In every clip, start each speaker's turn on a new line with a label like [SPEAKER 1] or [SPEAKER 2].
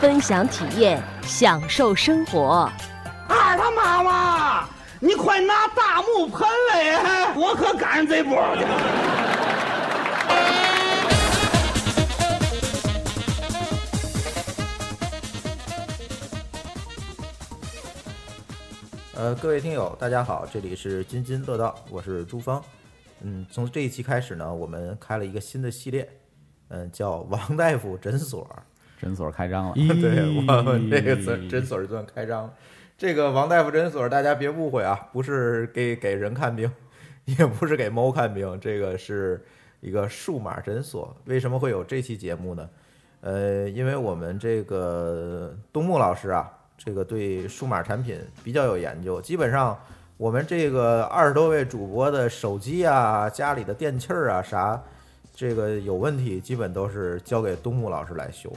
[SPEAKER 1] 分享体验，享受生活。
[SPEAKER 2] 二他妈妈，你快拿大木盆来，我可赶上这波去。
[SPEAKER 3] 呃，各位听友，大家好，这里是津津乐道，我是朱芳。嗯，从这一期开始呢，我们开了一个新的系列，嗯，叫王大夫诊所。
[SPEAKER 4] 诊所开张了，
[SPEAKER 3] 对我们这个诊诊所就算开张了。这个王大夫诊所，大家别误会啊，不是给给人看病， 也不是给猫看病，这个是一个数码诊所。为什么会有这期节目呢？呃，因为我们这个东木老师啊，这个对数码产品比较有研究，基本上。我们这个二十多位主播的手机啊、家里的电器儿啊啥，这个有问题基本都是交给东木老师来修。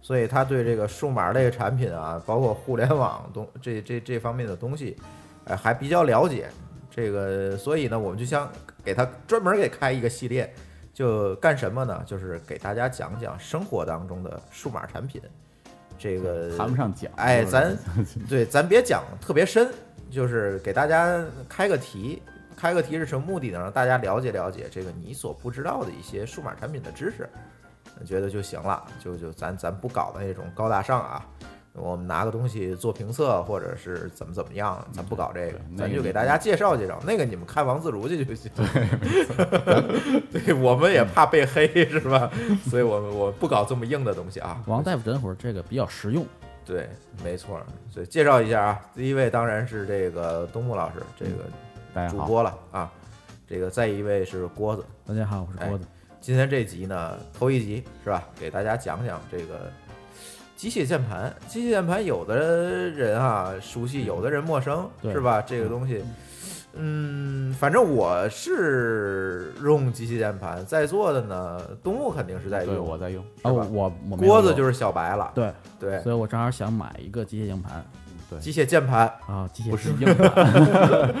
[SPEAKER 3] 所以他对这个数码类产品啊，包括互联网东这这这方面的东西，呃，还比较了解。这个，所以呢，我们就想给他专门给开一个系列，就干什么呢？就是给大家讲讲生活当中的数码产品。这个
[SPEAKER 4] 嗯谈不上讲。
[SPEAKER 3] 哎
[SPEAKER 4] 就是
[SPEAKER 3] 咱对，咱别讲特别深，就是给大家开个题，开个题是什么目的呢？让大家了解了解这个你所不知道的一些数码产品的知识，觉得就行了。就就咱咱不搞那种高大上啊，我们拿个东西做评测或者是怎么怎么样，咱不搞这个
[SPEAKER 4] 对，那
[SPEAKER 3] 咱
[SPEAKER 4] 个
[SPEAKER 3] 就给
[SPEAKER 4] 你
[SPEAKER 3] 大家介绍介绍。那个你们看王自如去就行。对，我们也怕被黑是吧？所以我们我不搞这么硬的东西啊。
[SPEAKER 4] 王大夫诊所这个比较实用，
[SPEAKER 3] 对，没错儿。所以介绍一下啊，第一位当然是这个东木老师，这个
[SPEAKER 4] 嗯大家
[SPEAKER 3] 主
[SPEAKER 4] 好，
[SPEAKER 3] 播了啊。这个再一位是郭子。哎
[SPEAKER 4] 大家好，我是郭子。
[SPEAKER 3] 今天这集呢，头一集是吧？给大家讲讲这个机械键盘。机械键盘有的人啊熟悉，有的人陌生，
[SPEAKER 4] 嗯对
[SPEAKER 3] 是吧？这个东西，嗯，反正我是用机械键盘，在座的呢，东木肯定是在
[SPEAKER 4] 对，
[SPEAKER 3] 用，
[SPEAKER 4] 我在用。
[SPEAKER 3] 吧
[SPEAKER 4] 啊，我我我没有
[SPEAKER 3] 郭子
[SPEAKER 4] 用
[SPEAKER 3] 就是小白了。
[SPEAKER 4] 对，
[SPEAKER 3] 对，嗯
[SPEAKER 4] 所以我正好想买一个机械键盘。对，
[SPEAKER 3] 机械键盘。
[SPEAKER 4] 啊，机
[SPEAKER 3] 不
[SPEAKER 4] 械
[SPEAKER 3] 是
[SPEAKER 4] 是硬 盘，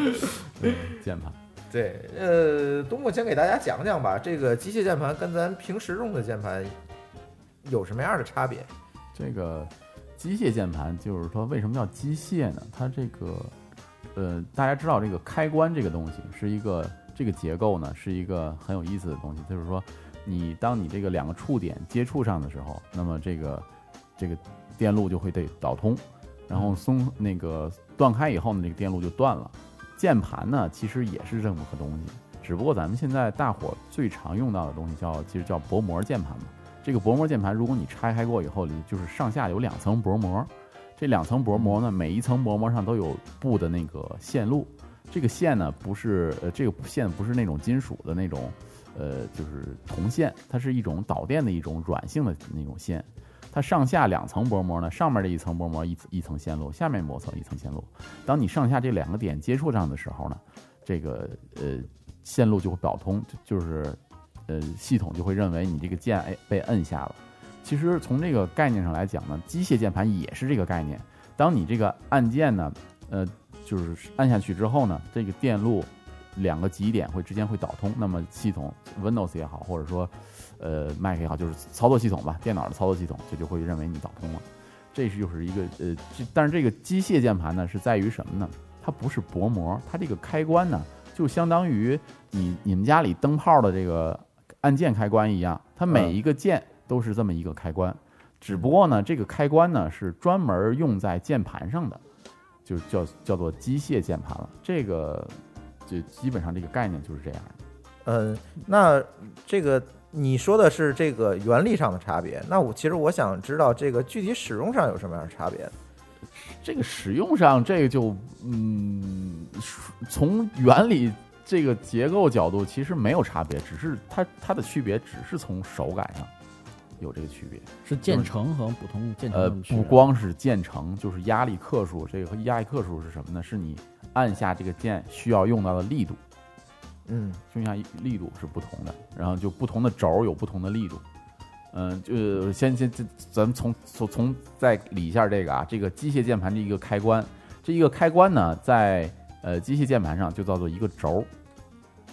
[SPEAKER 4] 对键盘。
[SPEAKER 3] 对，呃，东木先给大家讲讲吧，这个机械键盘跟咱平时用的键盘有什么样的差别？
[SPEAKER 4] 这个机械键盘就是说，为什么叫机械呢？它这个，呃，大家知道这个开关这个东西是一个这个结构呢，是一个很有意思的东西。就是说，你当你这个两个触点接触上的时候，那么这个这个电路就会被导通，然后松那个断开以后呢，这个电路就断了。键盘呢，其实也是这么个东西，只不过咱们现在大伙最常用到的东西叫其实叫薄膜键盘嘛。这个薄膜键盘，如果你拆开过以后，里就是上下有两层薄膜，这两层薄膜呢，每一层薄膜上都有布的那个线路，这个线呢不是呃这个线不是那种金属的那种，呃就是铜线，它是一种导电的一种软性的那种线。它上下两层薄膜呢，上面这一层薄膜一一层线路，下面薄层一层线路。当你上下这两个点接触上的时候呢，这个呃线路就会导通，就就是呃系统就会认为你这个键哎被摁下了。其实从这个概念上来讲呢，机械键盘也是这个概念。当你这个按键呢，呃，就是按下去之后呢，这个电路两个极点会之间会导通，那么系统 Windows 也好，或者说呃 Mac 也好，就是操作系统吧，电脑的操作系统，这就会认为你导通了。这是就是一个呃，这但是这个机械键盘呢，是在于什么呢？它不是薄膜，它这个开关呢，就相当于你你们家里灯泡的这个按键开关一样，它每
[SPEAKER 5] 嗯
[SPEAKER 4] 一个键都是这么一个开关，只不过呢，这个开关呢是专门用在键盘上的，就叫叫做机械键盘了。这个就基本上这个概念就是这样。
[SPEAKER 3] 嗯，那这个你说的是这个原理上的差别，那我其实我想知道这个具体使用上有什么样的差别？
[SPEAKER 4] 这个使用上，这个就嗯，从原理这个结构角度其实没有差别，只是它它的区别只是从手感上，有这个区别。
[SPEAKER 5] 是键程和普通
[SPEAKER 6] 嗯
[SPEAKER 5] 键程
[SPEAKER 4] 呃
[SPEAKER 5] 有什么，区
[SPEAKER 6] 啊
[SPEAKER 4] 不
[SPEAKER 5] 别
[SPEAKER 4] 光是键程，就是压力克数。这个压力克数是什么呢？是你按下这个键需要用到的力度，
[SPEAKER 3] 嗯，
[SPEAKER 4] 用下力度是不同的，然后就不同的轴有不同的力度。嗯，就先先这，咱们从从从再理一下这个啊，这个机械键盘这一个开关，这一个开关呢，在呃机械键盘上就叫做一个轴，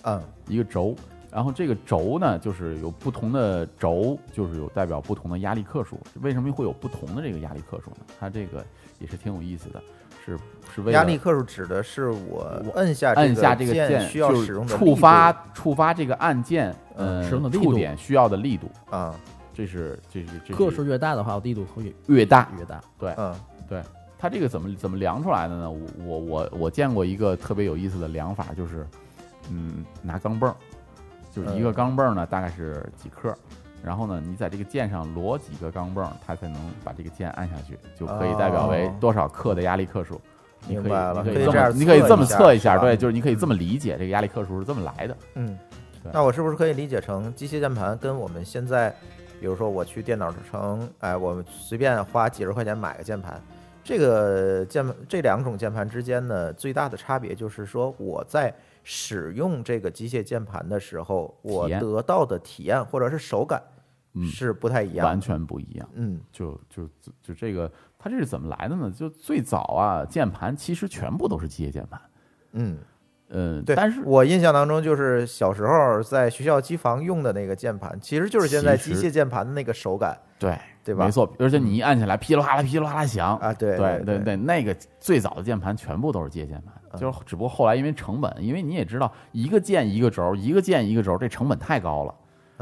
[SPEAKER 3] 嗯，
[SPEAKER 4] 一个轴，然后这个轴呢，就是有不同的轴，就是有代表不同的压力克数。为什么会有不同的这个压力克数呢？它这个也是挺有意思的，是是为了
[SPEAKER 3] 压力克数指的是我摁下
[SPEAKER 4] 按下这个
[SPEAKER 3] 键
[SPEAKER 4] 键
[SPEAKER 3] 需要
[SPEAKER 4] 就是
[SPEAKER 3] 使用的
[SPEAKER 4] 触发触发这个按键，呃，
[SPEAKER 5] 使用的力
[SPEAKER 4] 触
[SPEAKER 5] 度
[SPEAKER 4] 点需要的力度，
[SPEAKER 3] 啊，
[SPEAKER 4] 这是这是这是
[SPEAKER 5] 克数越大的话，
[SPEAKER 4] 呃
[SPEAKER 5] 我力度会越
[SPEAKER 4] 越大
[SPEAKER 5] 越大。
[SPEAKER 4] 对，
[SPEAKER 3] 嗯
[SPEAKER 4] 它这个怎么怎么量出来的呢？我我我我见过一个特别有意思的量法，就是，嗯，拿钢镚儿，就是一个
[SPEAKER 3] 嗯
[SPEAKER 4] 钢镚儿呢，大概是几克，然后呢，你在这个键上摞几个钢镚儿，它才能把这个键按下去，就可以代表为
[SPEAKER 3] 哦
[SPEAKER 4] 多少克的压力克数。你可以
[SPEAKER 3] 明白了
[SPEAKER 4] 你可
[SPEAKER 3] 可以
[SPEAKER 4] 以这
[SPEAKER 3] 这
[SPEAKER 4] 么
[SPEAKER 3] 样，
[SPEAKER 4] 你可以
[SPEAKER 3] 测
[SPEAKER 4] 这么
[SPEAKER 3] 一下
[SPEAKER 4] 测一
[SPEAKER 3] 是
[SPEAKER 4] 下，
[SPEAKER 3] 吧
[SPEAKER 4] 对，就是你可以这么理解这个压力克数是这么来的。
[SPEAKER 3] 嗯，
[SPEAKER 4] 对
[SPEAKER 3] 那我是不是可以理解成机械键盘跟我们现在，比如说我去电脑城，哎，我们随便花几十块钱买个键盘，这个键盘这两种键盘之间呢，最大的差别就是说我在使用这个机械键盘的时候，我
[SPEAKER 4] 体验
[SPEAKER 3] 得到的体验或者是手感
[SPEAKER 4] 嗯
[SPEAKER 3] 是不太一样
[SPEAKER 4] 完
[SPEAKER 3] 的。
[SPEAKER 4] 全不一样，
[SPEAKER 3] 嗯
[SPEAKER 4] 就就就就这个，它这是怎么来的呢？就最早啊，键盘其实全部都是机械键盘，
[SPEAKER 3] 嗯，
[SPEAKER 4] 嗯，
[SPEAKER 3] 对。
[SPEAKER 4] 但是
[SPEAKER 3] 我印象当中，就是小时候在学校机房用的那个键盘，其实就是现在
[SPEAKER 4] 其
[SPEAKER 3] 机
[SPEAKER 4] 实
[SPEAKER 3] 械键盘的那个手感
[SPEAKER 4] 对
[SPEAKER 3] 对吧嗯
[SPEAKER 4] 没错，而且你一按起来，噼里啪啦噼里啪啦响。
[SPEAKER 3] 啊。对
[SPEAKER 4] 对
[SPEAKER 3] 对嗯
[SPEAKER 4] 对，那个最早的键盘全部都是机械键盘，就是只不过后来因为成本，因为你也知道一个键一个轴，一个键一个轴，这成本太高了。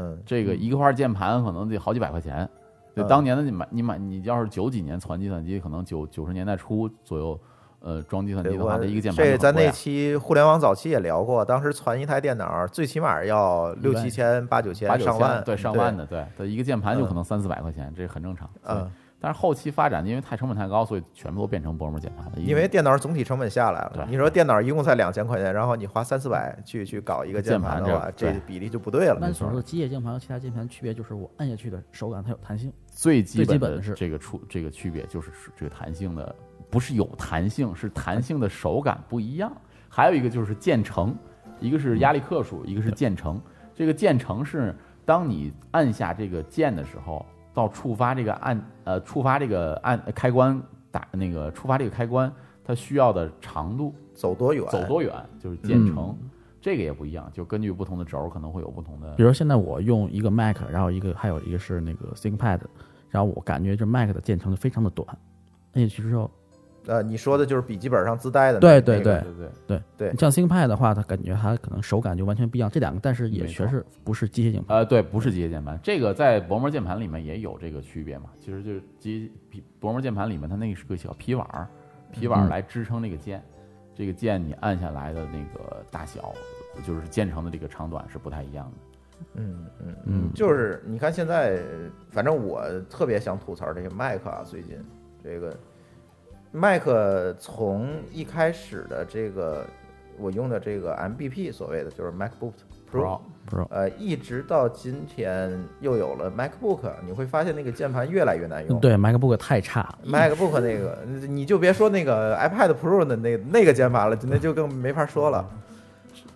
[SPEAKER 3] 嗯
[SPEAKER 4] 这个一块键盘可能得好几百块钱。就
[SPEAKER 3] 嗯
[SPEAKER 4] 当年的你买你买你要是九几年攒计算机，可能九九十年代初左右，呃，装计算机
[SPEAKER 3] 对
[SPEAKER 4] 的
[SPEAKER 3] 我
[SPEAKER 4] 话，这一个键盘就
[SPEAKER 3] 这
[SPEAKER 4] 很
[SPEAKER 3] 咱
[SPEAKER 4] 贵
[SPEAKER 3] 那
[SPEAKER 4] 啊
[SPEAKER 3] 期互联网早期也聊过，当时传一台电脑最起码要六七千、八九千、
[SPEAKER 4] 啊八九
[SPEAKER 3] 上
[SPEAKER 4] 千
[SPEAKER 3] 万，嗯
[SPEAKER 4] 对上万的，对，它一个键盘就可能三四百块钱，这很正常。
[SPEAKER 3] 对。嗯，
[SPEAKER 4] 但是后期发展，因为太成本太高，所以全部都变成薄膜键盘了。
[SPEAKER 3] 因为电脑总体成本下来了
[SPEAKER 4] 对，
[SPEAKER 3] 你说电脑一共才两千块钱，然后你花三四百去去搞一个键盘的
[SPEAKER 4] 键
[SPEAKER 3] 话
[SPEAKER 4] 盘，
[SPEAKER 3] 这
[SPEAKER 4] 这
[SPEAKER 3] 比例就不对了。
[SPEAKER 5] 那所说机械键盘和其他键盘区别就是，我按下去的手感它有弹性。
[SPEAKER 4] 最基
[SPEAKER 5] 最基
[SPEAKER 4] 本
[SPEAKER 5] 本
[SPEAKER 4] 的
[SPEAKER 5] 的是
[SPEAKER 4] 这个出这个区别就是这个弹性的，不是有弹性，是弹性的手感不一样。还有一个就是键程，一个是压力克数，一个是键程。这个键程是当你按下这个键的时候，到触发这个按呃触发这个按开关打那个触发这个开关，它需要的长度
[SPEAKER 3] 走多远？
[SPEAKER 4] 走多远就是键程，这个也不一样，就根据不同的轴可能会有不同的
[SPEAKER 5] 比。如现在我用一个 Mac，然后一个还有一个是那个 ThinkPad，然后我感觉这 Mac 的键程就非常的短，按下去之后，
[SPEAKER 3] 呃，你说的就是笔记本上自带的那个，
[SPEAKER 5] 对对
[SPEAKER 3] 那
[SPEAKER 5] 对
[SPEAKER 3] 个，
[SPEAKER 4] 对对。
[SPEAKER 3] 对
[SPEAKER 5] 你像 ThinkPad 的话，它感觉它可能手感就完全不一样。这两个，但是也全是不是机械键盘，
[SPEAKER 4] 呃，对，不是机械键盘，这个在薄膜键盘里面也有这个区别嘛，其实就是机皮薄膜键盘里面它那个是个小皮碗儿，皮碗儿
[SPEAKER 5] 嗯
[SPEAKER 4] 来支撑这个键，这个键你按下来的那个大小，就是键程的这个长短是不太一样的。
[SPEAKER 3] 嗯嗯
[SPEAKER 5] 嗯
[SPEAKER 3] 就是你看现在，呃反正我特别想吐槽这个麦克啊，最近这个麦克从一开始的这个我用的这个 MBP 所谓的就是 MacBook Pro，
[SPEAKER 4] Pro
[SPEAKER 3] 呃，一直到今天又有了 MacBook，你会发现那个键盘越来越难用。
[SPEAKER 5] 嗯对 MacBook 太差了。
[SPEAKER 3] MacBook 那个，你就别说那个 iPad Pro 的那那个键盘了，那就更没法说了。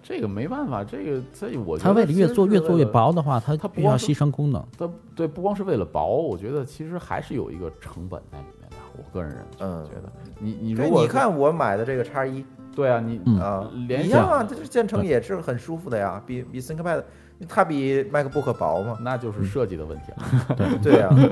[SPEAKER 4] 这个没办法，这个所以我觉
[SPEAKER 5] 它
[SPEAKER 4] 得
[SPEAKER 5] 为了越
[SPEAKER 4] 其实
[SPEAKER 5] 做
[SPEAKER 4] 是
[SPEAKER 5] 越
[SPEAKER 4] 为
[SPEAKER 5] 做越
[SPEAKER 4] 了
[SPEAKER 5] 薄的话，它
[SPEAKER 4] 它不
[SPEAKER 5] 必须要
[SPEAKER 4] 光是
[SPEAKER 5] 牺牲功能。
[SPEAKER 4] 它对，不光是为了薄，我觉得其实还是有一个成本在里面的。我个人
[SPEAKER 3] 嗯
[SPEAKER 4] 觉得，你你
[SPEAKER 3] 对，
[SPEAKER 4] 如果
[SPEAKER 3] 哎你看我买的这个叉一，
[SPEAKER 4] 对啊，你
[SPEAKER 5] 嗯
[SPEAKER 3] 啊，
[SPEAKER 4] 联
[SPEAKER 3] 一样
[SPEAKER 4] 想
[SPEAKER 3] 啊，这键程也是很舒服的呀，比比 ThinkPad，它比 MacBook 薄嘛。
[SPEAKER 4] 那就是设计的问题了。
[SPEAKER 3] 对啊 呀、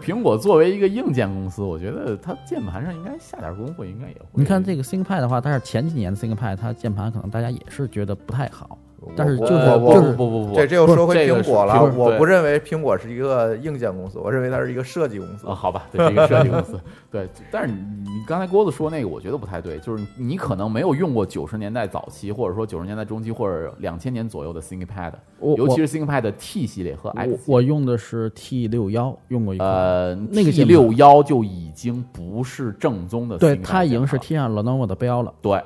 [SPEAKER 4] 苹果作为一个硬件公司，我觉得它键盘上应该下点功夫，应该也会。
[SPEAKER 5] 你看这
[SPEAKER 4] 个，
[SPEAKER 5] 个 ThinkPad 的话，但是前几年的 ThinkPad 它键盘可能大家也是觉得不太好，
[SPEAKER 3] 我
[SPEAKER 5] 但是
[SPEAKER 3] 我
[SPEAKER 5] 就是
[SPEAKER 3] 我
[SPEAKER 5] 就是
[SPEAKER 4] 不不不，
[SPEAKER 3] 这这又说回
[SPEAKER 4] 这
[SPEAKER 3] 苹
[SPEAKER 4] 个是
[SPEAKER 3] 果了
[SPEAKER 4] 苹，果
[SPEAKER 3] 我
[SPEAKER 4] 对
[SPEAKER 3] 不认为苹果是一个硬件公司，我认为它是一个设计公司
[SPEAKER 4] 啊，。好吧，对，是一个设计公司， 对。但是你你刚才郭子说那个，我觉得不太对，就是你可能没有用过九十年代早期，或者说九十年代中期，或者两千年左右的 ThinkPad，
[SPEAKER 5] 我
[SPEAKER 4] 尤其是 ThinkPad T 系列和 X 系
[SPEAKER 5] 我
[SPEAKER 4] 列。
[SPEAKER 5] 我用的是 T 六幺，用过一款。
[SPEAKER 4] 呃，
[SPEAKER 5] 那个
[SPEAKER 4] T
[SPEAKER 5] 键盘
[SPEAKER 4] 六幺就已经不是正宗的 ThinkPad 键
[SPEAKER 5] 对，
[SPEAKER 4] 盘了，
[SPEAKER 5] 它已经是贴上 Lenovo 的标了。
[SPEAKER 4] 对，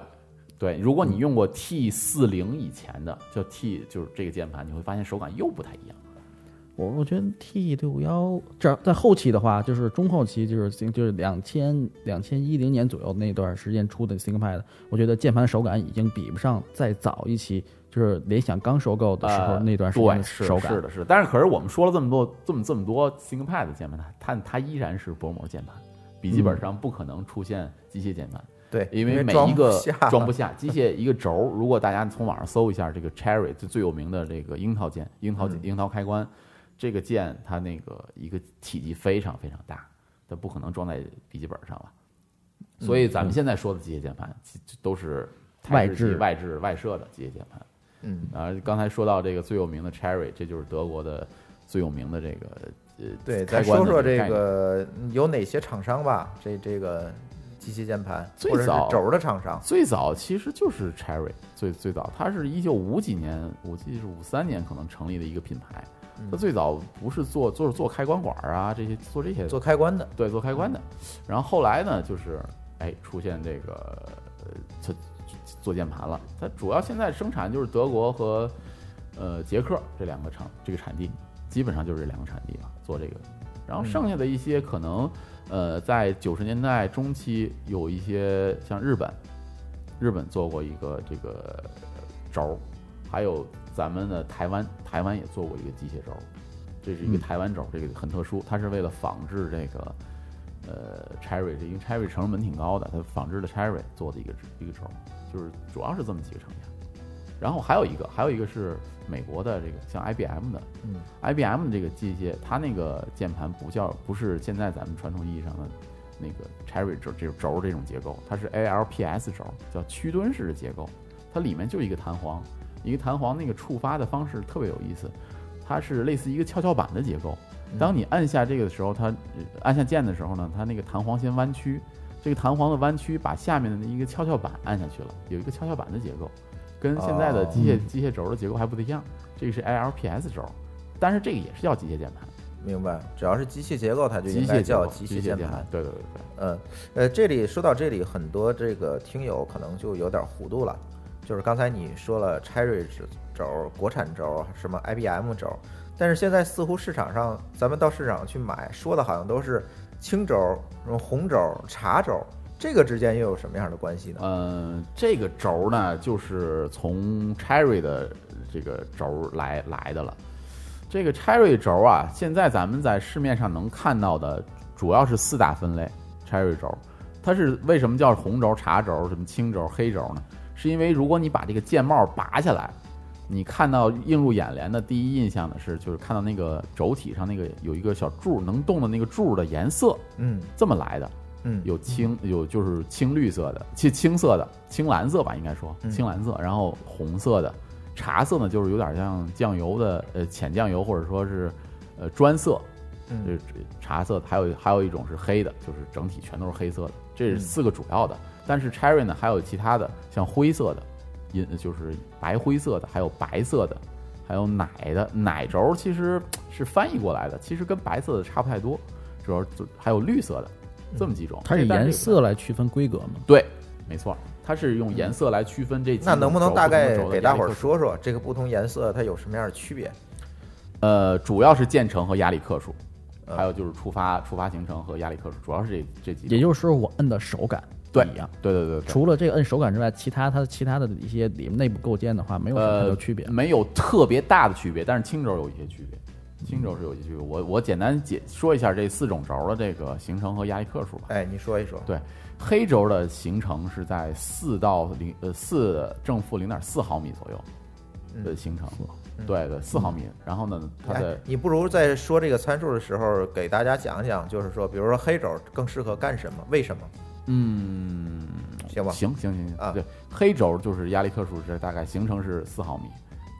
[SPEAKER 4] 对，如
[SPEAKER 5] 嗯
[SPEAKER 4] 果你用过 T 四零以前的，叫 T 就是这个键盘，你会发现手感又不太一样。
[SPEAKER 5] 我我觉得 T 六幺这在后期的话，就是中后期，就是就是两千两千一零年左右那段时间出的 ThinkPad，我觉得键盘手感已经比不上再早一期，就是联想刚收购的时候
[SPEAKER 4] 呃
[SPEAKER 5] 那段时间
[SPEAKER 4] 对
[SPEAKER 5] 的
[SPEAKER 4] 是
[SPEAKER 5] 手
[SPEAKER 4] 是
[SPEAKER 5] 感。
[SPEAKER 4] 的是的，但是可是我们说了这么多这么这么多 ThinkPad 的键盘，它它它依然是薄膜键盘，笔记
[SPEAKER 5] 嗯
[SPEAKER 4] 本上不可能出现机械键盘，
[SPEAKER 3] 对，
[SPEAKER 4] 因
[SPEAKER 3] 为
[SPEAKER 4] 每
[SPEAKER 3] 装
[SPEAKER 4] 一个
[SPEAKER 3] 下
[SPEAKER 4] 装不下机械一个轴儿，如果大家从网上搜一下这个 Cherry 最最有名的这个樱桃键、樱
[SPEAKER 3] 嗯
[SPEAKER 4] 桃键、樱桃开关，这个键它那个一个体积非常非常大，它不可能装在笔记本上了。所
[SPEAKER 3] 嗯
[SPEAKER 4] 以咱们现在说的机械键盘其都是台式机
[SPEAKER 5] 外置
[SPEAKER 4] 外置外设的机械键盘。
[SPEAKER 3] 嗯，
[SPEAKER 4] 啊，刚才说到这个最有名的 Cherry，这就是德国的最有名的这个呃
[SPEAKER 3] 对，
[SPEAKER 4] 开
[SPEAKER 3] 咱
[SPEAKER 4] 关
[SPEAKER 3] 说
[SPEAKER 4] 的
[SPEAKER 3] 说
[SPEAKER 4] 这
[SPEAKER 3] 这
[SPEAKER 4] 概念
[SPEAKER 3] 个有哪些厂商吧，这这个机械键盘
[SPEAKER 4] 最
[SPEAKER 3] 或者是
[SPEAKER 4] 早
[SPEAKER 3] 轴的厂商，
[SPEAKER 4] 最早其实就是 Cherry，最最早，它是一九五几年，我记得是五三年可能成立的一个品牌。它最早不是做做做开关管儿啊，这些做这些
[SPEAKER 3] 做开关的，
[SPEAKER 4] 对做开关的。然后后来呢，就是哎出现这个呃做做键盘了。它主要现在生产就是德国和呃捷克这两个厂这个产地，基本上就是这两个产地了做这个。然后剩下的一些可能呃在九十年代中期有一些像日本，日本做过一个这个轴儿，还有咱们的台湾，台湾也做过一个机械轴儿，这是一个
[SPEAKER 5] 嗯
[SPEAKER 4] 台湾轴儿，这个很特殊，它是为了仿制这个呃 Cherry，这因为 Cherry 成本挺高的，它仿制了 Cherry 做的一个一个轴儿，就是主要是这么几个厂家。然后还有一个，还有一个是美国的这个像 IBM 的，
[SPEAKER 3] 嗯
[SPEAKER 4] ，IBM 这个机械，它那个键盘不叫不是现在咱们传统意义上的那个 Cherry 轴这轴这种结构，它是 ALPS 轴，叫屈蹲式的结构，它里面就一个弹簧，一个弹簧那个触发的方式特别有意思，它是类似一个跷跷板的结构。
[SPEAKER 3] 嗯
[SPEAKER 4] 当你按下这个的时候，它呃按下键的时候呢，它那个弹簧先弯曲，这个弹簧的弯曲把下面的一个跷跷板按下去了，有一个跷跷板的结构，跟现在的
[SPEAKER 3] 哦
[SPEAKER 4] 机械机械轴的结构还不太一样，这个是 ILPS 轴，但是这个也是叫机械键盘，
[SPEAKER 3] 明白？只要是机械结构，它就
[SPEAKER 4] 机
[SPEAKER 3] 啊应
[SPEAKER 4] 械
[SPEAKER 3] 该
[SPEAKER 4] 结
[SPEAKER 3] 叫
[SPEAKER 4] 构
[SPEAKER 3] 机
[SPEAKER 4] 械
[SPEAKER 3] 械键盘。
[SPEAKER 4] 对对对对。
[SPEAKER 3] 嗯，呃，这里说到这里，很多这个听友可能就有点糊涂了，就是刚才你说了 Cherry 轴、国产轴、什么 IBM 轴，但是现在似乎市场上，咱们到市场去买，说的好像都是青轴、什么红轴、茶轴，这个之间又有什么样的关系呢？
[SPEAKER 4] 呃，这个轴呢，就是从 Cherry 的这个轴来来的了。这个 Cherry 轴啊，现在咱们在市面上能看到的主要是四大分类。Cherry 轴，它是为什么叫红轴、茶轴、什么青轴、黑轴呢？是因为如果你把这个键帽拔下来，你看到映入眼帘的第一印象呢是，就是看到那个轴体上那个有一个小柱能动的那个柱的颜色，
[SPEAKER 3] 嗯
[SPEAKER 4] 这么来的。
[SPEAKER 3] 嗯，
[SPEAKER 4] 有青有就是青绿色的，青青色的，青蓝色吧，应该说
[SPEAKER 3] 嗯
[SPEAKER 4] 青蓝色，然后红色的，茶色呢就是有点像酱油的，呃，浅酱油或者说是呃砖色，
[SPEAKER 3] 嗯
[SPEAKER 4] 就是茶色，还有还有一种是黑的，就是整体全都是黑色的，这是
[SPEAKER 3] 嗯
[SPEAKER 4] 四个主要的。但是 cherry 呢还有其他的，像灰色的，银就是白灰色的，还有白色的，还有奶的奶轴其实是翻译过来的，其实跟白色的差不太多，主要就还有绿色的。这么几种，
[SPEAKER 5] 嗯它是以
[SPEAKER 4] 但这
[SPEAKER 5] 颜
[SPEAKER 4] 个
[SPEAKER 5] 色来区分规格嘛？
[SPEAKER 4] 对，没错，它是用颜色来区分这几种
[SPEAKER 3] 那能不能大概
[SPEAKER 4] 轴不同轴的
[SPEAKER 3] 给大
[SPEAKER 4] 压力
[SPEAKER 3] 伙儿
[SPEAKER 4] 克数？
[SPEAKER 3] 说说这个不同颜色它有什么样的区别？
[SPEAKER 4] 呃，主要是键程和压力克数，
[SPEAKER 3] 呃
[SPEAKER 4] 还有就是触发触发形成和压力克数，主要是这这几种。
[SPEAKER 5] 也就是说，我摁的手感不
[SPEAKER 4] 对
[SPEAKER 5] 一样。
[SPEAKER 4] 对对对对。
[SPEAKER 5] 除了这个摁手感之外，其他它其他的一些里面内部构建的话，没有什么太
[SPEAKER 4] 呃
[SPEAKER 5] 多，区别。
[SPEAKER 4] 没有特别大的区别，但是青轴有一些区别，青轴是有一些区
[SPEAKER 5] 嗯
[SPEAKER 4] 别。我我简单解说一下这四种轴的这个形成和压力克数吧。
[SPEAKER 3] 哎，你说一说。
[SPEAKER 4] 对，黑轴的形成是在四到零呃四正负零点四毫米左右的形成，
[SPEAKER 5] 嗯
[SPEAKER 4] 对对，四毫米。然后呢，它
[SPEAKER 3] 哎
[SPEAKER 4] 的，
[SPEAKER 3] 你不如在说这个参数的时候，给大家讲讲，就是说，比如说黑轴更适合干什么？为什么？
[SPEAKER 4] 嗯，
[SPEAKER 3] 行吧？
[SPEAKER 4] 行行行行
[SPEAKER 3] 啊
[SPEAKER 4] 对，黑轴就是压力克数是大概形成是四毫米，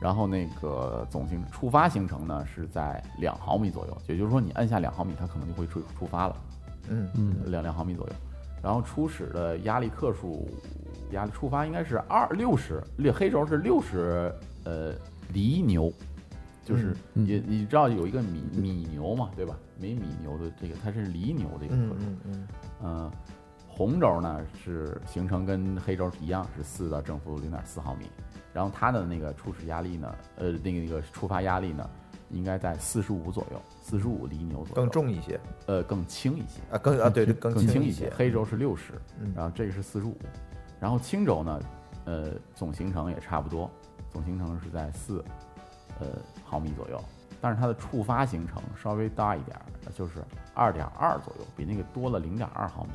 [SPEAKER 4] 然后那个总形触发形成呢是在两毫米左右，也就是说你按下两毫米，它可能就会触触发了，
[SPEAKER 3] 嗯
[SPEAKER 4] 两两毫米左右。然后初始的压力克数，压力触发应该是二六十，六黑轴是六十呃厘牛，就是
[SPEAKER 3] 嗯
[SPEAKER 4] 你、你知道有一个米米牛嘛，对吧？每米牛的这个它是厘牛的一个克数。
[SPEAKER 3] 嗯嗯嗯，
[SPEAKER 4] 嗯，红轴呢是形成跟黑轴一样，是四到正负零点四毫米，然后它的那个初始压力呢，呃，那个那个触发压力呢应该在四十五左右，四十五厘牛左右，
[SPEAKER 3] 更重一些
[SPEAKER 4] 呃更轻一些，
[SPEAKER 3] 啊，更啊对，更
[SPEAKER 4] 更轻
[SPEAKER 3] 一
[SPEAKER 4] 一些。黑轴是六十、
[SPEAKER 3] 嗯
[SPEAKER 4] 然后这个是四十五，然后青轴呢，呃，总行程也差不多，总行程是在四呃毫米左右，但是它的触发行程稍微大一点儿，就是二点二左右，比那个多了零点二毫米。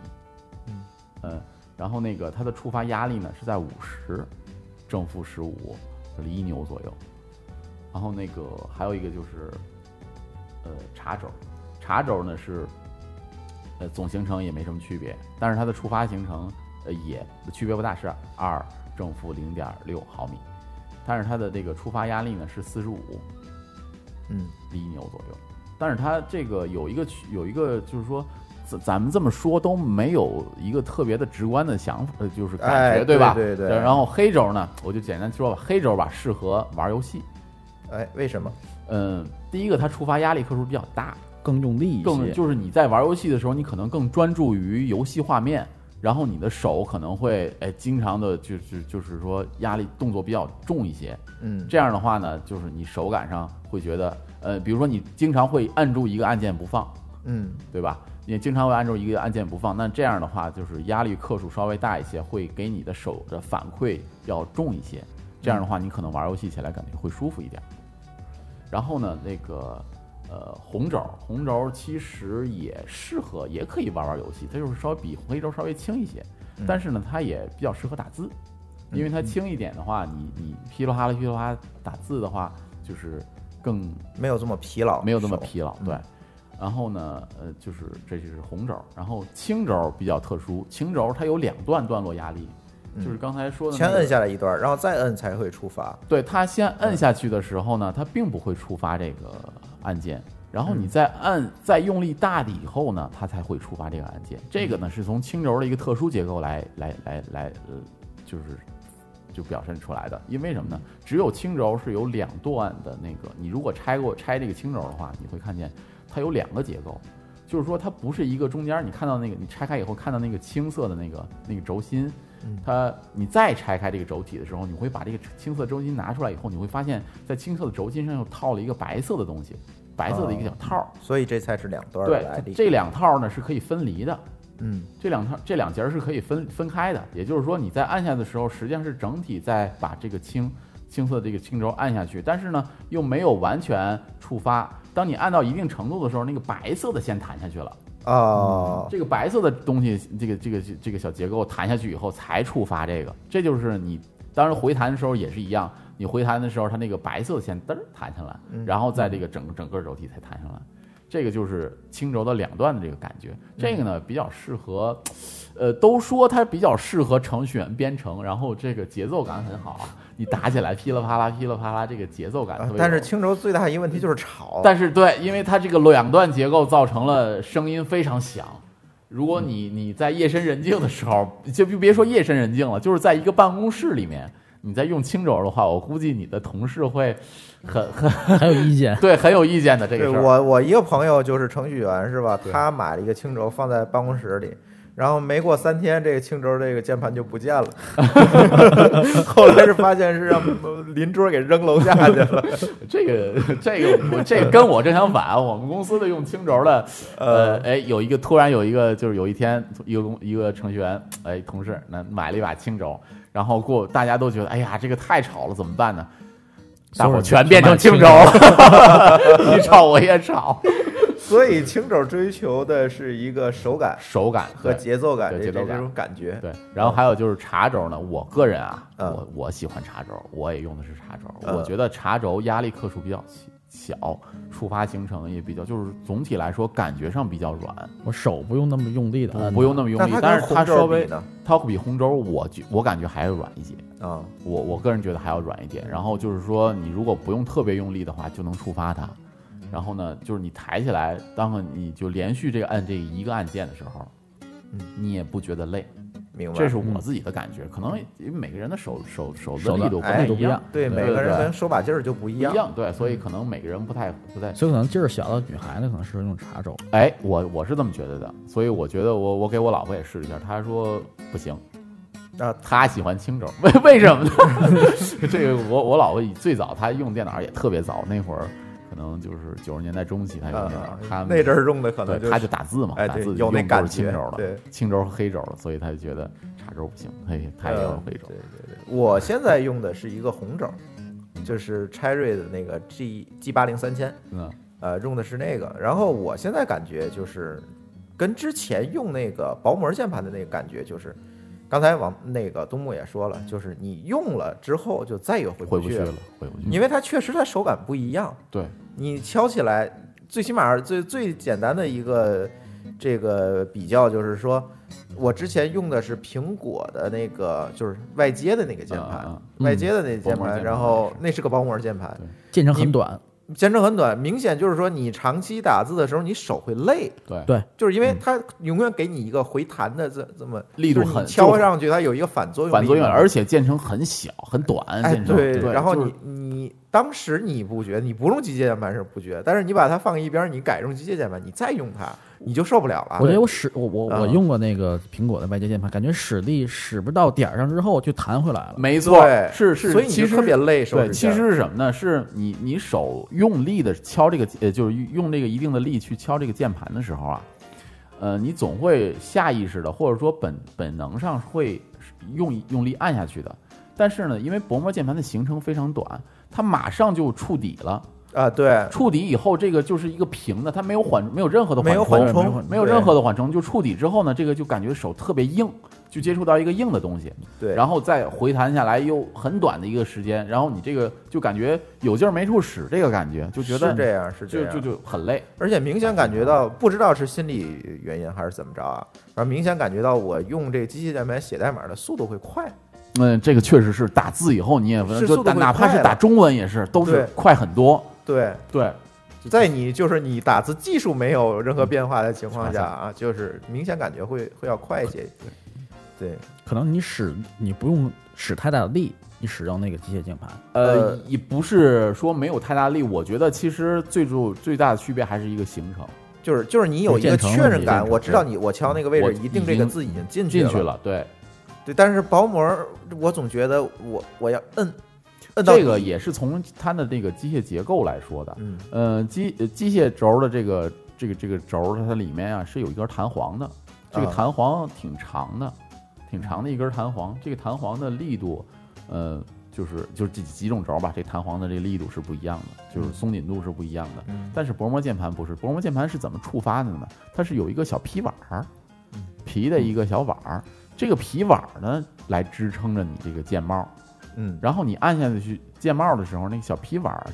[SPEAKER 4] 嗯，呃，然后那个它的触发压力呢是在五十正负十五，就是一牛左右。然后那个还有一个就是，呃，茶轴，茶轴呢是呃，总行程也没什么区别，但是它的触发行程呃也区别不大，是二正负零点六毫米，但是它的这个触发压力呢是四十五
[SPEAKER 3] 嗯，
[SPEAKER 4] 厘牛左右，但是它这个有一个区有一个就是说。咱咱们这么说都没有一个特别的直观的想法，呃就是感觉、
[SPEAKER 3] 哎
[SPEAKER 4] 对吧？
[SPEAKER 3] 对对对
[SPEAKER 4] 然后黑轴呢，我就简单说吧，黑轴吧适合玩游戏。
[SPEAKER 3] 哎，为什么？
[SPEAKER 4] 嗯，第一个它触发压力克数比较大，
[SPEAKER 5] 更用力一些，
[SPEAKER 4] 更就是你在玩游戏的时候，你可能更专注于游戏画面，然后你的手可能会哎经常的就是就是说压力动作比较重一些。
[SPEAKER 3] 嗯，
[SPEAKER 4] 这样的话呢，就是你手感上会觉得呃，比如说你经常会按住一个按键不放，
[SPEAKER 3] 嗯
[SPEAKER 4] 对吧？你经常会按住一个按键不放，那这样的话就是压力克数稍微大一些，会给你的手的反馈要重一些。这样的话，你可能玩游戏起来感觉会舒服一点。然后呢，那个呃红轴，红轴其实也适合，也可以玩玩游戏，它就是稍微比黑轴稍微轻一些，但是呢，它也比较适合打字，因为它轻一点的话，你你噼里啪啦噼里啪啦打字的话，就是更
[SPEAKER 3] 没有这么疲劳，
[SPEAKER 4] 没有那么
[SPEAKER 3] 手嗯
[SPEAKER 4] 疲劳，对。然后呢，呃，就是这就是红轴，然后青轴比较特殊，青轴它有两段段落压力，就是刚才说
[SPEAKER 3] 嗯
[SPEAKER 4] 的、那
[SPEAKER 3] 先
[SPEAKER 4] 个，
[SPEAKER 3] 摁下来一嗯段，然后再摁才会触发。
[SPEAKER 4] 对，它先摁下去的时候呢，它并不会触发这个按键，然
[SPEAKER 3] 嗯
[SPEAKER 4] 后你再按再用力大的以后呢，它才会触发这个按键。这个呢
[SPEAKER 3] 嗯
[SPEAKER 4] 是从轻轴的一个特殊结构来来来来，呃，就是就表现出来的。因为什么呢？只有轻轴是有两段的那个，你如果拆过拆这个轻轴的话，你会看见它有两个结构。就是说，它不是一个中间儿，你看到那个，你拆开以后看到那个青色的那个那个轴心，它你再拆开这个轴体的时候，你会把这个青色轴心拿出来以后，你会发现在青色的轴心上又套了一个白色的东西，白色的一个小套儿。
[SPEAKER 3] 所以这才是两段儿
[SPEAKER 4] 对
[SPEAKER 3] 来历。，
[SPEAKER 4] 这两套呢是可以分离的，
[SPEAKER 3] 嗯
[SPEAKER 4] 这两套这两节儿是可以分分开的。也就是说，你在按下的时候，实际上是整体在把这个青青色的这个青轴按下去，但是呢又没有完全触发。当你按到一定程度的时候，那个白色的先弹下去了。
[SPEAKER 3] 哦，
[SPEAKER 4] 嗯这个白色的东西，这个这个这个小结构弹下去以后才触发这个，这就是你当时回弹的时候也是一样，你回弹的时候它那个白色先嘚儿弹上来，
[SPEAKER 3] 嗯
[SPEAKER 4] 然后在这个整个整个轴体才弹上来，这个就是轻轴的两段的这个感
[SPEAKER 3] 嗯
[SPEAKER 4] 觉，这个呢比较适合，呃，都说它比较适合程序员编程，然后这个节奏感很好，啊你打起来噼里啪啦噼里啪啦，这个节奏感特别有。
[SPEAKER 3] 啊但是轻轴最大一个问题就是吵，
[SPEAKER 4] 但是对，因为它这个两段结构造成了声音非常响。如果你
[SPEAKER 3] 嗯
[SPEAKER 4] 你在夜深人静的时候，就别别说夜深人静了，就是在一个办公室里面，你在用轻轴的话，我估计你的同事会很很。
[SPEAKER 5] 很有意见
[SPEAKER 4] 对很有意见的这
[SPEAKER 3] 对
[SPEAKER 4] 个事儿。
[SPEAKER 3] 我我一个朋友就是程序员是吧？他买了一个轻轴放在办公室里，然后没过三天，这个轻轴这个键盘就不见了。 后来是发现是让邻桌给扔楼下去了。
[SPEAKER 4] 这 个这个我这 跟我正相反，我们公司的用轻轴 的，呃，哎，有一个突然有一个就是有一天一个公一个程序员哎同事那买了一把轻轴，然后过大家都觉得哎呀这个太吵了怎么办呢？大伙儿全变成轻轴， 你吵我也吵，
[SPEAKER 3] 所以轻轴追求的是一个手感
[SPEAKER 4] 手感
[SPEAKER 3] 和
[SPEAKER 4] 对
[SPEAKER 3] 节奏感
[SPEAKER 4] 对
[SPEAKER 3] 这
[SPEAKER 4] 节奏
[SPEAKER 3] 这
[SPEAKER 4] 感
[SPEAKER 3] 种感觉。
[SPEAKER 4] 对，然后还有就是茶轴呢，我个人啊，
[SPEAKER 3] 嗯
[SPEAKER 4] 我我喜欢茶轴，我也用的是茶轴。
[SPEAKER 3] 嗯
[SPEAKER 4] 我觉得茶轴压力克数比较小，触发行程也比较，就是总体来说感觉上比较软，
[SPEAKER 5] 我手不用那么用力的
[SPEAKER 4] 不
[SPEAKER 5] 按，
[SPEAKER 4] 不用那么用
[SPEAKER 3] 那
[SPEAKER 4] 力
[SPEAKER 3] 嗯它。跟
[SPEAKER 4] 但是它
[SPEAKER 3] 红
[SPEAKER 4] 稍
[SPEAKER 3] 轴比
[SPEAKER 4] 微，
[SPEAKER 3] 呢？
[SPEAKER 4] 它比红轴我觉我感觉还要软一些，
[SPEAKER 3] 啊，
[SPEAKER 4] 我我个人觉得还要软一点。然后就是说，你如果不用特别用力的话，就能触发它。然后呢，就是你抬起来，当你就连续这个按这一个按键的时候，
[SPEAKER 3] 嗯
[SPEAKER 4] 你也不觉得累。
[SPEAKER 3] 明白。嗯
[SPEAKER 4] 这是我自己的感觉，可能因为每个人的手手手的
[SPEAKER 5] 手
[SPEAKER 4] 力
[SPEAKER 5] 的
[SPEAKER 4] 度不
[SPEAKER 3] 哎
[SPEAKER 4] 太
[SPEAKER 5] 都
[SPEAKER 4] 一
[SPEAKER 5] 不一
[SPEAKER 4] 样
[SPEAKER 5] 样，
[SPEAKER 3] 对
[SPEAKER 4] 对
[SPEAKER 3] 每个人
[SPEAKER 4] 对
[SPEAKER 3] 可能手把劲儿就不一
[SPEAKER 4] 不一
[SPEAKER 3] 样。嗯
[SPEAKER 4] 样，对，所以可能每个人不太不太。
[SPEAKER 5] 所以可能劲儿小的女孩子可能适合用茶轴，
[SPEAKER 4] 哎，我我是这么觉得的，所以我觉得我我给我老婆也试了一下，她说不行，
[SPEAKER 3] 啊
[SPEAKER 4] 她喜欢轻轴， 为 为什么呢？这个我我老婆最早她用电脑也特别早，那会儿可能就是九十年代中期，他有那种
[SPEAKER 3] 啊，
[SPEAKER 4] 他们
[SPEAKER 3] 那阵儿用的可能
[SPEAKER 4] 对，
[SPEAKER 3] 就是
[SPEAKER 4] 他就打字嘛，
[SPEAKER 3] 哎
[SPEAKER 4] 打
[SPEAKER 3] 对
[SPEAKER 4] 字
[SPEAKER 3] 有那
[SPEAKER 4] 用
[SPEAKER 3] 感
[SPEAKER 4] 的是
[SPEAKER 3] 觉
[SPEAKER 4] 青轴的
[SPEAKER 3] 对，
[SPEAKER 4] 青轴和黑轴的，所以他就觉得茶轴不行，他也他也要
[SPEAKER 3] 呃
[SPEAKER 4] 黑轴
[SPEAKER 3] 对。对对，我现在用的是一个红轴，就是拆瑞的那个 G G 八零三千，
[SPEAKER 4] 嗯，
[SPEAKER 3] 呃，用的是那个。然后我现在感觉就是跟之前用那个薄膜键盘的那个感觉就是。刚才王那个东木也说了，就是你用了之后就再也回
[SPEAKER 4] 回
[SPEAKER 3] 不
[SPEAKER 4] 不
[SPEAKER 3] 去
[SPEAKER 4] 去了，回不去。
[SPEAKER 3] 因为它确实它手感不一样，
[SPEAKER 4] 对，
[SPEAKER 3] 你敲起来，最起码最最简单的一个这个比较就是说，我之前用的是苹果的那个，就是外接的那个键盘，
[SPEAKER 4] 啊啊啊
[SPEAKER 3] 外接的那键
[SPEAKER 4] 薄膜键
[SPEAKER 3] 盘，
[SPEAKER 4] 盘
[SPEAKER 3] 然后那是个薄膜键盘，
[SPEAKER 5] 键程很短，
[SPEAKER 3] 键程很短，明显就是说你长期打字的时候你手会累，
[SPEAKER 4] 对
[SPEAKER 5] 对
[SPEAKER 3] 就是因为它永远给你一个回弹的这这么
[SPEAKER 4] 嗯力度
[SPEAKER 3] 就是你
[SPEAKER 4] 很
[SPEAKER 3] 敲上去，它有一个反作用力嘛，
[SPEAKER 4] 反作用，而且键程很小很短，
[SPEAKER 3] 哎，
[SPEAKER 4] 键程对，
[SPEAKER 3] 然后
[SPEAKER 4] 就是
[SPEAKER 3] 你你当时你不觉，你不用机械键盘是不觉，但是你把它放一边儿，你改用机械键盘，你再用它，你就受不了了。
[SPEAKER 4] 啊
[SPEAKER 5] 我觉得我使我我我
[SPEAKER 3] 嗯
[SPEAKER 5] 用过那个苹果的外接键盘，感觉使力使不到点儿上之后就弹回来了。
[SPEAKER 4] 没错，
[SPEAKER 3] 对
[SPEAKER 4] 是是，
[SPEAKER 3] 所以你
[SPEAKER 4] 其
[SPEAKER 3] 就
[SPEAKER 4] 实
[SPEAKER 3] 特别累手
[SPEAKER 4] 对，
[SPEAKER 3] 指
[SPEAKER 4] 其
[SPEAKER 3] 尖
[SPEAKER 4] 实是什么呢？是你你手用力的敲这个，呃，就是用这个一定的力去敲这个键盘的时候啊，呃，你总会下意识的，或者说本本能上会用用力按下去的。但是呢，因为薄膜键盘的行程非常短，它马上就触底了。
[SPEAKER 3] 啊，对，
[SPEAKER 4] 触底以后，这个就是一个平的，它没有缓，没有任何的
[SPEAKER 3] 没有
[SPEAKER 4] 缓
[SPEAKER 3] 缓冲
[SPEAKER 4] 没有没有
[SPEAKER 3] 对
[SPEAKER 4] 任何的缓冲，就触底之后呢，这个就感觉手特别硬，就接触到一个硬的东西，
[SPEAKER 3] 对
[SPEAKER 4] 然后再回弹下来又很短的一个时间，然后你这个就感觉有劲儿没处使，这个感觉就觉得
[SPEAKER 3] 是这样，是这
[SPEAKER 4] 就
[SPEAKER 3] 样，
[SPEAKER 4] 就就很累，
[SPEAKER 3] 而且明显感觉到，不知道是心理原因还是怎么着啊，然后明显感觉到我用这个机械键盘写代码的速度会快，
[SPEAKER 4] 嗯，这个确实是打字以后你也
[SPEAKER 3] 是
[SPEAKER 4] 就
[SPEAKER 3] 速度
[SPEAKER 4] 打
[SPEAKER 3] 会
[SPEAKER 4] 哪怕
[SPEAKER 3] 快
[SPEAKER 4] 是打
[SPEAKER 3] 了
[SPEAKER 4] 中文也是都是
[SPEAKER 3] 对
[SPEAKER 4] 快很多，
[SPEAKER 3] 对，
[SPEAKER 4] 对，
[SPEAKER 3] 在你就是你打字技术没有任何变化的情况
[SPEAKER 4] 嗯
[SPEAKER 3] 下啊，就是明显感觉会会要快一些，对，
[SPEAKER 5] 可能你使你不用使太大的力，你使用那个机械键盘，
[SPEAKER 4] 呃
[SPEAKER 3] 呃，
[SPEAKER 4] 也不是说没有太大力，我觉得其实最主最大的区别还是一个行程
[SPEAKER 3] 就是就是你有一个确认感，我知道你我敲那个位
[SPEAKER 4] 我
[SPEAKER 3] 置一定这个字已经进去
[SPEAKER 4] 进
[SPEAKER 3] 了，
[SPEAKER 4] 去了，对。
[SPEAKER 3] 对，但是薄膜我总觉得我我要摁摁到
[SPEAKER 4] 这个也是从它的这个机械结构来说的。
[SPEAKER 3] 嗯
[SPEAKER 4] 呃，机呃机械轴的这个这个这个轴，它里面啊是有一根弹簧的，这个
[SPEAKER 3] 啊
[SPEAKER 4] 弹簧挺长的，挺长的一根弹簧。这个弹簧的力度，呃，就是就是这几种轴吧，这弹簧的这个力度是不一样的，就是松紧度是不一样的。
[SPEAKER 3] 嗯
[SPEAKER 4] 但是薄膜键盘不是，薄膜键盘是怎么触发的呢？它是有一个小皮碗儿，皮的一个小碗儿，这个皮碗儿呢来支撑着你这个键帽。
[SPEAKER 3] 嗯，
[SPEAKER 4] 然后你按下去键帽的时候，那个小皮碗儿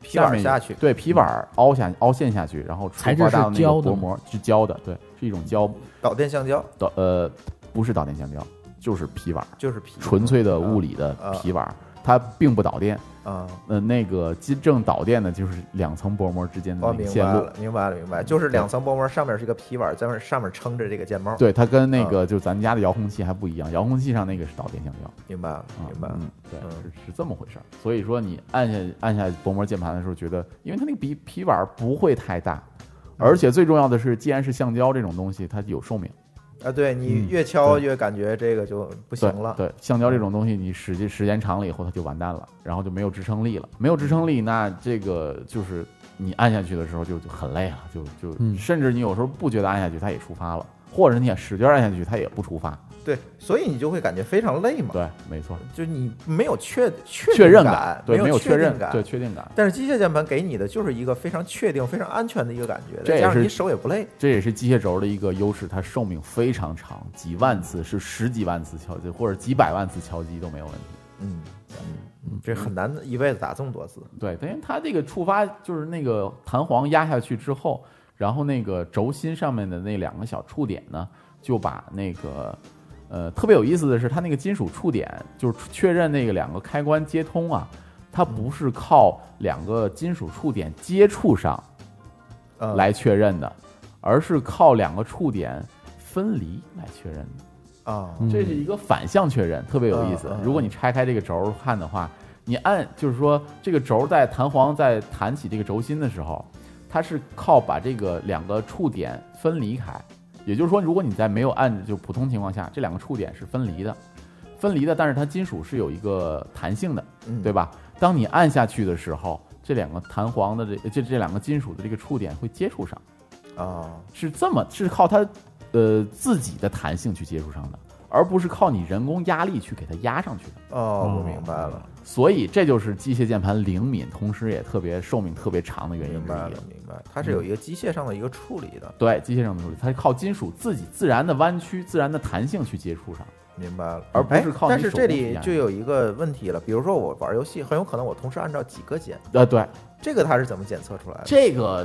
[SPEAKER 3] 皮碗
[SPEAKER 4] 面有
[SPEAKER 3] 下去
[SPEAKER 4] 对，皮碗儿凹下凹陷下去，然后触
[SPEAKER 5] 材质
[SPEAKER 4] 发到
[SPEAKER 5] 是
[SPEAKER 4] 那
[SPEAKER 5] 胶
[SPEAKER 4] 个
[SPEAKER 5] 的
[SPEAKER 4] 薄
[SPEAKER 5] 吗
[SPEAKER 4] 膜是胶的，对，是一种胶
[SPEAKER 3] 导电橡胶
[SPEAKER 4] 导呃不是导电橡胶，就是皮碗儿，
[SPEAKER 3] 就是皮
[SPEAKER 4] 纯粹的物理的
[SPEAKER 3] 啊啊
[SPEAKER 4] 皮碗儿，它并不导电。
[SPEAKER 3] 啊，
[SPEAKER 4] 呃，那个真正导电的就是两层薄膜之间的
[SPEAKER 3] 哦，
[SPEAKER 4] 那个
[SPEAKER 3] 明
[SPEAKER 4] 嗯线
[SPEAKER 3] 白
[SPEAKER 4] 路
[SPEAKER 3] 了，，明白了，明白，就是两层薄膜上面是一个皮碗，在上面撑着这个键帽，，
[SPEAKER 4] 对，它跟那
[SPEAKER 3] 啊
[SPEAKER 4] 个就咱们家的遥控器还不一样，遥控器上那个是导电橡胶。
[SPEAKER 3] 明白了，
[SPEAKER 4] 啊，
[SPEAKER 3] 明白了
[SPEAKER 4] 嗯，，对，
[SPEAKER 3] 嗯
[SPEAKER 4] 是是这么回事儿。所以说你按下按下薄膜键盘的时候，觉得因为它那个皮皮碗儿不会太大，
[SPEAKER 3] 嗯
[SPEAKER 4] 而且最重要的是，既然是橡胶这种东西，它有寿命。
[SPEAKER 3] 啊，对你越敲越感觉这个就不行了，
[SPEAKER 4] 嗯
[SPEAKER 3] 嗯
[SPEAKER 4] 对，对，橡胶这种东西，你使劲时间长了以后，它就完蛋了，然后就没有支撑力了。没有支撑力，那这个就是你按下去的时候就就很累了，就就、
[SPEAKER 5] 嗯
[SPEAKER 4] 甚至你有时候不觉得按下去它也触发了，或者你想使劲按下去它也不触发。
[SPEAKER 3] 对，所以你就会感觉非常累嘛，
[SPEAKER 4] 对，没错，
[SPEAKER 3] 就你没有确确
[SPEAKER 4] 确认
[SPEAKER 3] 感，
[SPEAKER 4] 对，没
[SPEAKER 3] 有
[SPEAKER 4] 确认
[SPEAKER 3] 定感，
[SPEAKER 4] 对，确定感。
[SPEAKER 3] 但是机械键盘给你的就是一个非常确定、非常安全的一个感觉，
[SPEAKER 4] 这也
[SPEAKER 3] 再加上
[SPEAKER 4] 是
[SPEAKER 3] 你手也不累。
[SPEAKER 4] 这也是机械轴的一个优势，它寿命非常长，几万次是十几万次敲击，或者几百万次敲击都没有问题。
[SPEAKER 3] 嗯，这很难一辈子打这么多次。
[SPEAKER 4] 对，因为它这个触发就是那个弹簧压下去之后，然后那个轴心上面的那两个小触点呢，就把那个呃特别有意思的是，它那个金属触点就是确认那个两个开关接通啊，它不是靠两个金属触点接触上
[SPEAKER 3] 呃，
[SPEAKER 4] 来确认的，而是靠两个触点分离来确认的。
[SPEAKER 3] 啊，
[SPEAKER 4] 这是一个反向确认，特别有意思
[SPEAKER 3] 嗯嗯。嗯
[SPEAKER 4] 如果你拆开这个轴看的话，你按就是说这个轴在弹簧在弹起这个轴心的时候，它是靠把这个两个触点分离开。也就是说，如果你在没有按就普通情况下，这两个触点是分离的，分离的，但是它金属是有一个弹性的，
[SPEAKER 3] 嗯
[SPEAKER 4] 对吧？当你按下去的时候，这两个弹簧的这这这两个金属的这个触点会接触上，
[SPEAKER 3] 啊，
[SPEAKER 4] 是这么是靠它呃自己的弹性去接触上的，而不是靠你人工压力去给它压上去的。
[SPEAKER 3] 哦，我明白了，
[SPEAKER 4] 所以这就是机械键盘灵敏，同时也特别寿命特别长的原因之
[SPEAKER 3] 明
[SPEAKER 4] 一
[SPEAKER 3] 白
[SPEAKER 4] 了。
[SPEAKER 3] 了，明白了，它是有一个机械上的一个处理的，
[SPEAKER 4] 对，机械上的处理，它是靠金属自己自然的弯曲、自然的弹性去接触上。
[SPEAKER 3] 明白了，
[SPEAKER 4] 而不
[SPEAKER 3] 哎
[SPEAKER 4] 是靠
[SPEAKER 3] 但
[SPEAKER 4] 你
[SPEAKER 3] 是
[SPEAKER 4] 手
[SPEAKER 3] 这
[SPEAKER 4] 工
[SPEAKER 3] 里
[SPEAKER 4] 体验
[SPEAKER 3] 就有一个问题了，比如说我玩游戏，很有可能我同时按照几个键，
[SPEAKER 4] 呃，对，
[SPEAKER 3] 这个它是怎么检测出来的？
[SPEAKER 4] 这个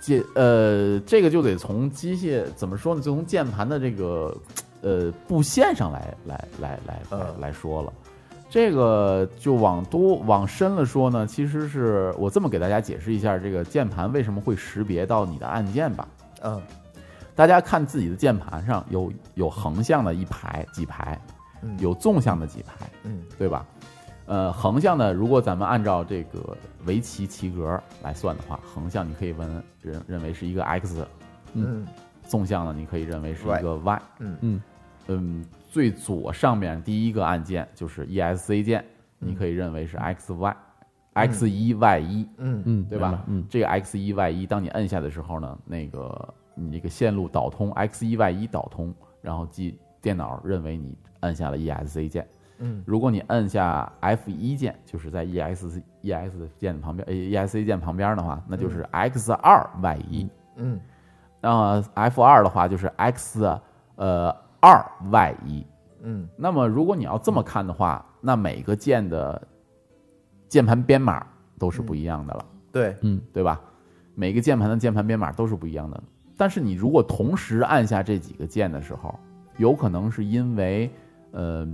[SPEAKER 4] 键呃，这个就得从机械怎么说呢？就从键盘的这个呃布线上来来来来来
[SPEAKER 3] 嗯
[SPEAKER 4] 来说了。这个就往多往深了说呢，其实是我这么给大家解释一下，这个键盘为什么会识别到你的按键吧。
[SPEAKER 3] 嗯
[SPEAKER 4] 大家看自己的键盘上有有横向的一排几排，
[SPEAKER 3] 嗯
[SPEAKER 4] 有纵向的几排，
[SPEAKER 3] 嗯
[SPEAKER 4] 对吧？呃，横向的，如果咱们按照这个围棋棋格来算的话，横向你可以问认认为是一个 x，
[SPEAKER 3] 嗯
[SPEAKER 4] 纵向呢你可以认为是一个 y。
[SPEAKER 3] 嗯
[SPEAKER 5] 嗯
[SPEAKER 4] 嗯，最左上面第一个按键就是 ESC 键，你可以认为是 x y、x 一 y 一，
[SPEAKER 3] 嗯
[SPEAKER 5] 嗯，
[SPEAKER 4] 对吧？
[SPEAKER 5] 明白嗯，
[SPEAKER 4] 这个 x 一 y 一，当你摁下的时候呢，那个你这个线路导通 x 一 y 一导通，然后即电脑认为你按下了 ESC 键。
[SPEAKER 3] 嗯，
[SPEAKER 4] 如果你摁下 F 一键，就是在 E ES ES 键旁边，呃 ESC 键旁边的话，那就是
[SPEAKER 5] 嗯
[SPEAKER 4] X 二 Y 一。
[SPEAKER 3] 嗯
[SPEAKER 4] 那 F 二的话就是 X 呃二 Y 一。
[SPEAKER 3] 嗯
[SPEAKER 4] 那么如果你要这么看的话，那每个键的键盘编码都
[SPEAKER 5] 嗯
[SPEAKER 4] 是不一样的了。
[SPEAKER 3] 对，
[SPEAKER 4] 对吧？每个键盘的键盘编码都是不一样的。但是你如果同时按下这几个键的时候，有可能是因为，呃，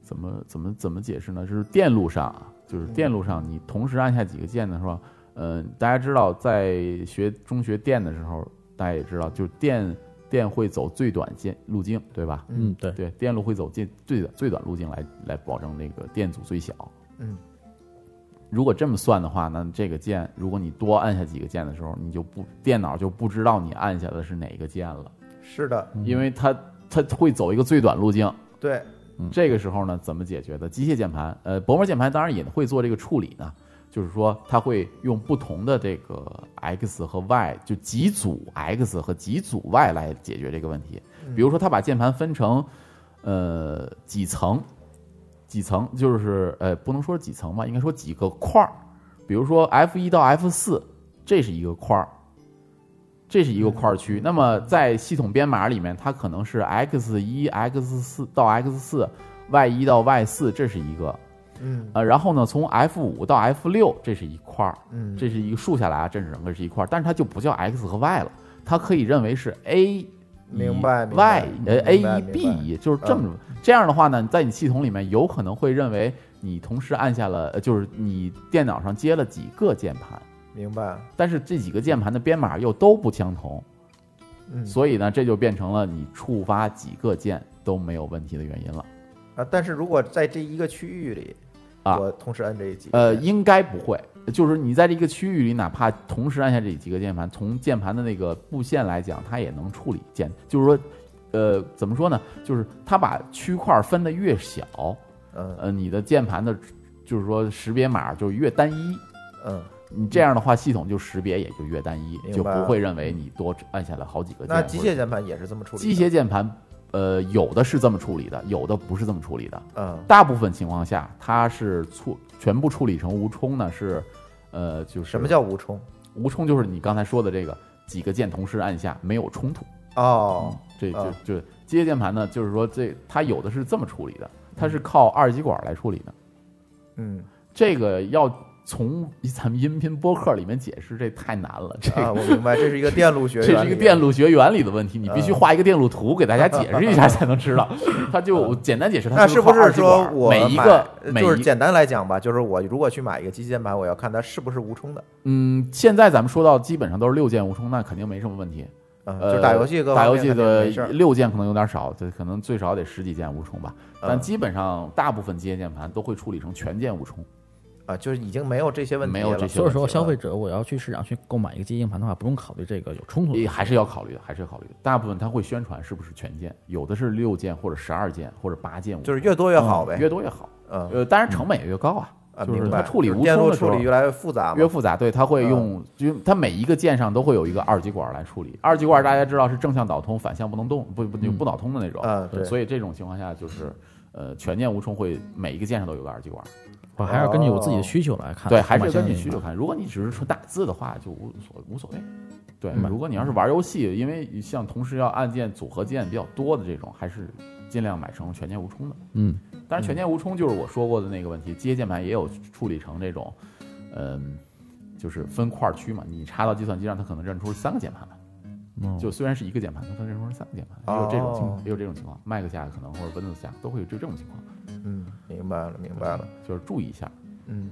[SPEAKER 4] 怎么怎么怎么解释呢？就是电路上啊，就是电路上你同时按下几个键的时候，呃，大家知道在学中学电的时候，大家也知道，就是电电会走最短键路径，对吧？
[SPEAKER 5] 嗯，对，
[SPEAKER 4] 对，电路会走近最短最短路径来来保证那个电阻最小。
[SPEAKER 3] 嗯，
[SPEAKER 4] 如果这么算的话，那这个键，如果你多按下几个键的时候，你就不电脑就不知道你按下的是哪个键了，
[SPEAKER 3] 是的，
[SPEAKER 4] 因为它它会走一个最短路径。
[SPEAKER 3] 对，
[SPEAKER 4] 这个时候呢，怎么解决的？机械键盘，呃，薄膜键盘当然也会做这个处理呢，就是说它会用不同的这个 x 和 y，就几组 x 和几组 y 来解决这个问题。比如说，它把键盘分成呃几层，几层就是呃不能说几层吧，应该说几个块儿。比如说 F 一到 F 四，这是一个块儿，这是一个块儿区。那么在系统编码里面，它可能是 X 一、X 四到 X 四、Y 一到 Y 四，这是一个。
[SPEAKER 3] 嗯
[SPEAKER 4] 呃，然后呢，从 F 五到 F 六，这是一块儿，
[SPEAKER 3] 嗯
[SPEAKER 4] 这是一个竖下来啊，这整个是一块儿，但是它就不叫 X 和 Y 了，它可以认为是 A
[SPEAKER 3] 明白明
[SPEAKER 4] Y
[SPEAKER 3] 白
[SPEAKER 4] 呃
[SPEAKER 3] 明白
[SPEAKER 4] A
[SPEAKER 3] 明白嗯
[SPEAKER 4] 一 B 一，就是这么、这样的话呢，在你系统里面有可能会认为你同时按下了，呃就是你电脑上接了几个键盘，
[SPEAKER 3] 明白，
[SPEAKER 4] 但是这几个键盘的编码又都不相同，
[SPEAKER 3] 嗯
[SPEAKER 4] 所以呢，这就变成了你触发几个键都没有问题的原因了。
[SPEAKER 3] 啊，但是如果在这一个区域里，
[SPEAKER 4] 啊
[SPEAKER 3] 我同时按这几个
[SPEAKER 4] 呃，
[SPEAKER 3] 键
[SPEAKER 4] 应该不会，就是你在这个区域里，哪怕同时按下这几个键盘，从键盘的那个布线来讲，它也能处理键，就是说，呃，怎么说呢？就是它把区块分的越小，
[SPEAKER 3] 嗯
[SPEAKER 4] 呃，你的键盘的，就是说识别码就越单一。
[SPEAKER 3] 嗯，
[SPEAKER 4] 你这样的话，系统就识别也就越单一，
[SPEAKER 3] 明
[SPEAKER 4] 就
[SPEAKER 3] 白
[SPEAKER 4] 不会认为你多按下了好几个键
[SPEAKER 3] 那
[SPEAKER 4] 或者。
[SPEAKER 3] 机械键盘也是这么处理的，
[SPEAKER 4] 机械键盘，呃，有的是这么处理的，有的不是这么处理的。
[SPEAKER 3] 嗯
[SPEAKER 4] 大部分情况下，它是处全部处理成无冲呢，是，呃，就是
[SPEAKER 3] 什么叫无冲？
[SPEAKER 4] 无冲？就是你刚才说的这个几个键同时按下没有冲突。
[SPEAKER 3] 哦，
[SPEAKER 4] 这就
[SPEAKER 3] 啊
[SPEAKER 4] 就机械键盘呢，就是说这它有的是这么处理的，它是靠二极管来处理的。
[SPEAKER 3] 嗯
[SPEAKER 4] 这个要从咱们音频播客里面解释，这太难了。这
[SPEAKER 3] 啊，
[SPEAKER 4] 个、
[SPEAKER 3] 我明白，这是一个电路学
[SPEAKER 4] 这
[SPEAKER 3] 原理啊，
[SPEAKER 4] 是一个电路学原理的问题，你必
[SPEAKER 3] 嗯
[SPEAKER 4] 须画一个电路图给大家解释一下才能知道。它就我简单解释，它
[SPEAKER 3] 嗯那
[SPEAKER 4] 就是
[SPEAKER 3] 不
[SPEAKER 4] 靠二
[SPEAKER 3] 是
[SPEAKER 4] 极
[SPEAKER 3] 说
[SPEAKER 4] 管
[SPEAKER 3] 我
[SPEAKER 4] 每一
[SPEAKER 3] 买
[SPEAKER 4] 个
[SPEAKER 3] 呃
[SPEAKER 4] 每
[SPEAKER 3] 就是
[SPEAKER 4] 一个
[SPEAKER 3] 简单来讲吧，就是我如果去买一个机械键盘，我要看它是不是无冲的，
[SPEAKER 4] 嗯，现在咱们说到基本上都是六键无冲，那肯定没什么问题。
[SPEAKER 3] 嗯，就
[SPEAKER 4] 呃，
[SPEAKER 3] 是打游戏各
[SPEAKER 4] 打
[SPEAKER 3] 方
[SPEAKER 4] 游
[SPEAKER 3] 面
[SPEAKER 4] 戏
[SPEAKER 3] 肯定
[SPEAKER 4] 的
[SPEAKER 3] 没事儿
[SPEAKER 4] 六键可能有点少，这可能最少得十几键无冲吧。但
[SPEAKER 3] 嗯
[SPEAKER 4] 基本上大部分机械键盘都会处理成全键无冲。
[SPEAKER 3] 啊，就是已经没有这些问题
[SPEAKER 4] 没有
[SPEAKER 3] 了
[SPEAKER 4] 这些
[SPEAKER 5] 所以说
[SPEAKER 4] 问题
[SPEAKER 5] 消费者我要去市场去购买一个机械硬盘的话，不用考虑这个有冲突的
[SPEAKER 4] 也还是要考虑的，还是要考虑的。大部分它会宣传是不是全键，有的是六键或者十二键或者八键无冲，
[SPEAKER 3] 就是越多越好
[SPEAKER 4] 嗯
[SPEAKER 3] 呗，
[SPEAKER 4] 越多越好。
[SPEAKER 3] 嗯
[SPEAKER 4] 呃，当然成本也越高啊。
[SPEAKER 3] 啊，
[SPEAKER 4] 就是
[SPEAKER 3] 明
[SPEAKER 4] 它
[SPEAKER 3] 白
[SPEAKER 4] 处理
[SPEAKER 3] 就是
[SPEAKER 4] 无
[SPEAKER 3] 电
[SPEAKER 4] 冲
[SPEAKER 3] 路
[SPEAKER 4] 的时
[SPEAKER 3] 处
[SPEAKER 4] 候
[SPEAKER 3] 理越来越复杂嘛，嗯
[SPEAKER 4] 越复杂，对，它会用，就它每一个键上都会有一个二极管来处理。二极管大家知道是正向导通，反向不能动，不不就不导通的那种。
[SPEAKER 3] 嗯对
[SPEAKER 4] 所以这种情况下就是，呃，全键无冲会每一个键上都有个二极管。
[SPEAKER 5] 我还是根据我自己的需求
[SPEAKER 3] 啊
[SPEAKER 5] 来看，
[SPEAKER 4] 哦对，还是
[SPEAKER 5] 根
[SPEAKER 4] 根
[SPEAKER 5] 据
[SPEAKER 4] 据需求。看。如果你只是说打字的话，就无所无所谓。对
[SPEAKER 5] 明白，
[SPEAKER 4] 如果你要是玩游戏，因为像同时要按键组合键比较多的这种，还是尽量买成全键无冲的。
[SPEAKER 5] 嗯，
[SPEAKER 4] 但是全键无冲就是我说过的那个问题，机械键盘也有处理成这种，嗯，就是分块区嘛，你插到计算机上，它可能认出三个键盘来。
[SPEAKER 3] 哦
[SPEAKER 5] 嗯
[SPEAKER 4] 就虽然是一个键盘，它可能认出是三个键盘，也有这种情
[SPEAKER 3] 哦
[SPEAKER 4] 况，也有这种情况。Mac 下可能或者 Windows 下都会有这种情况，
[SPEAKER 3] 嗯，明白了，明白了。
[SPEAKER 4] 就是注意一下。
[SPEAKER 3] 嗯，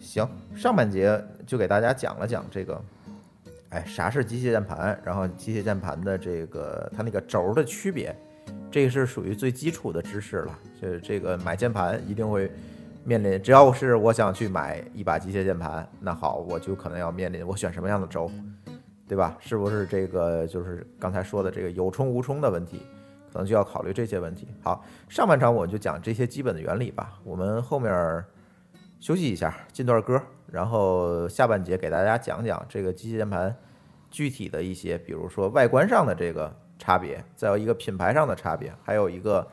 [SPEAKER 3] 行，上半节就给大家讲了讲这个，哎，啥是机械键盘，然后机械键盘的这个它那个轴儿的区别，这个是属于最基础的知识了。就是这个买键盘一定会面临，只要是我想去买一把机械键盘，那好，我就可能要面临我选什么样的轴，对吧？是不是这个就是刚才说的这个有冲无冲的问题？可能就要考虑这些问题。好，上半场我就讲这些基本的原理吧。我们后面儿休息一下，进段歌，然后下半节给大家讲讲这个机械键盘具体的一些，比如说外观上的这个差别，再有一个品牌上的差别，还有一个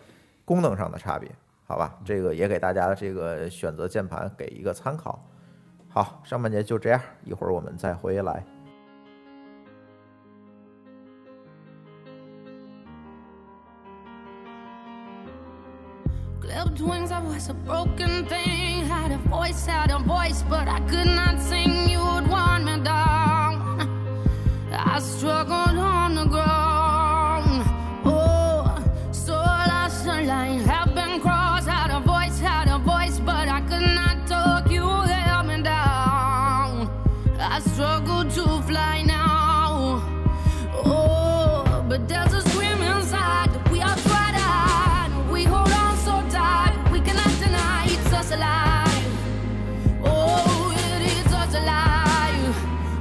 [SPEAKER 3] 功能上的差别，好吧？这个也给大家这个选择键盘给一个参考。好，上半节就这样，一会儿我们再回来。
[SPEAKER 7] Clipped wings, I was a broken thing. Had a voice, had a voice, but I could not sing. You would want me down. I struggled on the ground. Oh, so lost a line. Have been crossed, had a voice, had a voice, but I could not talk. You held me down. I struggle to fly now. Oh, but there's a scream inside. that We are tried out. We hold on so tight. We cannot deny it's us alive. Oh, it is us alive.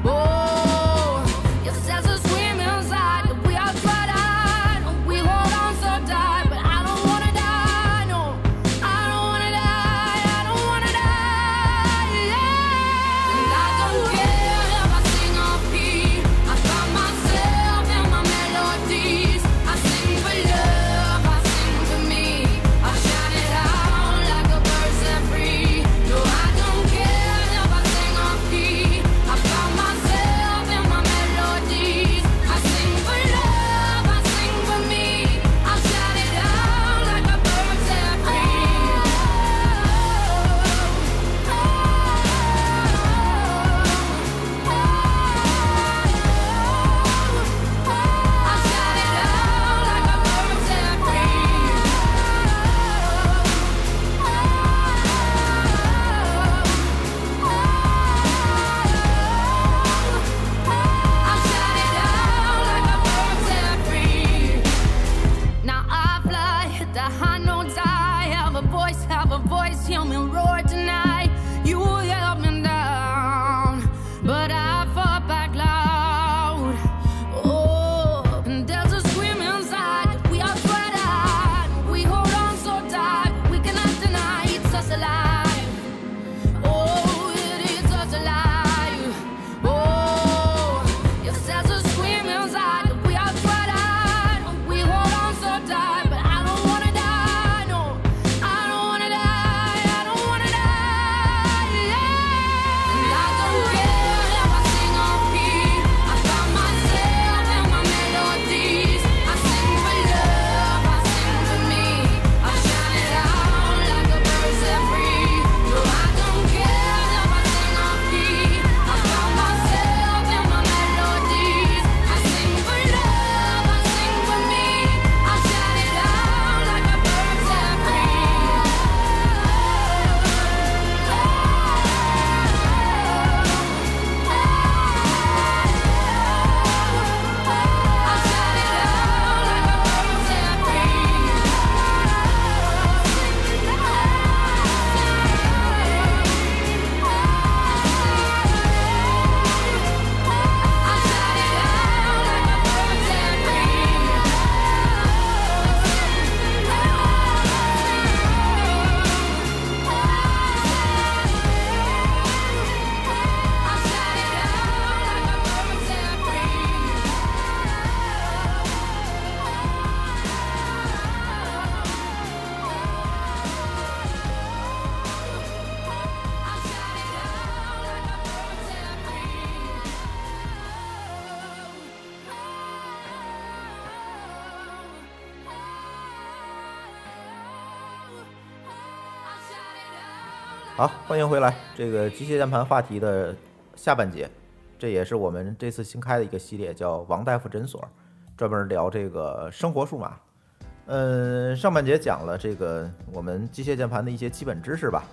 [SPEAKER 7] Oh, yes, there's a scream
[SPEAKER 3] 好，欢迎回来。这个机械键盘话题的下半节，这也是我们这次新开的一个系列，叫“王大夫诊所”，专门聊这个生活数码。嗯，上半节讲了这个我们机械键盘的一些基本知识吧，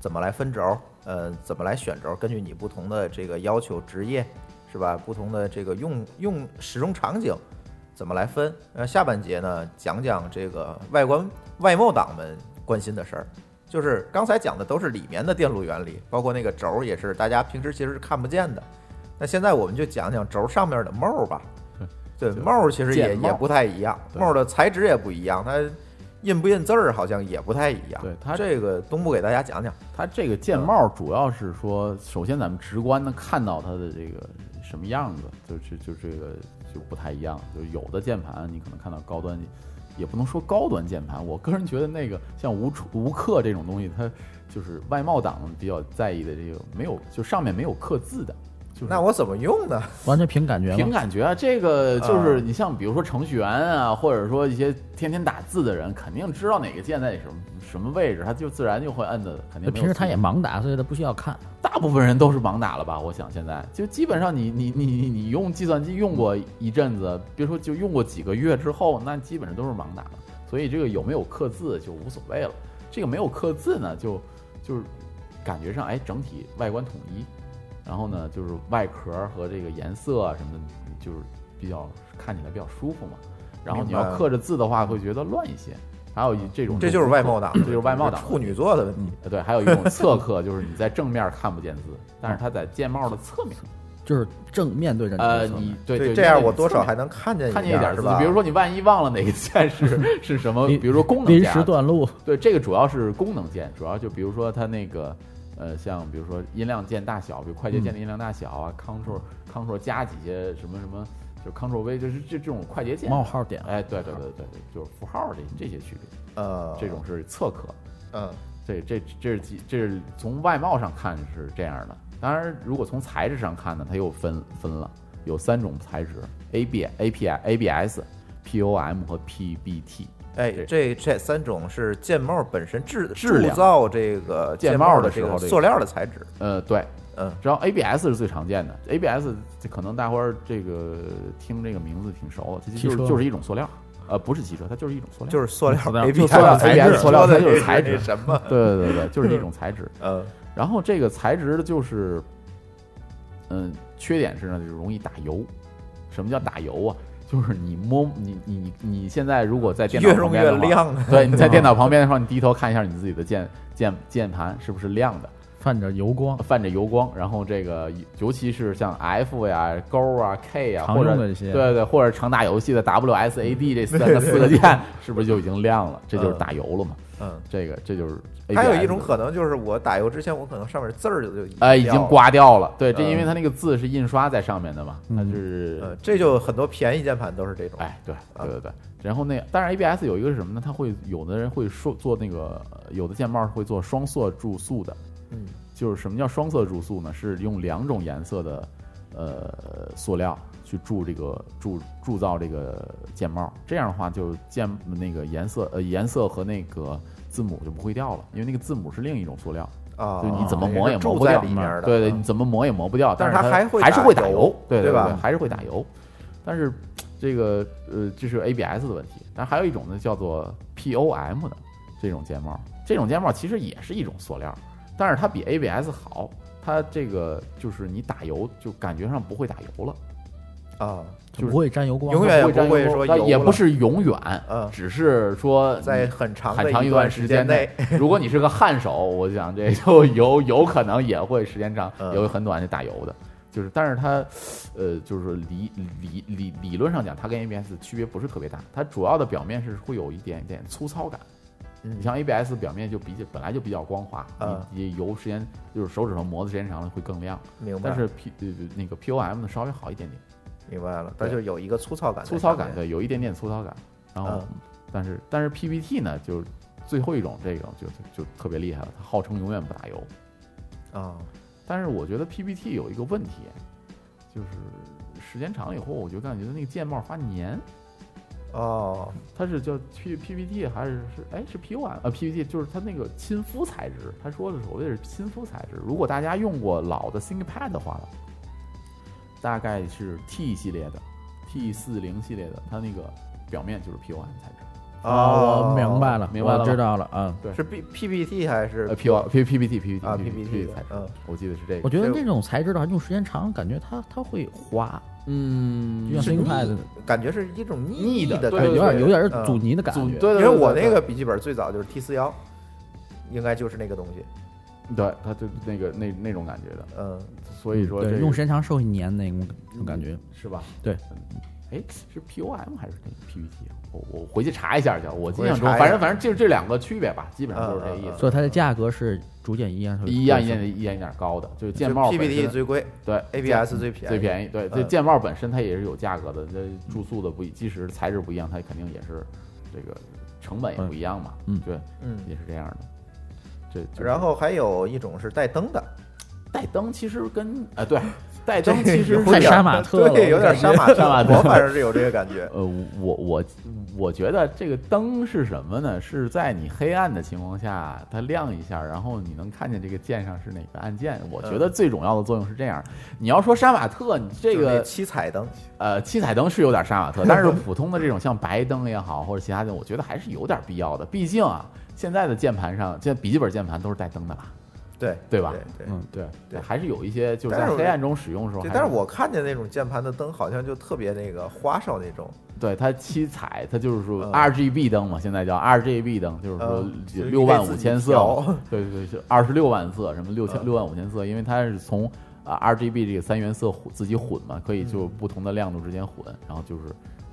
[SPEAKER 3] 怎么来分轴，呃，怎么来选轴，根据你不同的这个要求、职业是吧，不同的这个用用使用场景，怎么来分。呃，下半节呢，讲讲这个外观外贸党们关心的事儿。就是刚才讲的都是里面的电路原理，包括那个轴也是大家平时其实是看不见的。那现在我们就讲讲轴上面的帽儿吧。对，
[SPEAKER 4] 就
[SPEAKER 3] 帽儿其实也
[SPEAKER 4] 键帽
[SPEAKER 3] 也不太一样，
[SPEAKER 4] 对
[SPEAKER 3] 帽儿的材质也不一样，它印不印字儿好像也不太一样。
[SPEAKER 4] 对它
[SPEAKER 3] 这个东部给大家讲讲。
[SPEAKER 4] 它这个键帽主要是说，首先咱们直观的看到它的这个什么样子，就是就这个就不太一样。就有的键盘你可能看到高端，也不能说高端键盘，我个人觉得那个像无触无刻这种东西，它就是外贸党比较在意的这个没有，就上面没有刻字的，就是
[SPEAKER 3] 那我怎么用呢？
[SPEAKER 5] 完全凭感觉
[SPEAKER 4] 凭
[SPEAKER 5] 嘛。
[SPEAKER 4] 感觉啊，这个就是
[SPEAKER 3] 啊
[SPEAKER 4] 你像比如说程序员啊，或者说一些天天打字的人，肯定知道哪个键在什么什么位置，他就自然就会摁的，肯定没有
[SPEAKER 5] 平时他
[SPEAKER 4] 错
[SPEAKER 5] 也盲打，所以他不需要看。
[SPEAKER 4] 大部分人都是盲打了吧？我想现在就基本上你你你你你用计算机用过一阵子，别说就用过几个月之后，那基本上都是盲打了。所以这个有没有刻字就无所谓了。这个没有刻字呢，就就是感觉上哎整体外观统一，然后呢就是外壳和这个颜色啊什么的，就是比较看起来比较舒服嘛。然后你
[SPEAKER 3] 明白
[SPEAKER 4] 要
[SPEAKER 3] 了
[SPEAKER 4] 刻着字的话，会觉得乱一些。还有一这种
[SPEAKER 3] 这就是外贸党，
[SPEAKER 4] 嗯这就是外贸党
[SPEAKER 3] 处女座的问题。
[SPEAKER 4] 呃，对，还有一种侧刻，就是你在正面看不见字，但是它在键帽的侧面。
[SPEAKER 5] 就是正面对着你
[SPEAKER 4] 呃，
[SPEAKER 5] 的侧面
[SPEAKER 4] 你对对，
[SPEAKER 3] 这
[SPEAKER 4] 你
[SPEAKER 3] 样
[SPEAKER 4] 在
[SPEAKER 3] 我
[SPEAKER 4] 侧
[SPEAKER 3] 多少
[SPEAKER 4] 面
[SPEAKER 3] 还能看见
[SPEAKER 4] 看见
[SPEAKER 3] 一
[SPEAKER 4] 一
[SPEAKER 3] 点儿
[SPEAKER 4] 点儿
[SPEAKER 3] 是
[SPEAKER 4] 字
[SPEAKER 3] 吧？，
[SPEAKER 4] 比如说你万一忘了哪个 键是是什么，
[SPEAKER 5] 临
[SPEAKER 4] 比如说功能
[SPEAKER 5] 临
[SPEAKER 4] 键啊
[SPEAKER 5] 时，断路，
[SPEAKER 4] 对，这个主要是功能键，主要就比如说它那个呃，像比如说音量键大小，比如快捷键
[SPEAKER 5] 嗯
[SPEAKER 4] 的音量大小啊、c t r l Ctrl 加几些什么什么，就 Ctrl V，就是这这种快捷键。
[SPEAKER 5] 冒号点
[SPEAKER 4] 哎，对对对对对，就是符号这这些区别，
[SPEAKER 3] 呃，
[SPEAKER 4] 这种是侧刻。
[SPEAKER 3] 嗯，
[SPEAKER 4] 这这这是几？这是从外貌上看是这样的。当然，如果从材质上看呢，它又分分了，有三种材质：A B A P I A B S、P O M 和 P B T。
[SPEAKER 3] 哎，
[SPEAKER 4] 对
[SPEAKER 3] 这这三种是键帽本身制
[SPEAKER 4] 质量
[SPEAKER 3] 铸造这个
[SPEAKER 4] 键
[SPEAKER 3] 帽
[SPEAKER 4] 帽的
[SPEAKER 3] 这
[SPEAKER 4] 时候
[SPEAKER 3] 个
[SPEAKER 4] 这个
[SPEAKER 3] 塑料的材质，
[SPEAKER 4] 呃，对，
[SPEAKER 3] 嗯，
[SPEAKER 4] 然后 ABS 是最常见的，ABS 这可能大伙儿这个听这个名字挺熟的，它就
[SPEAKER 5] 汽
[SPEAKER 4] 是
[SPEAKER 5] 车
[SPEAKER 4] 就是一种塑料，呃，不是汽车，它就是一种塑料，
[SPEAKER 3] 就是是塑料
[SPEAKER 5] 塑料
[SPEAKER 3] A
[SPEAKER 4] 就
[SPEAKER 3] B
[SPEAKER 4] 塑料材质塑料材质
[SPEAKER 3] 就是
[SPEAKER 4] 材质
[SPEAKER 3] 什么？
[SPEAKER 4] 对对对对，就是 一种材质。
[SPEAKER 3] 嗯，
[SPEAKER 4] 然后这个材质就是，嗯，缺点是呢，就是容易打油。什么叫打油啊？就是你摸你你你你现在如果在电脑
[SPEAKER 3] 越
[SPEAKER 4] 旁
[SPEAKER 3] 用
[SPEAKER 4] 边
[SPEAKER 3] 越
[SPEAKER 4] 的话，
[SPEAKER 3] 亮，
[SPEAKER 4] 对，你在电脑旁边的时候，你低头看一下你自己的键键键盘是不是亮的，
[SPEAKER 5] 泛着油光，
[SPEAKER 4] 泛着油光。然后这个尤其是像 F 呀、勾啊、K 呀，
[SPEAKER 5] 常
[SPEAKER 4] 或者
[SPEAKER 5] 用的一些
[SPEAKER 4] 对对，或者常打游戏的 WSAD 这三个四个键，是不是就已经亮了？这就是打油了嘛？
[SPEAKER 3] 嗯。
[SPEAKER 4] 这个这就是
[SPEAKER 3] 还有
[SPEAKER 4] ABS
[SPEAKER 3] 一种
[SPEAKER 4] 的
[SPEAKER 3] 可能就是我打油之前，我可能上面字儿就就
[SPEAKER 4] 呃，已
[SPEAKER 3] 掉了
[SPEAKER 4] 经。刮掉了。对，这
[SPEAKER 3] 嗯
[SPEAKER 4] 因为它那个字是印刷在上面的嘛，它
[SPEAKER 5] 嗯
[SPEAKER 4] 就是
[SPEAKER 3] 呃，这啊就很多便宜键盘都是这种。
[SPEAKER 4] 哎，对对对对。然后那当然 ABS 有一个是什么呢？它会有的人会说做那个呃有的键帽会做双色注塑的，
[SPEAKER 3] 嗯，
[SPEAKER 4] 就是什么叫双色注塑呢？是用两种颜色的呃塑料去铸这个铸铸造这个键帽，这样的话就键那个颜色呃颜色和那个字母就不会掉了，因为那个字母是另一种塑料。
[SPEAKER 3] 啊，
[SPEAKER 4] 就你怎么磨也磨不
[SPEAKER 3] 住在
[SPEAKER 4] 掉
[SPEAKER 3] 里面的。
[SPEAKER 4] 对对，
[SPEAKER 3] 嗯
[SPEAKER 4] 你怎么磨也磨不掉，
[SPEAKER 3] 但是
[SPEAKER 4] 是
[SPEAKER 3] 它还
[SPEAKER 4] 还
[SPEAKER 3] 会
[SPEAKER 4] 是
[SPEAKER 3] 打
[SPEAKER 4] 会打
[SPEAKER 3] 油
[SPEAKER 4] 油，对
[SPEAKER 3] 对吧
[SPEAKER 4] 对，还是会打油。但是这个呃，这是 ABS 的问题。但还有一种呢，叫做 POM 的这种键帽，这种键帽其实也是一种塑料，但是它比 ABS 好，它这个就是你打油就感觉上不会打油了。
[SPEAKER 3] 啊，
[SPEAKER 5] 就不会沾油光，
[SPEAKER 3] 永远也
[SPEAKER 4] 不
[SPEAKER 3] 不会
[SPEAKER 4] 会沾油
[SPEAKER 3] 说
[SPEAKER 4] 但
[SPEAKER 3] 油
[SPEAKER 4] 也不
[SPEAKER 3] 了
[SPEAKER 4] 是永远，
[SPEAKER 3] 嗯
[SPEAKER 4] 只是说
[SPEAKER 3] 在
[SPEAKER 4] 你
[SPEAKER 3] 很长
[SPEAKER 4] 很
[SPEAKER 3] 的
[SPEAKER 4] 长一
[SPEAKER 3] 段
[SPEAKER 4] 时
[SPEAKER 3] 间
[SPEAKER 4] 内， 如果你是个汗手，我想这就有有可能也会时间长
[SPEAKER 3] 嗯
[SPEAKER 4] 也会很短就打油的，就是但是它，呃，就是理理理理论上讲，它跟 ABS 区别不是特别大，它主要的表面是会有一点点粗糙感。
[SPEAKER 3] 嗯
[SPEAKER 4] 你像 ABS 表面就比较本来就比较光滑，
[SPEAKER 3] 嗯
[SPEAKER 4] 你你油时间就是手指头磨的时间长了会更亮，
[SPEAKER 3] 明白
[SPEAKER 4] 但是 P 呃那个 POM 呢稍微好一点点，
[SPEAKER 3] 明白了，它就有一个粗糙感在
[SPEAKER 4] 粗
[SPEAKER 3] 上面，
[SPEAKER 4] 糙感对，有一点点粗糙感。然后，
[SPEAKER 3] 啊嗯
[SPEAKER 4] 但是但是 PPT 呢，就是最后一种这种就就就特别厉害了，它号称永远不打油。
[SPEAKER 3] 啊，
[SPEAKER 4] 但是我觉得 PPT 有一个问题，就是时间长了以后，我就感觉那个键帽发粘，
[SPEAKER 3] 哦，
[SPEAKER 4] 它是叫 P P P T 还是是哎是 P U M 啊 P P T 就是它那个亲肤材质，他说的所谓是亲肤材质。如果大家用过老的 ThinkPad 的话，大概是 T 系列的 T 四零系列的，它那个表面就是 P U M 材质，
[SPEAKER 5] 啊，我明白了，
[SPEAKER 4] 哦明白了吧嗯
[SPEAKER 5] 我知道了啊。
[SPEAKER 4] 对
[SPEAKER 3] 是 B P P T 还是
[SPEAKER 4] 呃 P U P P P T P P T
[SPEAKER 3] 啊 P P T
[SPEAKER 4] 材质，
[SPEAKER 3] 嗯，
[SPEAKER 4] 我记得是这
[SPEAKER 5] 我
[SPEAKER 4] 个。
[SPEAKER 5] 觉得那种材质的话，用时间长，感觉它它会滑，
[SPEAKER 4] 嗯
[SPEAKER 5] 就像 ThinkPad
[SPEAKER 3] 感觉是一种
[SPEAKER 4] 腻
[SPEAKER 3] 腻
[SPEAKER 4] 的
[SPEAKER 3] 的
[SPEAKER 4] 对
[SPEAKER 3] 感
[SPEAKER 5] 哎
[SPEAKER 3] 觉，
[SPEAKER 5] 有点有点
[SPEAKER 3] 嗯
[SPEAKER 5] 阻尼的感
[SPEAKER 4] 组
[SPEAKER 5] 觉。
[SPEAKER 4] 对，
[SPEAKER 3] 因
[SPEAKER 4] 对
[SPEAKER 3] 为
[SPEAKER 4] 对
[SPEAKER 3] 我
[SPEAKER 4] 对
[SPEAKER 3] 那个笔记本最早就是 T 四幺，应该就是那个东西。
[SPEAKER 4] 对它就那个那那种感觉的，
[SPEAKER 3] 嗯，
[SPEAKER 4] 所以说这
[SPEAKER 5] 对
[SPEAKER 4] 个
[SPEAKER 5] 用时间长是会粘那种感觉。
[SPEAKER 4] 是吧？
[SPEAKER 5] 对
[SPEAKER 4] 嗯，哎，是 P O M 还是那个 P P T？我啊我回去查一下去。我印象中
[SPEAKER 3] 回去查一，下
[SPEAKER 4] 反正反正就是这两个区别吧，基本上就是这意
[SPEAKER 3] 嗯嗯
[SPEAKER 4] 思。
[SPEAKER 5] 所以它的价格是逐渐一样，
[SPEAKER 4] 一样一样一样一点高的，就是键帽
[SPEAKER 3] P
[SPEAKER 4] 本
[SPEAKER 3] P T
[SPEAKER 4] 身
[SPEAKER 3] 最贵
[SPEAKER 4] 对
[SPEAKER 3] ，A B S 最便宜，
[SPEAKER 4] 最便宜，对，这
[SPEAKER 3] 嗯
[SPEAKER 4] 键帽本身它也是有价格的，这注塑的不一，即使材质不一样，它肯定也是这个成本也不一样嘛，
[SPEAKER 5] 嗯
[SPEAKER 4] 对，
[SPEAKER 3] 嗯。
[SPEAKER 4] 也是这样的。这就是
[SPEAKER 3] 然后还有一种是带灯的，
[SPEAKER 4] 带灯其实跟啊对，带灯
[SPEAKER 3] 这
[SPEAKER 4] 其
[SPEAKER 3] 有
[SPEAKER 4] 实
[SPEAKER 5] 太
[SPEAKER 3] 点
[SPEAKER 5] 杀马特了
[SPEAKER 3] 对，有点
[SPEAKER 5] 感觉
[SPEAKER 3] 杀马特。
[SPEAKER 4] 杀马特
[SPEAKER 3] 我反正是有这个感觉。
[SPEAKER 4] 呃，我我我觉得这个灯是什么呢？是在你黑暗的情况下，它亮一下，然后你能看见这个键上是哪个按键。我觉得最重要的作用是这样。你要说杀马特，你这
[SPEAKER 3] 嗯就是那
[SPEAKER 4] 个
[SPEAKER 3] 七彩灯，
[SPEAKER 4] 呃七彩灯是有点杀马特，但是普通的这种像白灯也好，或者其他的，我觉得还是有点必要的。毕竟啊，现在的键盘上，现在笔记本键盘都是带灯的啦，
[SPEAKER 3] 对
[SPEAKER 4] 对吧
[SPEAKER 3] 对
[SPEAKER 5] 嗯
[SPEAKER 4] 对
[SPEAKER 3] 对
[SPEAKER 4] 还是有一些就是在
[SPEAKER 3] 但是我
[SPEAKER 4] 黑暗中使用的时候还
[SPEAKER 3] 对，
[SPEAKER 4] 是，
[SPEAKER 3] 但是我看见那种键盘的灯好像就特别那个花哨那种，
[SPEAKER 4] 对它七彩，它就是说
[SPEAKER 3] 嗯
[SPEAKER 4] R G B 灯嘛，现在叫 R G B 灯，就是说
[SPEAKER 3] 嗯就是
[SPEAKER 4] 六万五
[SPEAKER 3] 你可以
[SPEAKER 4] 千
[SPEAKER 3] 自己
[SPEAKER 4] 色
[SPEAKER 3] 调
[SPEAKER 4] 嘛， 对对对，是二十六万色，什么六千
[SPEAKER 3] 嗯
[SPEAKER 4] 六万五千色，因为它是从啊 R G B 这个三原色混自己混嘛，可
[SPEAKER 3] 嗯
[SPEAKER 4] 以就不同的亮度之间混，然后就是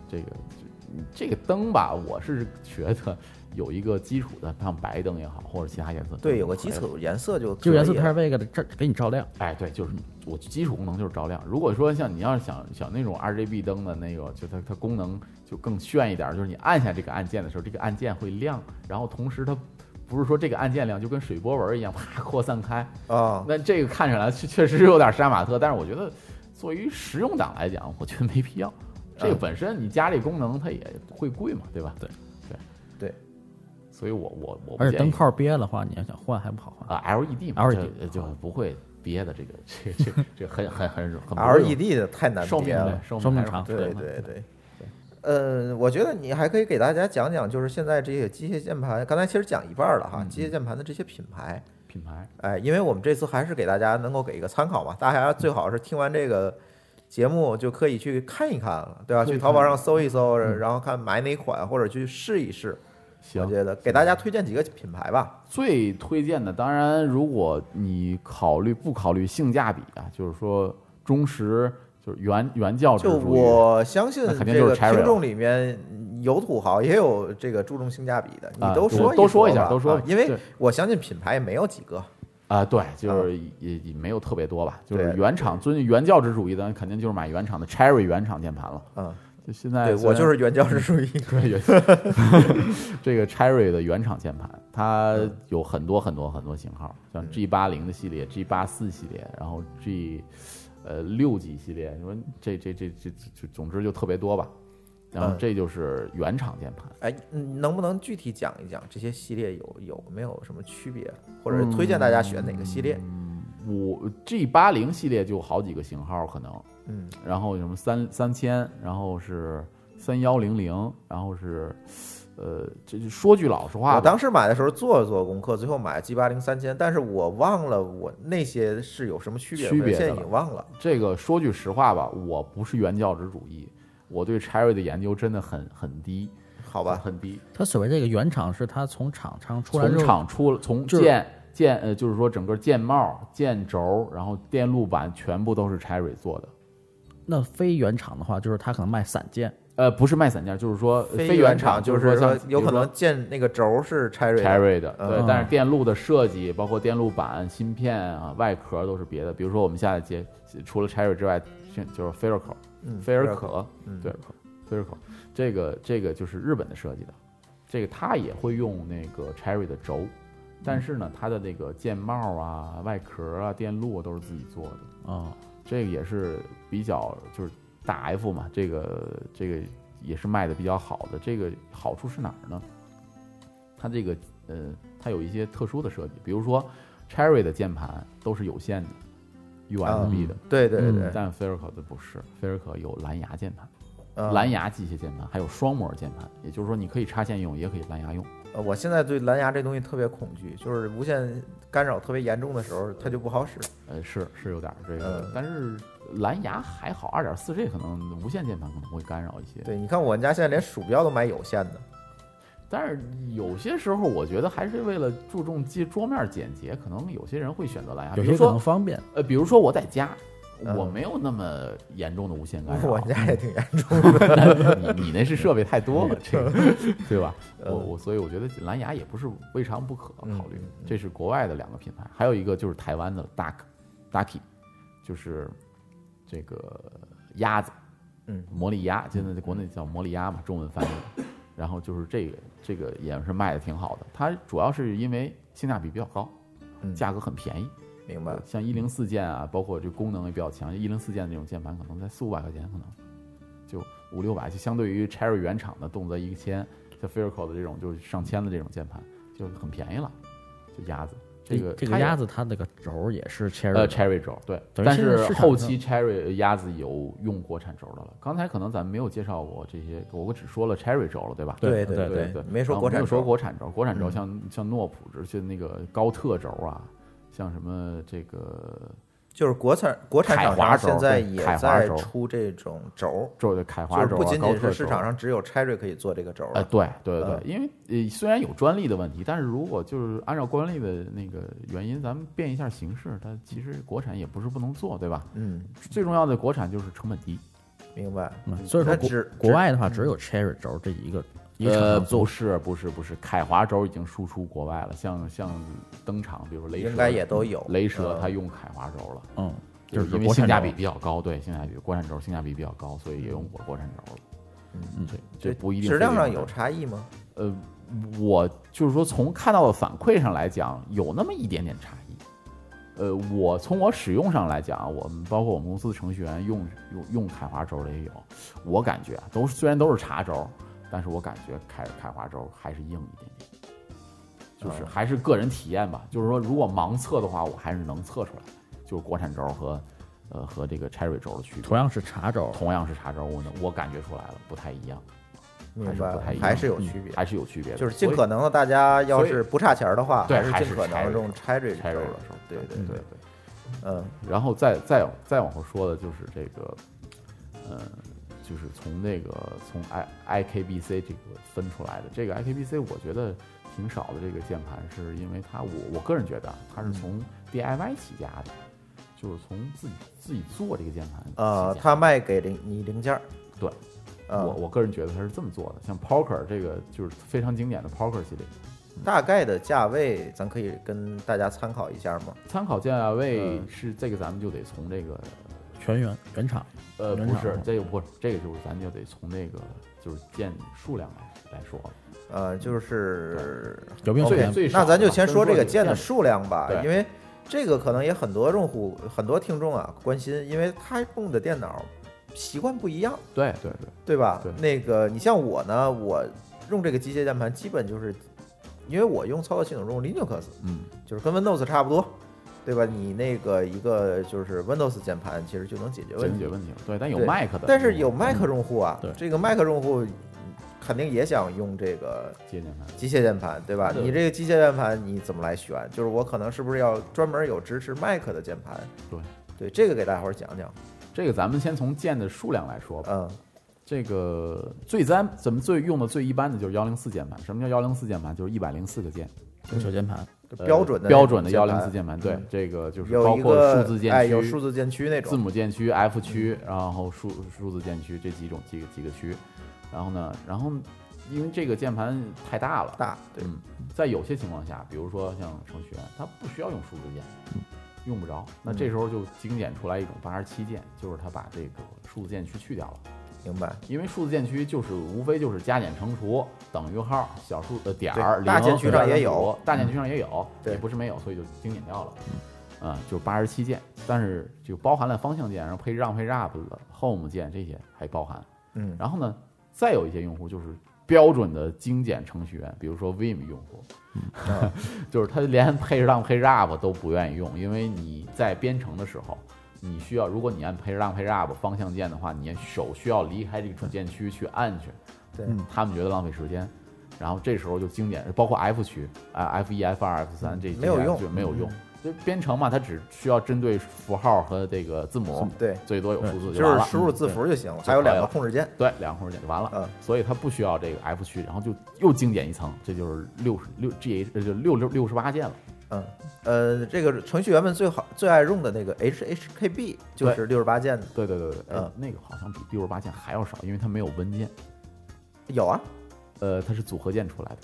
[SPEAKER 4] 这个就这个灯吧，我是觉得有一个基础的，像白灯也好，或者其他颜色，
[SPEAKER 3] 对，有个基，础颜色就
[SPEAKER 5] 就颜色
[SPEAKER 3] 可以了
[SPEAKER 5] Pair 为了这给你照亮，
[SPEAKER 4] 哎，对，就是我基础功能就是照亮。如果说像你要是想想那种 RGB 灯的那个，就它它功能就更炫一点儿，就是你按下这个按键的时候，这个按键会亮，然后同时它不是说这个按键亮，就跟水波纹一样啪扩散开。
[SPEAKER 3] 啊，
[SPEAKER 4] 那这个看起来确确实有点杀马特，但是我觉得作为实用党来讲，我觉得没必要。这个本身你加这功能它也会贵嘛，对吧？
[SPEAKER 5] 对
[SPEAKER 4] 对
[SPEAKER 3] 对，
[SPEAKER 4] 所以我我我不
[SPEAKER 5] 而
[SPEAKER 4] 建
[SPEAKER 5] 且灯
[SPEAKER 4] 议
[SPEAKER 5] 泡憋了话，你要想换还不好换。
[SPEAKER 4] 啊 LED 嘛
[SPEAKER 5] LED
[SPEAKER 4] 这就不会憋的这个这个这个这个很很很很不会有
[SPEAKER 3] LED 的 E 太难
[SPEAKER 4] 寿
[SPEAKER 3] 别
[SPEAKER 4] 命
[SPEAKER 3] 了
[SPEAKER 4] 对，寿
[SPEAKER 5] 寿命
[SPEAKER 4] 还是
[SPEAKER 5] 长
[SPEAKER 3] 对
[SPEAKER 5] 对
[SPEAKER 3] 对对。呃，我觉得你还可以给大家讲讲，就是现在这些机械键盘，刚才其实讲一半儿了哈，机械键盘的这些品牌，
[SPEAKER 4] 品牌
[SPEAKER 3] 哎，因为我们这次还是给大家能够给一个参考嘛，大家最好是听完这个节目就可以去看一看了，对吧？
[SPEAKER 4] 对
[SPEAKER 3] 去淘宝上搜一搜，然后看买哪款或者去试一试。我
[SPEAKER 4] 嗯行。
[SPEAKER 3] 觉得给大家推荐几个品牌吧，
[SPEAKER 4] 最推荐的，当然如果你考虑不考虑性价比啊，就是说忠实就是原原教旨
[SPEAKER 3] 就
[SPEAKER 4] 主义。
[SPEAKER 3] 我相信
[SPEAKER 4] 那肯定
[SPEAKER 3] 这
[SPEAKER 4] 就
[SPEAKER 3] 个
[SPEAKER 4] 是 Cherry
[SPEAKER 3] 听
[SPEAKER 4] 了
[SPEAKER 3] 众里面有土豪，也有这个注重性价比的，
[SPEAKER 4] 啊
[SPEAKER 3] 你都说
[SPEAKER 4] 我都
[SPEAKER 3] 说
[SPEAKER 4] 说一下
[SPEAKER 3] 吧
[SPEAKER 4] 都说
[SPEAKER 3] 啊因为
[SPEAKER 4] 对
[SPEAKER 3] 我相信品牌也没有几个，
[SPEAKER 4] 啊、对，就是也也没有特别多吧，就是
[SPEAKER 3] 对
[SPEAKER 4] 原厂遵循原教旨主义的，肯定就是买原厂的 Cherry 原厂键盘了。
[SPEAKER 3] 嗯，
[SPEAKER 4] 就现在
[SPEAKER 3] 对
[SPEAKER 4] 虽
[SPEAKER 3] 我
[SPEAKER 4] 然
[SPEAKER 3] 就是原教旨主 义，
[SPEAKER 4] 对，也这个 Cherry 的原厂键盘，它有很多很多很多型号，像 G 八零的系列、G 八四系列，然后 G 呃六级系列，什么这这这这这，总之就特别多吧。然后
[SPEAKER 3] 嗯
[SPEAKER 4] 这就是原厂键盘，
[SPEAKER 3] 哎，嗯能不能具体讲一讲这些系列有有没有什么区别，或者
[SPEAKER 4] 嗯
[SPEAKER 3] 推荐大家选哪个系列？
[SPEAKER 4] 我 G 八零系列就好几个型号可能，
[SPEAKER 3] 嗯，
[SPEAKER 4] 然后有什么三三千，然后是三幺零零，然后是呃，这就说句老实话
[SPEAKER 3] 我
[SPEAKER 4] 吧，
[SPEAKER 3] 当时买的时候做了做功课，最后买 G 八零三千，但是我忘了我那些是有什么区别，
[SPEAKER 4] 区
[SPEAKER 3] 我
[SPEAKER 4] 别
[SPEAKER 3] 现在
[SPEAKER 4] 的
[SPEAKER 3] 已
[SPEAKER 4] 了
[SPEAKER 3] 经忘了。
[SPEAKER 4] 这个说句实话吧，我不是原教旨主义，我对 Cherry 的研究真的很很低，
[SPEAKER 3] 好吧，
[SPEAKER 4] 很低。
[SPEAKER 5] 它所谓这个原厂是它从厂商出来
[SPEAKER 4] 从
[SPEAKER 5] 之后，
[SPEAKER 4] 厂出了，从
[SPEAKER 5] 就是
[SPEAKER 4] 键键呃，就是说整个键帽、键轴，然后电路板全部都是 Cherry 做的。
[SPEAKER 5] 那非原厂的话，就是它可能卖散件，
[SPEAKER 4] 呃，不是卖散件，就是说呃非
[SPEAKER 3] 原
[SPEAKER 4] 原厂，
[SPEAKER 3] 就
[SPEAKER 4] 就是
[SPEAKER 3] 说
[SPEAKER 4] 像
[SPEAKER 3] 有可
[SPEAKER 4] 比如说
[SPEAKER 3] 能键那个轴是 Cherry 的
[SPEAKER 4] Cherry 的，
[SPEAKER 3] 嗯
[SPEAKER 4] 对，但是电路的设计，包括电路板、芯片啊、外壳都是别的。比如说我们下一节除了 Cherry 之外，是就是菲尔可，
[SPEAKER 3] 嗯
[SPEAKER 4] 菲尔
[SPEAKER 3] 可，
[SPEAKER 4] 可，
[SPEAKER 3] 嗯
[SPEAKER 4] 对，菲尔可，这个这个就是日本的设计的，这个它也会用那个 Cherry 的轴，但是呢，它的那个键帽啊、外壳啊、电路啊都是自己做的，
[SPEAKER 5] 啊，
[SPEAKER 4] 这个也是比较就是大 F 嘛，这个这个也是卖的比较好的。这个好处是哪儿呢？它这个呃，它有一些特殊的设计，比如说 Cherry 的键盘都是有线的，USB 的，
[SPEAKER 3] 对对
[SPEAKER 5] 嗯
[SPEAKER 3] 对，
[SPEAKER 4] 但 Ferico 的不是，Ferico 有蓝牙键盘、
[SPEAKER 3] 嗯
[SPEAKER 4] 蓝牙机械键盘，还有双模键盘，也就是说你可以插线用，也可以蓝牙用。
[SPEAKER 3] 呃我现在对蓝牙这东西特别恐惧，就是无线干扰特别严重的时候，它就不好使。
[SPEAKER 4] 呃，是是有点儿这个
[SPEAKER 3] 嗯，
[SPEAKER 4] 但是蓝牙还好，二点四 G 可能无线键盘可能会干扰一些。
[SPEAKER 3] 对，你看我们家现在连鼠标都买有线的，
[SPEAKER 4] 但是有些时候，我觉得还是为了注重机桌面简洁，可能有些人会选择蓝牙。比
[SPEAKER 5] 有
[SPEAKER 4] 如
[SPEAKER 5] 些可能
[SPEAKER 4] 说，
[SPEAKER 5] 方便，
[SPEAKER 4] 呃，比如说我在家，
[SPEAKER 3] 嗯
[SPEAKER 4] 我没有那么严重的无线干扰。
[SPEAKER 3] 我们家也挺严重。
[SPEAKER 4] 你你那是设备太多了，这个 对吧？我
[SPEAKER 3] 嗯
[SPEAKER 4] 我所以我觉得蓝牙也不是未尝不可考虑
[SPEAKER 3] 嗯嗯。
[SPEAKER 4] 这是国外的两个品牌，还有一个就是台湾的 Duck Ducky，就是这个鸭子，
[SPEAKER 3] 嗯
[SPEAKER 4] 魔力鸭，现在在国内叫魔力鸭嘛，中文翻译。然后就是这个这个也是卖的挺好的，它主要是因为性价比比较高，
[SPEAKER 3] 嗯
[SPEAKER 4] 价格很便宜。
[SPEAKER 3] 明白了，
[SPEAKER 4] 呃像一零四键啊，包括这功能也比较强，一零四键这种键盘可能在四五百块钱，可能就五六百，就相对于 Cherry 原厂的动辄一千，像 f i r c o 的这种就是上千的这种键盘就很便宜了，就鸭子这个
[SPEAKER 5] 哎这
[SPEAKER 4] 它
[SPEAKER 5] 个
[SPEAKER 4] 也
[SPEAKER 5] 鸭子它那个轴也是 cherry，
[SPEAKER 4] 呃
[SPEAKER 5] 的
[SPEAKER 4] Cherry 轴对，
[SPEAKER 5] 等于
[SPEAKER 4] 但
[SPEAKER 5] 现在
[SPEAKER 4] 是
[SPEAKER 5] 市场
[SPEAKER 4] 后期 Cherry 鸭子有用国产轴的了。刚才可能咱们没有介绍过这些，我只说了 Cherry 轴了，对吧？
[SPEAKER 3] 对
[SPEAKER 5] 对
[SPEAKER 3] 对
[SPEAKER 4] 对对，
[SPEAKER 3] 没说
[SPEAKER 4] 然后
[SPEAKER 3] 国
[SPEAKER 4] 没
[SPEAKER 3] 产
[SPEAKER 4] 有说
[SPEAKER 3] 轴，
[SPEAKER 4] 国产轴，国产轴
[SPEAKER 3] 嗯
[SPEAKER 4] 像、像诺普轴，就那个高特轴啊，像什么这个
[SPEAKER 3] 就是国产国产厂
[SPEAKER 4] 凯华
[SPEAKER 3] 商现
[SPEAKER 4] 轴
[SPEAKER 3] 在
[SPEAKER 4] 对
[SPEAKER 3] 也
[SPEAKER 4] 凯华
[SPEAKER 3] 在
[SPEAKER 4] 轴
[SPEAKER 3] 出这种轴，
[SPEAKER 4] 轴的凯
[SPEAKER 3] 就
[SPEAKER 4] 华
[SPEAKER 3] 是
[SPEAKER 4] 轴
[SPEAKER 3] 不
[SPEAKER 4] 啊，
[SPEAKER 3] 仅
[SPEAKER 4] 高
[SPEAKER 3] 仅
[SPEAKER 4] 特
[SPEAKER 3] 是
[SPEAKER 4] 轴
[SPEAKER 3] 市场上只有 Cherry 可以做这个轴
[SPEAKER 4] 呃，
[SPEAKER 3] 了。
[SPEAKER 4] 对对对
[SPEAKER 3] 嗯，
[SPEAKER 4] 因为呃虽然有专利的问题，但是如果就是按照官利的那个原因，咱们变一下形式，它其实国产也不是不能做，对吧？
[SPEAKER 3] 嗯，
[SPEAKER 4] 最重要的国产就是成本低，
[SPEAKER 3] 明白。
[SPEAKER 5] 嗯所以说
[SPEAKER 3] 那只
[SPEAKER 5] 国国外的话只有 cherry 轴这一个一个厂
[SPEAKER 4] 嗯呃，
[SPEAKER 5] 商做
[SPEAKER 4] 不是不是不是，凯华轴已经输出国外了，像像登场，比如雷蛇，
[SPEAKER 3] 应该也都有
[SPEAKER 4] 雷蛇
[SPEAKER 3] 嗯
[SPEAKER 4] 它用凯华轴了，
[SPEAKER 5] 嗯，
[SPEAKER 4] 就
[SPEAKER 5] 就是是
[SPEAKER 4] 因为
[SPEAKER 5] 国
[SPEAKER 4] 性
[SPEAKER 5] 产
[SPEAKER 4] 价
[SPEAKER 5] 轴
[SPEAKER 4] 比比较高，对，性价比国产轴性价比比较高，所以也用国国产轴了。
[SPEAKER 5] 嗯
[SPEAKER 4] 这这不一定
[SPEAKER 3] 质量
[SPEAKER 4] 非得
[SPEAKER 3] 上
[SPEAKER 4] 用
[SPEAKER 3] 有
[SPEAKER 4] 它
[SPEAKER 3] 差异吗？
[SPEAKER 4] 呃，我就是说从看到的反馈上来讲，有那么一点点差异。呃，我从我使用上来讲，我们包括我们公司的程序员用用用凯华轴的也有，我感觉啊都是虽然都是茶轴，但是我感觉凯凯华轴还是硬一点点，就是
[SPEAKER 3] 哦
[SPEAKER 4] 还是个人体验吧。就是说，如果盲测的话，我还是能测出来，就是国产轴和呃和这个 Cherry 轴的区别。
[SPEAKER 5] 同样是茶轴，
[SPEAKER 4] 同样是茶轴，我能我感觉出来了，不太一样，还
[SPEAKER 3] 明
[SPEAKER 4] 是
[SPEAKER 3] 白
[SPEAKER 4] 不
[SPEAKER 3] 了
[SPEAKER 4] 太一，样，嗯
[SPEAKER 3] 还是有区别。
[SPEAKER 4] 还是有区别的，
[SPEAKER 3] 就是尽
[SPEAKER 4] 所以
[SPEAKER 3] 可能的，大家要
[SPEAKER 4] 所以
[SPEAKER 3] 是不差钱儿的话，
[SPEAKER 4] 对
[SPEAKER 3] 是
[SPEAKER 4] 还
[SPEAKER 3] 尽
[SPEAKER 4] 是
[SPEAKER 3] 可能
[SPEAKER 4] Cherry
[SPEAKER 3] 用 Cherry
[SPEAKER 4] 拆
[SPEAKER 3] 轴
[SPEAKER 4] 了
[SPEAKER 3] 了。嗯对对对，
[SPEAKER 4] 对。
[SPEAKER 3] 嗯，
[SPEAKER 4] 然后再再往再往后说的就是这个，呃，就是从那个从 I IKBC 这个分出来的这个 IKBC，我觉得挺少的这个键盘，是因为它我我个人觉得啊它
[SPEAKER 3] 嗯
[SPEAKER 4] 是从 DIY 起家的，就是从自己自己做这个键盘
[SPEAKER 3] 呃
[SPEAKER 4] 起，家
[SPEAKER 3] 他卖给零你零件儿，
[SPEAKER 4] 对，
[SPEAKER 3] 嗯
[SPEAKER 4] 我我个人觉得它是这么做的，像 Poker 这个就是非常经典的 Poker 系列，
[SPEAKER 3] 大概的价位，咱可以跟大家参考一下吗？
[SPEAKER 4] 参考价位
[SPEAKER 3] 嗯
[SPEAKER 4] 是这个，咱们就得从这个
[SPEAKER 5] 全原原厂，
[SPEAKER 4] 呃，
[SPEAKER 5] 原
[SPEAKER 4] 不
[SPEAKER 5] 厂嗯
[SPEAKER 4] 是，这个不是，这个就是咱就得从那个就是键数量来来说了。
[SPEAKER 3] 呃，就是
[SPEAKER 5] 有没
[SPEAKER 4] 嗯
[SPEAKER 5] 有
[SPEAKER 4] 最
[SPEAKER 5] 选
[SPEAKER 4] 最少
[SPEAKER 3] 那
[SPEAKER 4] 的
[SPEAKER 3] 咱就
[SPEAKER 4] 吧
[SPEAKER 3] 先说这个键的
[SPEAKER 4] 键
[SPEAKER 3] 数量吧，
[SPEAKER 4] 对
[SPEAKER 3] 因为这个可能也很多用户、很多听众啊关心，因为他用的电脑习惯不一样，
[SPEAKER 4] 对对对，
[SPEAKER 3] 对吧？
[SPEAKER 4] 对
[SPEAKER 3] 那个你像我呢，我用这个机械键盘，基本就是因为我用操作系统中 Linux，
[SPEAKER 4] 嗯，
[SPEAKER 3] 就是跟 Windows 差不多，对吧？你那个一个就是 Windows 键盘，其实就能解决
[SPEAKER 4] 解
[SPEAKER 3] 问
[SPEAKER 4] 决
[SPEAKER 3] 题。
[SPEAKER 4] 问题了。对，但有
[SPEAKER 3] 对
[SPEAKER 4] Mac 的，
[SPEAKER 3] 但是有
[SPEAKER 4] 嗯
[SPEAKER 3] Mac 用户啊，
[SPEAKER 5] 对
[SPEAKER 3] 这个 Mac 用户肯定也想用这个
[SPEAKER 4] 接键盘，
[SPEAKER 3] 机械键盘，对吧？
[SPEAKER 4] 对
[SPEAKER 3] 你这个机械键盘你怎么来选？就是我可能是不是要专门有支持 Mac 的键盘？
[SPEAKER 4] 对，
[SPEAKER 3] 对，这个给大伙儿讲讲。
[SPEAKER 4] 这个咱们先从键的数量来说吧。
[SPEAKER 3] 嗯
[SPEAKER 4] 这个最咱咱们最用的最一般的就是幺零四键盘。什么叫幺零四键盘？就是一百零四个键，
[SPEAKER 5] 小键盘，
[SPEAKER 4] 呃
[SPEAKER 3] 标准的
[SPEAKER 4] 标准的
[SPEAKER 3] 那种
[SPEAKER 4] 幺
[SPEAKER 3] 键
[SPEAKER 4] 零
[SPEAKER 3] 盘
[SPEAKER 4] 四键盘。对
[SPEAKER 3] 嗯，
[SPEAKER 4] 这个就是
[SPEAKER 3] 有
[SPEAKER 4] 包
[SPEAKER 3] 一
[SPEAKER 4] 括
[SPEAKER 3] 个
[SPEAKER 4] 数字键区、
[SPEAKER 3] 哎，有数字嗯键区那
[SPEAKER 4] 字
[SPEAKER 3] 种，
[SPEAKER 4] 母键区、F 区，然后数数字键区这几种几个几个区，然后呢，然后因为这个键盘太大了，
[SPEAKER 3] 大对，
[SPEAKER 4] 嗯，在有些情况下，比如说像程序员，他不需要用数字键，用不着，那这时候就精简出来一种八十七键，就是他把这个数字键区去掉了，
[SPEAKER 3] 明白？
[SPEAKER 4] 因为数字键区就是无非就是加减乘除、等于号、小数呃点儿、
[SPEAKER 3] 对大
[SPEAKER 4] 零
[SPEAKER 3] 键区上也
[SPEAKER 4] 小数
[SPEAKER 3] 有嗯
[SPEAKER 4] 大键区上也有，
[SPEAKER 3] 对
[SPEAKER 4] 也不是没有，所以就精简掉了。啊、就是八十七键，但是就包含了方向键，然后 page down、page up、home 键这些还包含。
[SPEAKER 3] 嗯
[SPEAKER 4] 然后呢，再有一些用户就是标准的精简程序员，比如说 Vim 用户， 就是他连 PageRank、PageUp 都不愿意用，因为你在编程的时候，你需要如果你按 PageRank、PageUp 方向键的话，你手需要离开这个主键区去按去，
[SPEAKER 3] 对
[SPEAKER 5] 嗯
[SPEAKER 4] 他们觉得浪费时间。然后这时候就精简，包括 F 区啊、f 一、F 二、F 三这
[SPEAKER 3] 嗯没有用嗯
[SPEAKER 4] 就没有用。就编程嘛，它只需要针对符号和这个字母，
[SPEAKER 3] 对，
[SPEAKER 4] 最多有数字
[SPEAKER 3] 就
[SPEAKER 4] 完
[SPEAKER 3] 是
[SPEAKER 4] 了。嗯
[SPEAKER 3] 输入字符就行了，
[SPEAKER 4] 对
[SPEAKER 3] 还有两个控制键。
[SPEAKER 4] 对，两个空间就完了。
[SPEAKER 3] 嗯
[SPEAKER 4] 所以它不需要这个 F 区，然后就又精简一层，这就是六十六 G H 就六六六十八键了。
[SPEAKER 3] 嗯，呃，这个程序员们最好最爱用的那个 HHKB 就是六十八键的，
[SPEAKER 4] 对对对对，哎
[SPEAKER 3] 嗯
[SPEAKER 4] 那个好像比六十八键还要少，因为它没有文件，
[SPEAKER 3] 有啊，
[SPEAKER 4] 呃，它是组合键出来的。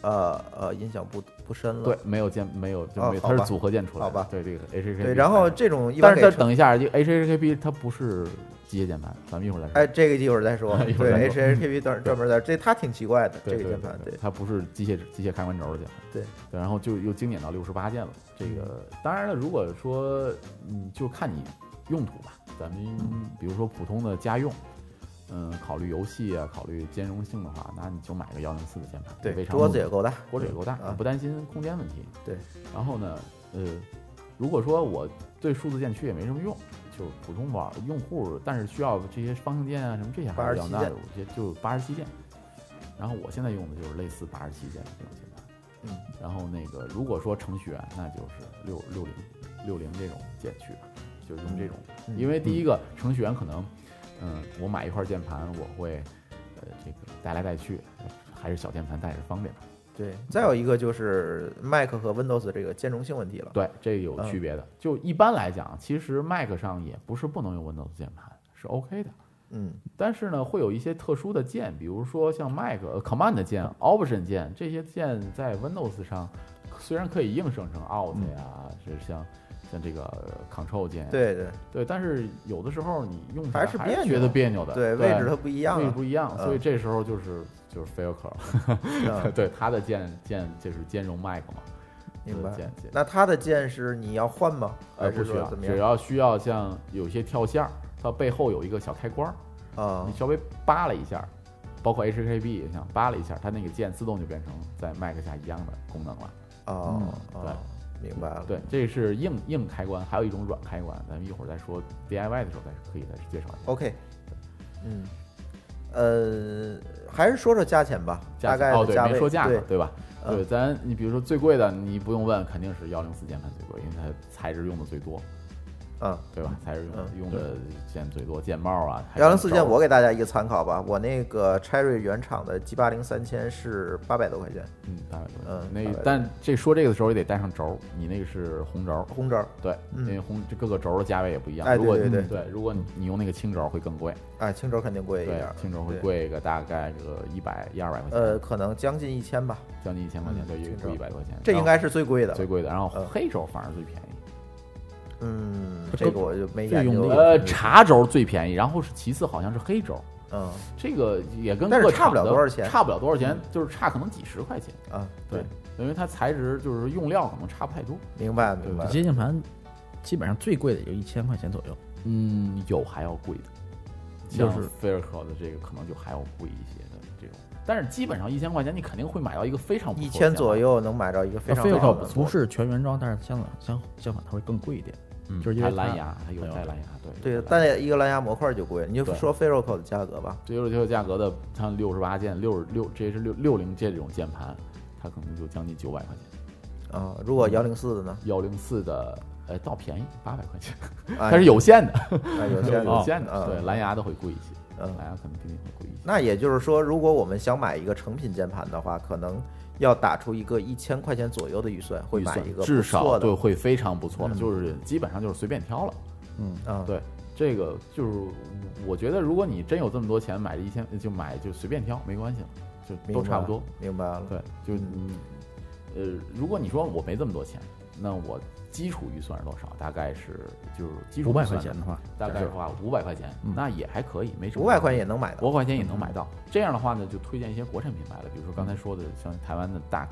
[SPEAKER 3] 呃呃，印象不不深了。
[SPEAKER 4] 对，没有键，没有
[SPEAKER 3] 嗯
[SPEAKER 4] 就
[SPEAKER 3] 哦
[SPEAKER 4] 没有，
[SPEAKER 3] 好
[SPEAKER 4] 它是
[SPEAKER 3] 吧
[SPEAKER 4] 组合键出来的。
[SPEAKER 3] 好吧
[SPEAKER 4] 对这个 H H K。
[SPEAKER 3] 对，然后，这种一般
[SPEAKER 4] 但是
[SPEAKER 3] 给
[SPEAKER 4] 它
[SPEAKER 3] 程
[SPEAKER 4] 等一下这个 H H K B 它不是机械键盘，咱们一会儿再说。
[SPEAKER 3] 哎，这个一会儿再说
[SPEAKER 4] 一。会儿再
[SPEAKER 3] 对
[SPEAKER 4] 说
[SPEAKER 3] ，HHKB 专专门在这，它挺奇怪的
[SPEAKER 4] 对
[SPEAKER 3] 这个
[SPEAKER 4] 对
[SPEAKER 3] 键盘，
[SPEAKER 4] 对
[SPEAKER 3] 对，
[SPEAKER 4] 它不是机械机械开关轴的键盘。
[SPEAKER 3] 对嗯
[SPEAKER 4] 对，然后就又精简到六十八键了。这个当然了，如果说嗯，就看你用途吧。咱
[SPEAKER 3] 嗯
[SPEAKER 4] 们比如说普通的家用，嗯，考虑游戏啊，考虑兼容性的话，那你就买个幺零四的键盘，非
[SPEAKER 3] 对，
[SPEAKER 4] 常
[SPEAKER 3] 桌子也够大，
[SPEAKER 4] 桌子也够大，
[SPEAKER 3] 啊
[SPEAKER 4] 不担心空间问题。
[SPEAKER 3] 对，
[SPEAKER 4] 然后呢，呃，如果说我对数字键区也没什么用，就普通玩用户，但是需要这些方向键啊什么这些还是比较
[SPEAKER 3] 87
[SPEAKER 4] 纳
[SPEAKER 3] 键
[SPEAKER 4] 入，这就八十七键。然后我现在用的就是类似八十七键的这种键盘。
[SPEAKER 3] 嗯，
[SPEAKER 4] 然后那个如果说程序员，那就是六六零六零这种键去吧，就是用这种，
[SPEAKER 3] 嗯
[SPEAKER 4] 因为第一个程序员可能，嗯，我买一块键盘，我会，呃，这个带来带去，还是小键盘带着方便。
[SPEAKER 3] 对。再有一个就是 Mac 和 Windows 这个兼容性问题了。
[SPEAKER 4] 对，这
[SPEAKER 3] 嗯
[SPEAKER 4] 有区别的。就一般来讲，其实 Mac 上也不是不能用 Windows 键盘，是 OK 的。
[SPEAKER 3] 嗯，
[SPEAKER 4] 但是呢，会有一些特殊的键，比如说像 Mac、呃 Command 键、Option 键这些键，在 Windows 上虽然可以硬生成 Alt 呀、是像像这个呃 Control 键，
[SPEAKER 3] 嗯对对
[SPEAKER 4] 对，但是有的时候你用起来
[SPEAKER 3] 还是别扭
[SPEAKER 4] 觉得别扭的，
[SPEAKER 3] 对，
[SPEAKER 4] 对，
[SPEAKER 3] 位置它不一样
[SPEAKER 4] 位置
[SPEAKER 3] 啊
[SPEAKER 4] 不一样，
[SPEAKER 3] 嗯
[SPEAKER 4] 所以这时候就是就是 Failcurl，、
[SPEAKER 3] 嗯，
[SPEAKER 4] 对，它的键键就是兼容 Mac 嘛，
[SPEAKER 3] 明
[SPEAKER 4] 就是
[SPEAKER 3] 白
[SPEAKER 4] 键。键
[SPEAKER 3] 那它的键是你要换吗？
[SPEAKER 4] 呃，
[SPEAKER 3] 还
[SPEAKER 4] 不
[SPEAKER 3] 是
[SPEAKER 4] 需
[SPEAKER 3] 说
[SPEAKER 4] 要，
[SPEAKER 3] 怎么
[SPEAKER 4] 只
[SPEAKER 3] 样？
[SPEAKER 4] 要需要像有些跳线儿，它背后有一个小开关儿，
[SPEAKER 3] 啊
[SPEAKER 4] 你，稍微扒拉一下儿，包括 HKB 也像扒拉一下儿，它那个键自动就变成在 Mac 下一样的功能了。
[SPEAKER 3] 哦
[SPEAKER 4] 嗯
[SPEAKER 3] 哦，明白了。
[SPEAKER 4] 对，这是硬硬开关，还有一种软开关，咱们一会儿再说 DIY 的时候再可以再介绍一下。
[SPEAKER 3] OK，嗯，呃，还是说说价钱吧，大
[SPEAKER 4] 价钱
[SPEAKER 3] 概
[SPEAKER 4] 哦，
[SPEAKER 3] 的
[SPEAKER 4] 对，
[SPEAKER 3] 价
[SPEAKER 4] 没
[SPEAKER 3] 位
[SPEAKER 4] 说价格，
[SPEAKER 3] 对，
[SPEAKER 4] 对吧？
[SPEAKER 3] 嗯
[SPEAKER 4] 对，咱你比如说最贵的，你不用问，肯定是幺零四键盘最贵，因为它材质用的最多，
[SPEAKER 3] 嗯，
[SPEAKER 4] 对吧？材质用、
[SPEAKER 3] 嗯
[SPEAKER 4] 用的键最多，键帽啊。开
[SPEAKER 3] 幺
[SPEAKER 4] 关
[SPEAKER 3] 零四
[SPEAKER 4] 轴
[SPEAKER 3] 键
[SPEAKER 4] 儿
[SPEAKER 3] 我给大家一个参考吧，我那个 Cherry 原厂的 G 八零三千是八百多块钱，
[SPEAKER 4] 嗯，大概多。
[SPEAKER 3] 嗯
[SPEAKER 4] 那
[SPEAKER 3] 大概
[SPEAKER 4] 个
[SPEAKER 3] 多
[SPEAKER 4] 但这说这个的时候也得带上轴儿，你那个是红轴儿，
[SPEAKER 3] 红轴，
[SPEAKER 4] 对，因
[SPEAKER 3] 嗯
[SPEAKER 4] 为红这各个轴儿的价位也不一样。
[SPEAKER 3] 哎
[SPEAKER 4] 如果
[SPEAKER 3] 对对
[SPEAKER 4] 对如果你你用那个青轴儿会更贵，
[SPEAKER 3] 哎，青轴肯定贵一
[SPEAKER 4] 对
[SPEAKER 3] 点，，
[SPEAKER 4] 青轴儿会
[SPEAKER 3] 对。
[SPEAKER 4] 贵个大概个一百一二百块钱，
[SPEAKER 3] 呃，可能将近一千吧，
[SPEAKER 4] 将近一千块钱，
[SPEAKER 3] 嗯
[SPEAKER 4] 对，一
[SPEAKER 3] 青
[SPEAKER 4] 个
[SPEAKER 3] 轴
[SPEAKER 4] 一百多块钱，
[SPEAKER 3] 这
[SPEAKER 4] 然
[SPEAKER 3] 应
[SPEAKER 4] 后
[SPEAKER 3] 该是最贵的。
[SPEAKER 4] 啊最贵的。然后
[SPEAKER 3] 嗯
[SPEAKER 4] 黑轴儿反而最便宜，
[SPEAKER 3] 嗯，
[SPEAKER 5] 这
[SPEAKER 3] 这个我就没
[SPEAKER 5] 最
[SPEAKER 3] 研究
[SPEAKER 5] 用力
[SPEAKER 3] 了。
[SPEAKER 4] 呃，茶轴儿最便宜，然后是其次好像是黑轴儿，
[SPEAKER 3] 嗯
[SPEAKER 4] 这个也跟
[SPEAKER 3] 但是
[SPEAKER 4] 各
[SPEAKER 3] 差不了
[SPEAKER 4] 厂的
[SPEAKER 3] 多少钱嗯
[SPEAKER 4] 差不了多少钱，就是差可能几十块钱，
[SPEAKER 3] 啊，
[SPEAKER 4] 对，，因为它材质就是用料可能差不太多。
[SPEAKER 3] 明白明白
[SPEAKER 5] 这。接键盘基本上最贵的也就一千块钱左右，
[SPEAKER 4] 嗯，有还要贵的，
[SPEAKER 5] 就
[SPEAKER 4] 像
[SPEAKER 5] 是
[SPEAKER 4] 菲尔克的这个可能就还要贵一些的这种，但是基本上一千块钱你肯定会买到一个非常不错
[SPEAKER 3] 一
[SPEAKER 4] 的键
[SPEAKER 3] 千
[SPEAKER 4] 盘
[SPEAKER 3] 左，右能买到一个非常
[SPEAKER 4] 啊
[SPEAKER 5] 啊非
[SPEAKER 3] 好
[SPEAKER 5] 常
[SPEAKER 3] 的
[SPEAKER 5] 不是全原装，但是相反相相反它会更贵一点。
[SPEAKER 4] 嗯
[SPEAKER 5] 就是因
[SPEAKER 4] 还
[SPEAKER 5] 为
[SPEAKER 4] 蓝
[SPEAKER 5] 它
[SPEAKER 4] 牙，还有
[SPEAKER 5] 还有
[SPEAKER 4] 带
[SPEAKER 5] 这
[SPEAKER 4] 蓝牙，对
[SPEAKER 3] 对
[SPEAKER 4] 有，带蓝牙
[SPEAKER 3] 但是一个蓝牙模块就贵，你就
[SPEAKER 4] 对
[SPEAKER 3] 说 Ferroco 的价格吧。
[SPEAKER 4] 这就是这个价格的，像六十八键、六十六，这是六六零这种键盘，它可能就将近九百块钱，
[SPEAKER 3] 啊，如果幺零四的呢？
[SPEAKER 4] 幺零四的。呃，倒便宜，八百块钱，
[SPEAKER 3] 哎
[SPEAKER 4] 它是有线的，
[SPEAKER 3] 哎 有
[SPEAKER 4] 有
[SPEAKER 3] 限
[SPEAKER 4] 有
[SPEAKER 3] 的，
[SPEAKER 4] 线的，对，
[SPEAKER 3] 嗯
[SPEAKER 4] 蓝牙的会贵一些，
[SPEAKER 3] 嗯
[SPEAKER 4] 蓝牙可能比那会贵一些。
[SPEAKER 3] 那也就是说，如果我们想买一个成品键盘的话，可能要打出一个一千块钱左右的预算，会
[SPEAKER 4] 预
[SPEAKER 3] 买
[SPEAKER 4] 算
[SPEAKER 3] 一个
[SPEAKER 4] 至
[SPEAKER 3] 不
[SPEAKER 4] 少
[SPEAKER 3] 错
[SPEAKER 4] 对
[SPEAKER 3] 的。
[SPEAKER 4] 会非常不错的，
[SPEAKER 3] 嗯
[SPEAKER 4] 就是基本上就是随便挑了。
[SPEAKER 5] 啊
[SPEAKER 3] 嗯，
[SPEAKER 4] 对，这个就是我觉得，如果你真有这么多钱买一千，就买就随便挑，没关系了，就
[SPEAKER 3] 明
[SPEAKER 4] 都
[SPEAKER 3] 白
[SPEAKER 4] 差不多。，
[SPEAKER 3] 明白了。
[SPEAKER 4] 对，就
[SPEAKER 5] 嗯
[SPEAKER 4] 你呃，如果你说我没这么多钱，那我基础预算是多少？大概是就是基础
[SPEAKER 5] 五百
[SPEAKER 4] 预算
[SPEAKER 5] 块钱 的话，
[SPEAKER 4] 大概的话五百块钱，
[SPEAKER 5] 嗯
[SPEAKER 4] 那也还可以，没什么。
[SPEAKER 3] 五百块钱也能买到。
[SPEAKER 4] 五百块钱也能买到。这样的话呢，就推荐一些国产品牌了，比如说刚才说的像台湾的 DAC、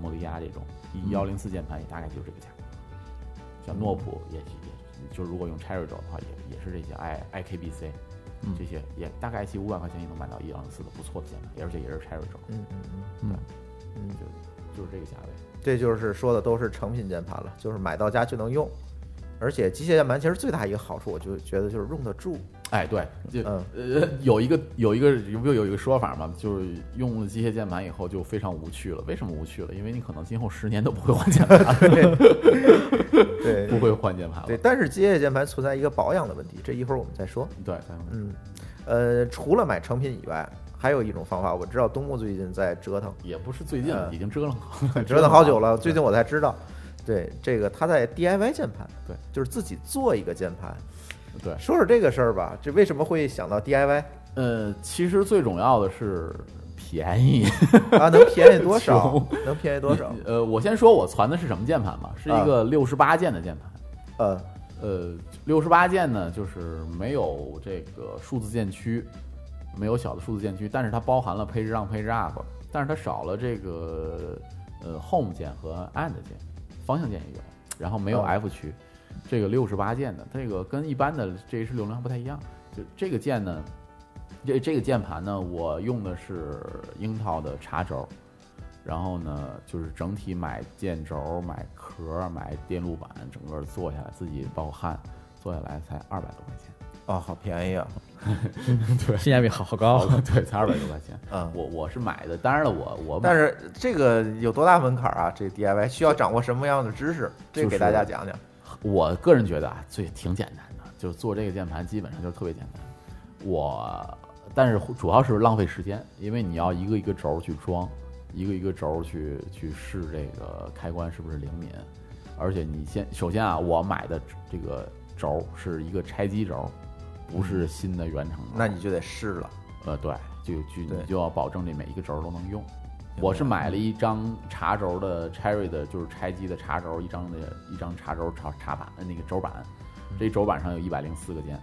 [SPEAKER 4] 摩利亚这种幺零四键盘，也大概就这个价格。像诺普也也，就如果用 Cherry 轴的话，也也是这些哎 i i k b c，嗯，这些也大概其五百块钱也能买到一两四的不错的键盘，而且也是 Cherry 轴，
[SPEAKER 3] 嗯嗯嗯，
[SPEAKER 4] 就就是这个价位。
[SPEAKER 3] 这就是说的都是成品键盘了，就是买到家就能用。而且机械键盘其实最大一个好处，我就觉得就是用得住。
[SPEAKER 4] 哎，对，就、
[SPEAKER 3] 嗯
[SPEAKER 4] 呃有一个有一个有没有有一个说法嘛，就是用了机械键盘以后就非常无趣了。为什么无趣了？因为你可能今后十年都不会换键盘 了，
[SPEAKER 3] 对
[SPEAKER 4] 不会换键盘了。
[SPEAKER 3] 对，
[SPEAKER 4] 对，
[SPEAKER 3] 但是机械键盘存在一个保养的问题，这一会儿我们再说。
[SPEAKER 4] 对，
[SPEAKER 3] 嗯，呃，除了买成品以外，还有一种方法，我知道东木最近在折腾，
[SPEAKER 4] 也不是最近了，
[SPEAKER 3] 嗯
[SPEAKER 4] 已经折腾 好了，
[SPEAKER 3] 折腾好久了，
[SPEAKER 4] 对
[SPEAKER 3] 最近我才知道。对，这个他在 DIY 键盘，
[SPEAKER 4] 对，
[SPEAKER 3] 就是自己做一个键盘。
[SPEAKER 4] 对，
[SPEAKER 3] 说说这个事儿吧，这为什么会想到 DIY
[SPEAKER 4] 呃，其实最重要的是便宜。
[SPEAKER 3] 啊？能便宜多少
[SPEAKER 4] 穷？
[SPEAKER 3] 能便宜多少？ 嗯
[SPEAKER 4] 呃，我先说我攒的是什么键盘吧，是一个六十八键的键盘。
[SPEAKER 3] 呃，
[SPEAKER 4] 呃，六十八键呢，就是没有这个数字键区，没有小的数字键区，但是它包含了 Page Down、Page Up，但是它少了这个呃 Home 键和 And 键，方向键也有，然后没有
[SPEAKER 3] 哦
[SPEAKER 4] F 区。这个六十八键的，这个跟一般的 G H 六零不太一样，就这个键呢，这这个键盘呢，我用的是樱桃的茶轴，然后呢，就是整体买键轴、买壳、买电路板，整个做下来自己包汗，做下来才二百多块钱。
[SPEAKER 3] 哦，好便宜啊！
[SPEAKER 5] 性价比好高。
[SPEAKER 4] 对，才二百多块钱。
[SPEAKER 3] 哦嗯
[SPEAKER 4] 我我是买的，当然了我，我买
[SPEAKER 3] 但是这个有多大门槛儿啊？这 DIY 需要掌握什么样的知识？这
[SPEAKER 4] 就是
[SPEAKER 3] 给
[SPEAKER 4] 啊
[SPEAKER 3] 大家讲讲。
[SPEAKER 4] 我个人觉得啊，最挺简单的，就是做这个键盘基本上就是特别简单。我，但是主要是浪费时间，因为你要一个一个轴去装，一个一个轴去去试这个开关是不是灵敏，而且你先首先啊，我买的这个轴是一个拆机轴，不是新的原厂轴。
[SPEAKER 3] 那你就得试了。
[SPEAKER 4] 呃，对，就就
[SPEAKER 3] 对
[SPEAKER 4] 你就要保证这每一个轴都能用。我是买了一张茶轴的 Cherry 的，就是拆机的茶轴，一张的一张茶轴茶茶板呃那个轴板，这轴板上有一百零四个键，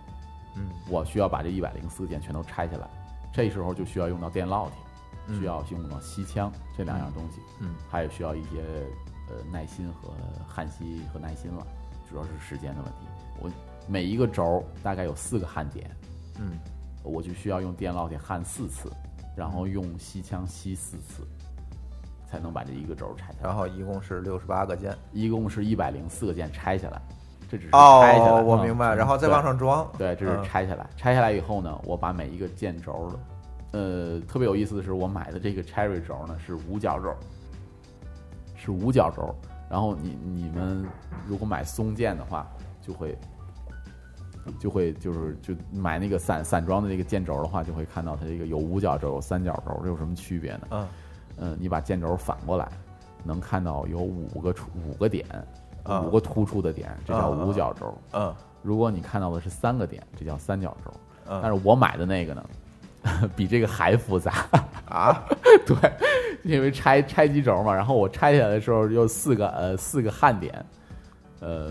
[SPEAKER 3] 嗯，
[SPEAKER 4] 我需要把这一百零四个键全都拆下来，这时候就需要用到电烙铁，需要用到吸枪这两样东西，
[SPEAKER 3] 嗯，
[SPEAKER 4] 还有需要一些呃耐心和焊锡和耐心了，主要是时间的问题。我每一个轴大概有四个焊点，
[SPEAKER 3] 嗯，
[SPEAKER 4] 我就需要用电烙铁焊四次，然后用吸枪吸四次，才能把这一个轴拆下来。
[SPEAKER 3] 然后一共是六十八个键。
[SPEAKER 4] 一共是一百零四个键拆下来，这只是拆下来。
[SPEAKER 3] 哦，我明白。
[SPEAKER 4] 嗯
[SPEAKER 3] 然后再往上装。
[SPEAKER 4] 对，这
[SPEAKER 3] 嗯
[SPEAKER 4] 是拆下来。拆下来以后呢，我把每一个键轴的，呃，特别有意思的是，我买的这个 Cherry 轴呢是五角轴，是五角轴。然后你你们如果买松键的话，就会就会就是就买那个散散装的这个键轴的话，就会看到它这个有五角轴、有三角轴，这有什么区别呢？
[SPEAKER 3] 嗯，
[SPEAKER 4] 嗯，你把键轴反过来，能看到有五个出五个点，
[SPEAKER 3] 啊
[SPEAKER 4] 五个突出的点，这叫五角轴。
[SPEAKER 3] 嗯
[SPEAKER 4] 如果你看到的是三个点，这叫三角轴。
[SPEAKER 3] 嗯
[SPEAKER 4] 但是我买的那个呢， 比这个还复杂。
[SPEAKER 3] 啊，
[SPEAKER 4] 对，因为拆拆机轴嘛，然后我拆下来的时候有四个呃四个焊点，呃，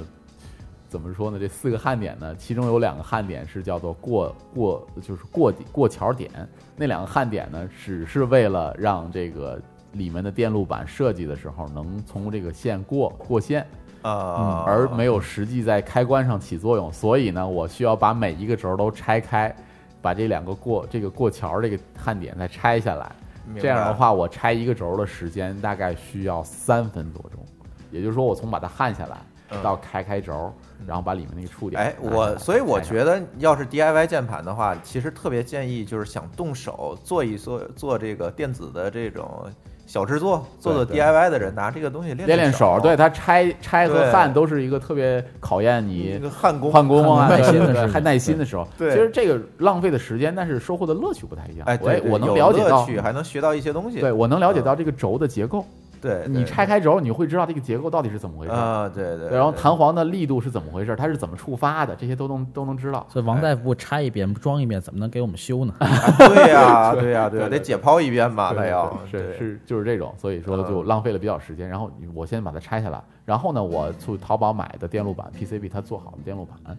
[SPEAKER 4] 怎么说呢？这四个焊点呢，其中有两个焊点是叫做过过，就是过底过桥点，那两个焊点呢，只是为了让这个里面的电路板设计的时候能从这个线过过线。
[SPEAKER 3] 啊，
[SPEAKER 4] 嗯而没有实际在开关上起作用，所以呢，我需要把每一个轴都拆开，把这两个过这个过桥这个焊点再拆下来。
[SPEAKER 3] 明白
[SPEAKER 4] 这样的话，我拆一个轴的时间大概需要三分多钟，也就是说，我从把它焊下来到开开轴，然后把里面那个触点拿
[SPEAKER 3] 哎
[SPEAKER 4] 下，来。
[SPEAKER 3] 我所以我
[SPEAKER 4] 拆开
[SPEAKER 3] 觉得，要是 DIY 键盘的话，其实特别建议就是想动手做一做做这个电子的这种小制作，做做
[SPEAKER 4] 对
[SPEAKER 3] DIY 的人拿这个东西练
[SPEAKER 4] 练练手
[SPEAKER 3] 手，，嗯
[SPEAKER 4] 对，它拆拆和
[SPEAKER 3] 对
[SPEAKER 4] 焊都是一个特别考验你
[SPEAKER 3] 一个焊工
[SPEAKER 4] 焊工 啊，
[SPEAKER 5] 焊工耐心的
[SPEAKER 4] 对对对
[SPEAKER 5] 事情
[SPEAKER 4] 还耐心的时候。
[SPEAKER 3] 对
[SPEAKER 4] 其实这个浪费的时间，但是收获的乐趣不太一样。
[SPEAKER 3] 哎，
[SPEAKER 4] 我
[SPEAKER 3] 对
[SPEAKER 4] 也，
[SPEAKER 3] 对
[SPEAKER 4] 我能
[SPEAKER 3] 有
[SPEAKER 4] 了解
[SPEAKER 3] 乐
[SPEAKER 4] 到，
[SPEAKER 3] 趣啊还能学到一些东西，
[SPEAKER 4] 对我能了解到这个轴的结构。
[SPEAKER 3] 啊对，
[SPEAKER 4] 你
[SPEAKER 3] 对
[SPEAKER 4] 拆开轴，你会知道这个结构到底是怎么回事。
[SPEAKER 3] 啊，对对，
[SPEAKER 4] 对，然后
[SPEAKER 3] 对
[SPEAKER 4] 弹簧的力度是怎么回事，它是怎么触发的，这些都能都能知道。
[SPEAKER 5] 所以王大夫拆一遍不装一遍，怎么能给我们修呢？
[SPEAKER 3] 对呀，对啊呀，对呀，
[SPEAKER 4] 对对
[SPEAKER 3] 得解剖一遍吧，
[SPEAKER 4] 对
[SPEAKER 3] 那
[SPEAKER 4] 对
[SPEAKER 3] 要
[SPEAKER 4] 对是
[SPEAKER 3] 对嗯
[SPEAKER 4] 是就是这种，所以说就浪费了比较时间。然后你我先把它拆下来，然后呢，我去淘宝买的电路板 PCB，它做好的电路板，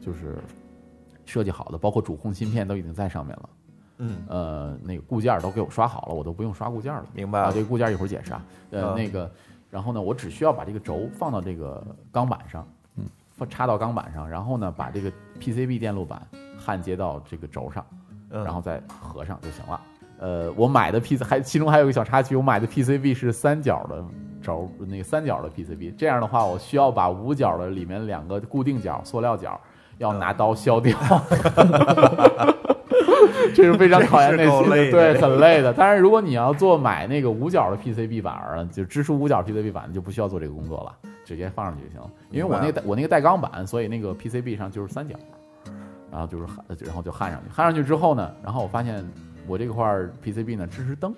[SPEAKER 4] 就是设计好的，包括主控芯片都已经在上面了。
[SPEAKER 3] 嗯，
[SPEAKER 4] 呃，那个固件儿都给我刷好了，我都不用刷固件儿了。
[SPEAKER 3] 明白
[SPEAKER 4] 啊，
[SPEAKER 3] 了
[SPEAKER 4] 这个固件儿一会儿解释啊。呃，
[SPEAKER 3] 嗯
[SPEAKER 4] 那个，然后呢，我只需要把这个轴放到这个钢板上，嗯，放插到钢板上，然后呢把这个 PCB 电路板焊接到这个轴上，
[SPEAKER 3] 嗯
[SPEAKER 4] 然后再合上就行了。呃，我买的 PC 还其中还有一个小插曲，我买的 PCB 是三角的轴，那个三角的 PCB。这样的话，我需要把五角的里面两个固定角、塑料角要拿刀削掉， 这是非常考验耐
[SPEAKER 3] 嗯真是
[SPEAKER 4] 心
[SPEAKER 3] 够累的
[SPEAKER 4] 对，很累的。当然，如果你要做买那个五角的 PCB 板儿啊，就支持五角 PCB 板的，就不需要做这个工作了，直接放上去就行了。因为我那个带我那个带钢板，所以那个 PCB 上就是三角。然后就是焊，然后就焊上去。焊上去之后呢，然后我发现我这块儿 PCB 呢支持灯，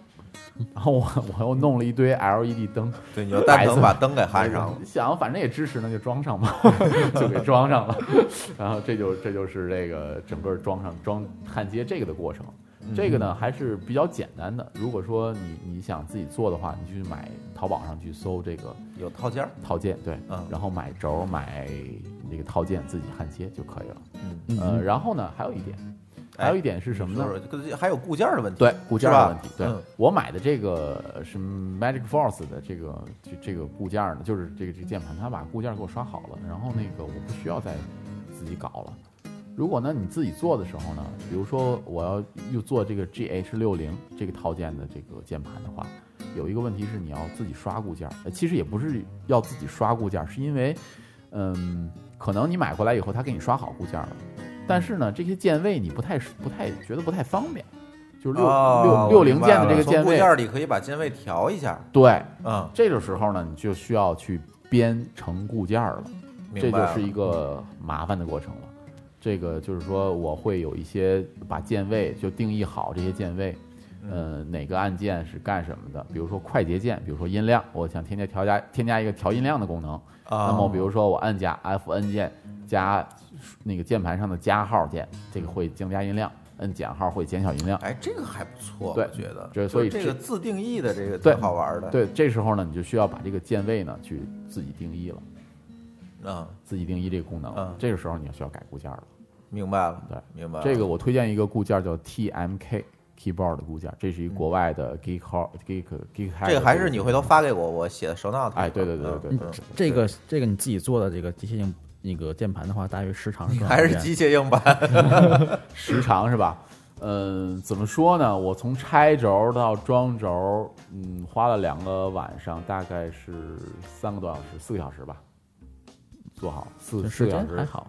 [SPEAKER 4] 然后我我又弄了一堆 LED 灯，
[SPEAKER 3] 对，你就但
[SPEAKER 4] 白色
[SPEAKER 3] 能把灯给焊上了。
[SPEAKER 4] 想反正也支持，那就装上吧， 就给装上了。 然后这就这就是这个整个装上装焊接这个的过程。
[SPEAKER 3] 嗯
[SPEAKER 4] 这个呢还是比较简单的。如果说你你想自己做的话，你去买淘宝上去搜这个
[SPEAKER 3] 有套件儿，
[SPEAKER 4] 套件，对，
[SPEAKER 3] 嗯
[SPEAKER 4] 然后买轴买那个套件自己焊接就可以了。
[SPEAKER 3] 嗯，哎
[SPEAKER 4] 呃，然后呢还有一点，还有一点是什么呢？
[SPEAKER 3] 就是这还有固件儿的问题。
[SPEAKER 4] 对固件儿
[SPEAKER 3] 是
[SPEAKER 4] 的
[SPEAKER 3] 吧
[SPEAKER 4] 问题。对、
[SPEAKER 3] 嗯
[SPEAKER 4] 我买的这个呃是 Magic Force 的这个这这个固件儿呢，就是这个这个键盘，它把固件儿给我刷好了，然后那个我不需要再自己搞了。如果呢你自己做的时候呢，比如说我要又做这个 GH 六零这个套件的这个键盘的话，有一个问题是你要自己刷固件儿，呃其实也不是要自己刷固件儿，是因为，嗯，可能你买回来以后他给你刷好固件儿了，但是呢这些键位你不太不太觉得不太方便，就是六、
[SPEAKER 3] 哦
[SPEAKER 4] 六
[SPEAKER 3] 我
[SPEAKER 4] 六零
[SPEAKER 3] 明白
[SPEAKER 4] 键的
[SPEAKER 3] 了
[SPEAKER 4] 这个
[SPEAKER 3] 从
[SPEAKER 4] 键
[SPEAKER 3] 固
[SPEAKER 4] 位
[SPEAKER 3] 件，儿里可以把键位调一下。
[SPEAKER 4] 对，
[SPEAKER 3] 嗯，
[SPEAKER 4] 这个时候呢你就需要去编程固件儿了。这
[SPEAKER 3] 明白
[SPEAKER 4] 就
[SPEAKER 3] 了
[SPEAKER 4] 是一个麻烦的过程了。这个就是说，我会有一些把键位就定义好这些键位，
[SPEAKER 3] 嗯
[SPEAKER 4] 呃，哪个按键是干什么的？比如说快捷键，比如说音量，我想添加调加添加一个调音量的功能。
[SPEAKER 3] 啊
[SPEAKER 4] 那么比如说我按加 Fn 键加那个键盘上的加号键，这个会增加音量；摁减号会减小音量。
[SPEAKER 3] 哎，这个还不错，
[SPEAKER 4] 对
[SPEAKER 3] 我觉得。
[SPEAKER 4] 这所以
[SPEAKER 3] 就是
[SPEAKER 4] 这
[SPEAKER 3] 这个自定义的这个
[SPEAKER 4] 对
[SPEAKER 3] 挺好玩的。，
[SPEAKER 4] 对，这时候呢，你就需要把这个键位呢去自己定义了，
[SPEAKER 3] 嗯，
[SPEAKER 4] 自己定义这个功能了
[SPEAKER 3] 嗯。
[SPEAKER 4] 这个时候你就需要改固件了。
[SPEAKER 3] 明白了，
[SPEAKER 4] 对
[SPEAKER 3] 明白了。
[SPEAKER 4] 这个我推荐一个固件叫 TMK keyboard 的固件，这是一国外的 Geek Hall- Geek Geek Hack 的固件。
[SPEAKER 3] 这个还是你回头发给我，我写的手 o
[SPEAKER 4] 哎，对对对对对
[SPEAKER 3] 嗯
[SPEAKER 4] 对，
[SPEAKER 5] 这个这个你自己做的这个机械性那个键盘的话，大约时长是多长
[SPEAKER 3] 还
[SPEAKER 5] 时
[SPEAKER 3] 是
[SPEAKER 5] 间？
[SPEAKER 3] 机械硬 盘，
[SPEAKER 4] 时长是吧？嗯，怎么说呢？我从拆轴到装轴，嗯，花了两个晚上，大概是三个多小时，四个小时吧，做好四
[SPEAKER 5] 这
[SPEAKER 4] 四
[SPEAKER 5] 时
[SPEAKER 4] 个小
[SPEAKER 5] 间
[SPEAKER 4] 时
[SPEAKER 5] 还，好，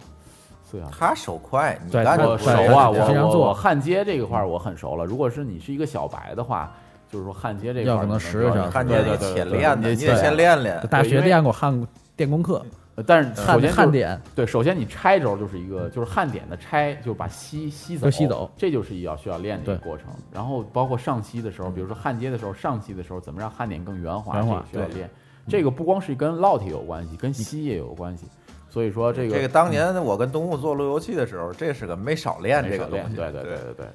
[SPEAKER 4] 四个小时。
[SPEAKER 3] 他手快，你
[SPEAKER 5] 对
[SPEAKER 3] 干
[SPEAKER 5] 他
[SPEAKER 3] 着
[SPEAKER 4] 我
[SPEAKER 3] 不
[SPEAKER 4] 熟
[SPEAKER 5] 手
[SPEAKER 4] 啊，
[SPEAKER 5] 对对对非常
[SPEAKER 4] 我我
[SPEAKER 5] 做
[SPEAKER 4] 我焊接这一块儿我很熟了。如果是你是一个小白的话，就是说焊接这一块
[SPEAKER 5] 要
[SPEAKER 4] 儿
[SPEAKER 5] 可能
[SPEAKER 4] 你
[SPEAKER 5] 10个
[SPEAKER 4] 知道
[SPEAKER 5] 小时
[SPEAKER 3] 看
[SPEAKER 4] 对
[SPEAKER 3] 见
[SPEAKER 4] 对
[SPEAKER 3] 你
[SPEAKER 4] 对
[SPEAKER 3] 铁
[SPEAKER 4] 对
[SPEAKER 3] 链子，
[SPEAKER 4] 对
[SPEAKER 3] 你得先练练。
[SPEAKER 5] 大
[SPEAKER 4] 对因
[SPEAKER 5] 学
[SPEAKER 4] 为
[SPEAKER 5] 练过焊过电工课，
[SPEAKER 4] 呃但是首
[SPEAKER 5] 焊
[SPEAKER 4] 先
[SPEAKER 5] 焊
[SPEAKER 4] 就是
[SPEAKER 5] 点，
[SPEAKER 4] 对，首先你拆轴就是一个，就是焊点的拆，就是把吸吸走，
[SPEAKER 5] 就吸走，
[SPEAKER 4] 这就是要需要练的一个
[SPEAKER 5] 对
[SPEAKER 4] 过程。然后包括上吸的时候，比如说焊接的时候，上吸的时候怎么让焊点更圆滑，
[SPEAKER 5] 圆滑
[SPEAKER 4] 这个需要
[SPEAKER 5] 对
[SPEAKER 4] 练。这个不光是跟烙铁有关系，跟吸也有关系。所以说这个嗯
[SPEAKER 3] 这个当年我跟东木做路由器的时候，这是个没少练
[SPEAKER 4] 没
[SPEAKER 3] 这个
[SPEAKER 4] 少
[SPEAKER 3] 东
[SPEAKER 4] 练
[SPEAKER 3] 西。
[SPEAKER 4] 对对对对对，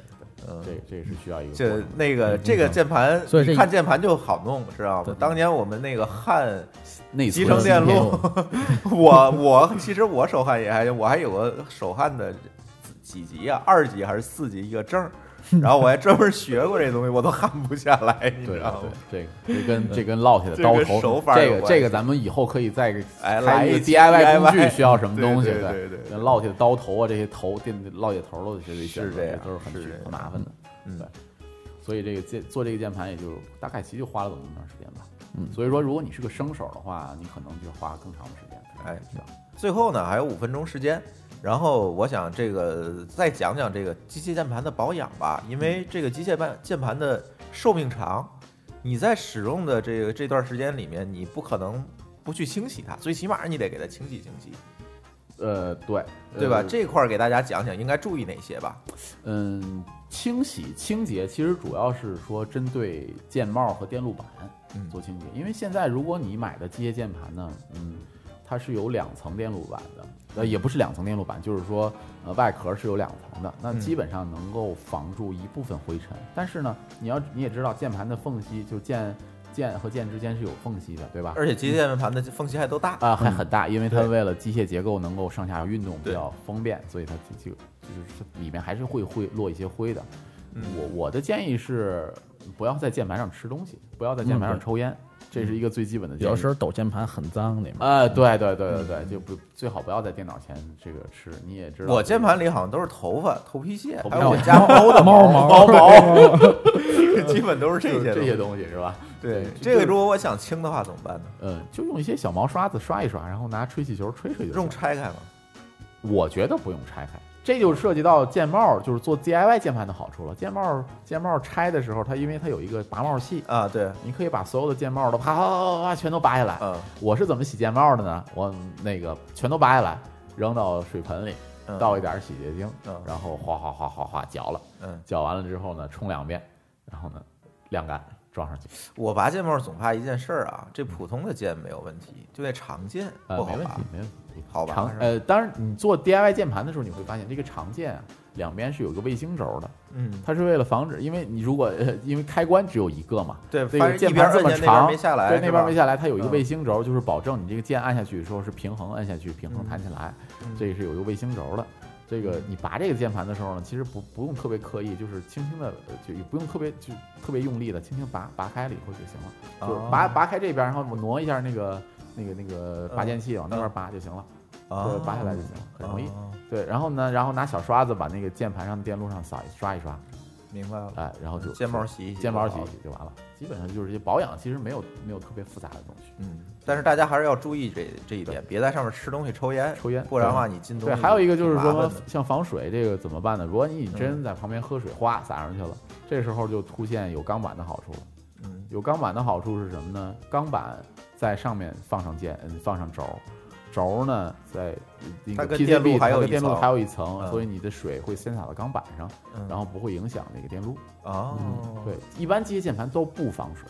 [SPEAKER 3] 嗯
[SPEAKER 4] 这个这个是需要一个过
[SPEAKER 3] 这
[SPEAKER 4] 程的
[SPEAKER 3] 那个这个键盘，
[SPEAKER 5] 所以这
[SPEAKER 3] 你看键盘就好弄，知道吗？当年我们那个焊
[SPEAKER 4] 内
[SPEAKER 3] 集
[SPEAKER 4] 存
[SPEAKER 3] 成电
[SPEAKER 5] 内
[SPEAKER 3] 路， 我我其实我手焊也还行，我还有个手焊的几级啊，二级还是四级一个证儿，然后我还专门学过这东西，我都焊不下来，你
[SPEAKER 4] 对啊
[SPEAKER 3] 知
[SPEAKER 4] 对
[SPEAKER 3] 道吗？，
[SPEAKER 4] 对这个 这跟这跟烙铁的
[SPEAKER 3] 这
[SPEAKER 4] 刀
[SPEAKER 3] 跟
[SPEAKER 4] 头
[SPEAKER 3] 手法
[SPEAKER 4] 这
[SPEAKER 3] 有
[SPEAKER 4] 个
[SPEAKER 3] 关
[SPEAKER 4] 这个
[SPEAKER 3] 系
[SPEAKER 4] 咱们以后可以再给
[SPEAKER 3] 哎
[SPEAKER 4] 开
[SPEAKER 3] 来
[SPEAKER 4] 一个
[SPEAKER 3] 一期
[SPEAKER 4] DIY 工
[SPEAKER 3] DIY
[SPEAKER 4] 具需要什么
[SPEAKER 3] 对
[SPEAKER 4] 东西，
[SPEAKER 3] 对对对
[SPEAKER 4] 跟烙铁的刀头啊这些头电烙铁头儿都是
[SPEAKER 3] 是这样
[SPEAKER 4] 都是很
[SPEAKER 3] 是这样
[SPEAKER 4] 很麻烦的，
[SPEAKER 3] 嗯
[SPEAKER 4] 对。所以这个键做这个键盘也就大概其实就花了这么长时间吧，嗯，所以说如果你是个生手的话，你可能就花更长的时间，
[SPEAKER 3] 哎
[SPEAKER 4] 这样
[SPEAKER 3] 最后呢还有五分钟时间，然后我想这个再讲讲这个机械键盘的保养吧，因为这个机械键键盘的寿命长，你在使用的这个这段时间里面，你不可能不去清洗它，最起码你得给它清洗清洗，
[SPEAKER 4] 呃，对
[SPEAKER 3] 对吧？
[SPEAKER 4] 呃
[SPEAKER 3] 这块儿给大家讲讲应该注意哪些吧。
[SPEAKER 4] 嗯，清洗清洁其实主要是说针对键帽和电路板
[SPEAKER 3] 嗯
[SPEAKER 4] 做清洁，因为现在如果你买的机械键盘呢，嗯，它是有两层电路板的，呃，也不是两层电路板，就是说呃外壳是有两层的，那
[SPEAKER 3] 嗯
[SPEAKER 4] 基本上能够防住一部分灰尘，但是呢，你要你也知道键盘的缝隙就键键和键之间是有缝隙的，对吧？
[SPEAKER 3] 而且机械键盘的缝隙还都大，
[SPEAKER 4] 啊，还很大，因为它
[SPEAKER 3] 嗯对
[SPEAKER 4] 为了机械结构能够上下运动比
[SPEAKER 3] 对
[SPEAKER 4] 较方便，所以它就就就是里面还是会会落一些灰的。
[SPEAKER 3] 嗯
[SPEAKER 4] 我我的建议是，不要在键盘上吃东西，不要在键盘上
[SPEAKER 5] 嗯对
[SPEAKER 4] 抽烟，这是一个最基本的建议。
[SPEAKER 5] 有时候抖键盘很脏，里面
[SPEAKER 4] 啊，对对对对对，就不最好不要在电脑前这个吃，你也知道
[SPEAKER 3] 嗯我键盘里好像都是头发、头皮屑，
[SPEAKER 4] 头皮
[SPEAKER 3] 还有我
[SPEAKER 4] 屑
[SPEAKER 3] 家猫的
[SPEAKER 5] 猫
[SPEAKER 3] 毛
[SPEAKER 5] 毛
[SPEAKER 3] 毛，基本都是
[SPEAKER 4] 这
[SPEAKER 3] 这些
[SPEAKER 4] 这
[SPEAKER 3] 东西。
[SPEAKER 4] 些东西是吧？
[SPEAKER 3] 对，
[SPEAKER 4] 这
[SPEAKER 3] 这个如果我想清的话怎么办呢？
[SPEAKER 4] 呃，就用一些小毛刷子刷一刷，然后拿吹气球吹吹就行。
[SPEAKER 3] 用拆开吗？
[SPEAKER 4] 我觉得不用拆开，这就涉及到键帽，就是做 DIY 键盘的好处了。键帽键帽拆的时候，它因为它有一个拔帽器，
[SPEAKER 3] 啊，对，
[SPEAKER 4] 你可以把所有的键帽都啪啪啪啪啪全都拔下来。
[SPEAKER 3] 嗯
[SPEAKER 4] 我是怎么洗键帽的呢？我那个全都拔下来，扔到水盆里，
[SPEAKER 3] 嗯
[SPEAKER 4] 倒一点洗洁精，
[SPEAKER 3] 嗯
[SPEAKER 4] 然后哗哗哗哗哗搅了，
[SPEAKER 3] 嗯，
[SPEAKER 4] 搅完了之后呢，冲两遍，然后呢晾干，装上去。
[SPEAKER 3] 我拔键帽总怕一件事儿啊，这普通的键没有问题，就那长键
[SPEAKER 4] 嗯呃，
[SPEAKER 3] 不
[SPEAKER 4] 没
[SPEAKER 3] 好
[SPEAKER 4] 问
[SPEAKER 3] 拔
[SPEAKER 4] 题，，没问题。
[SPEAKER 3] 好拔
[SPEAKER 4] 长
[SPEAKER 3] 是吧
[SPEAKER 4] 呃，当然你做 DIY 键盘的时候，你会发现这个长键啊，两边是有个卫星轴的，
[SPEAKER 3] 嗯，
[SPEAKER 4] 它是为了防止，因为你如果呃，因为开关只有一个嘛，
[SPEAKER 3] 对，
[SPEAKER 4] 这
[SPEAKER 3] 反正
[SPEAKER 4] 个键
[SPEAKER 3] 一边
[SPEAKER 4] 盘这
[SPEAKER 3] 按
[SPEAKER 4] 么
[SPEAKER 3] 键那边
[SPEAKER 4] 长，
[SPEAKER 3] 没下来，
[SPEAKER 4] 对，那边没
[SPEAKER 3] 来，
[SPEAKER 4] 下来，它有一个
[SPEAKER 3] 嗯
[SPEAKER 4] 卫星轴，就是保证你这个键按下去的时候是平衡按下去，平衡
[SPEAKER 3] 嗯
[SPEAKER 4] 弹起来，
[SPEAKER 3] 嗯
[SPEAKER 4] 这个是有一个卫星轴的。这个你拔这个键盘的时候呢，其实不不用特别刻意，就是轻轻的，就也不用特别就特别用力的，轻轻拔拔开了以后就行了，就是拔
[SPEAKER 3] 哦
[SPEAKER 4] 拔开这边，然后我挪一下那个那个那个拔
[SPEAKER 3] 嗯
[SPEAKER 4] 键器往那边
[SPEAKER 3] 嗯
[SPEAKER 4] 拔就行了，对，
[SPEAKER 3] 啊
[SPEAKER 4] 拔下来就行了，很容易。
[SPEAKER 3] 哦
[SPEAKER 4] 对，然后呢，然后拿小刷子把那个键盘上的电路上扫一刷一刷，
[SPEAKER 3] 明白了，
[SPEAKER 4] 哎，然后就
[SPEAKER 3] 键帽洗一洗，
[SPEAKER 4] 键帽洗一。洗就完了。基本上就是一些保养，其实没有没有特别复杂的东西。
[SPEAKER 3] 嗯，但是大家还是要注意这这一点，别在上面吃东西、抽烟，
[SPEAKER 4] 抽烟
[SPEAKER 3] 不然的话你进东
[SPEAKER 4] 对，
[SPEAKER 3] 西。
[SPEAKER 4] 还有一个就是
[SPEAKER 3] 挺麻
[SPEAKER 4] 说
[SPEAKER 3] 烦的，嗯
[SPEAKER 4] 像防水这个怎么办呢？如果你真在旁边喝水，哗洒上去了，这时候就凸现有钢板的好处了。
[SPEAKER 3] 嗯，
[SPEAKER 4] 有钢板的好处是什么呢？钢板在上面放上键，嗯，放上轴，轴呢在那
[SPEAKER 3] 它
[SPEAKER 4] 个
[SPEAKER 3] 跟
[SPEAKER 4] PCB
[SPEAKER 3] 电路还有
[SPEAKER 4] 它跟
[SPEAKER 3] 一
[SPEAKER 4] 电路
[SPEAKER 3] 层
[SPEAKER 4] 还有一层，
[SPEAKER 3] 嗯
[SPEAKER 4] 所以你的水会先洒到钢板上，
[SPEAKER 3] 嗯
[SPEAKER 4] 然后不会影响那个电路。
[SPEAKER 3] 哦，
[SPEAKER 4] 对，一般机械键盘都不防水，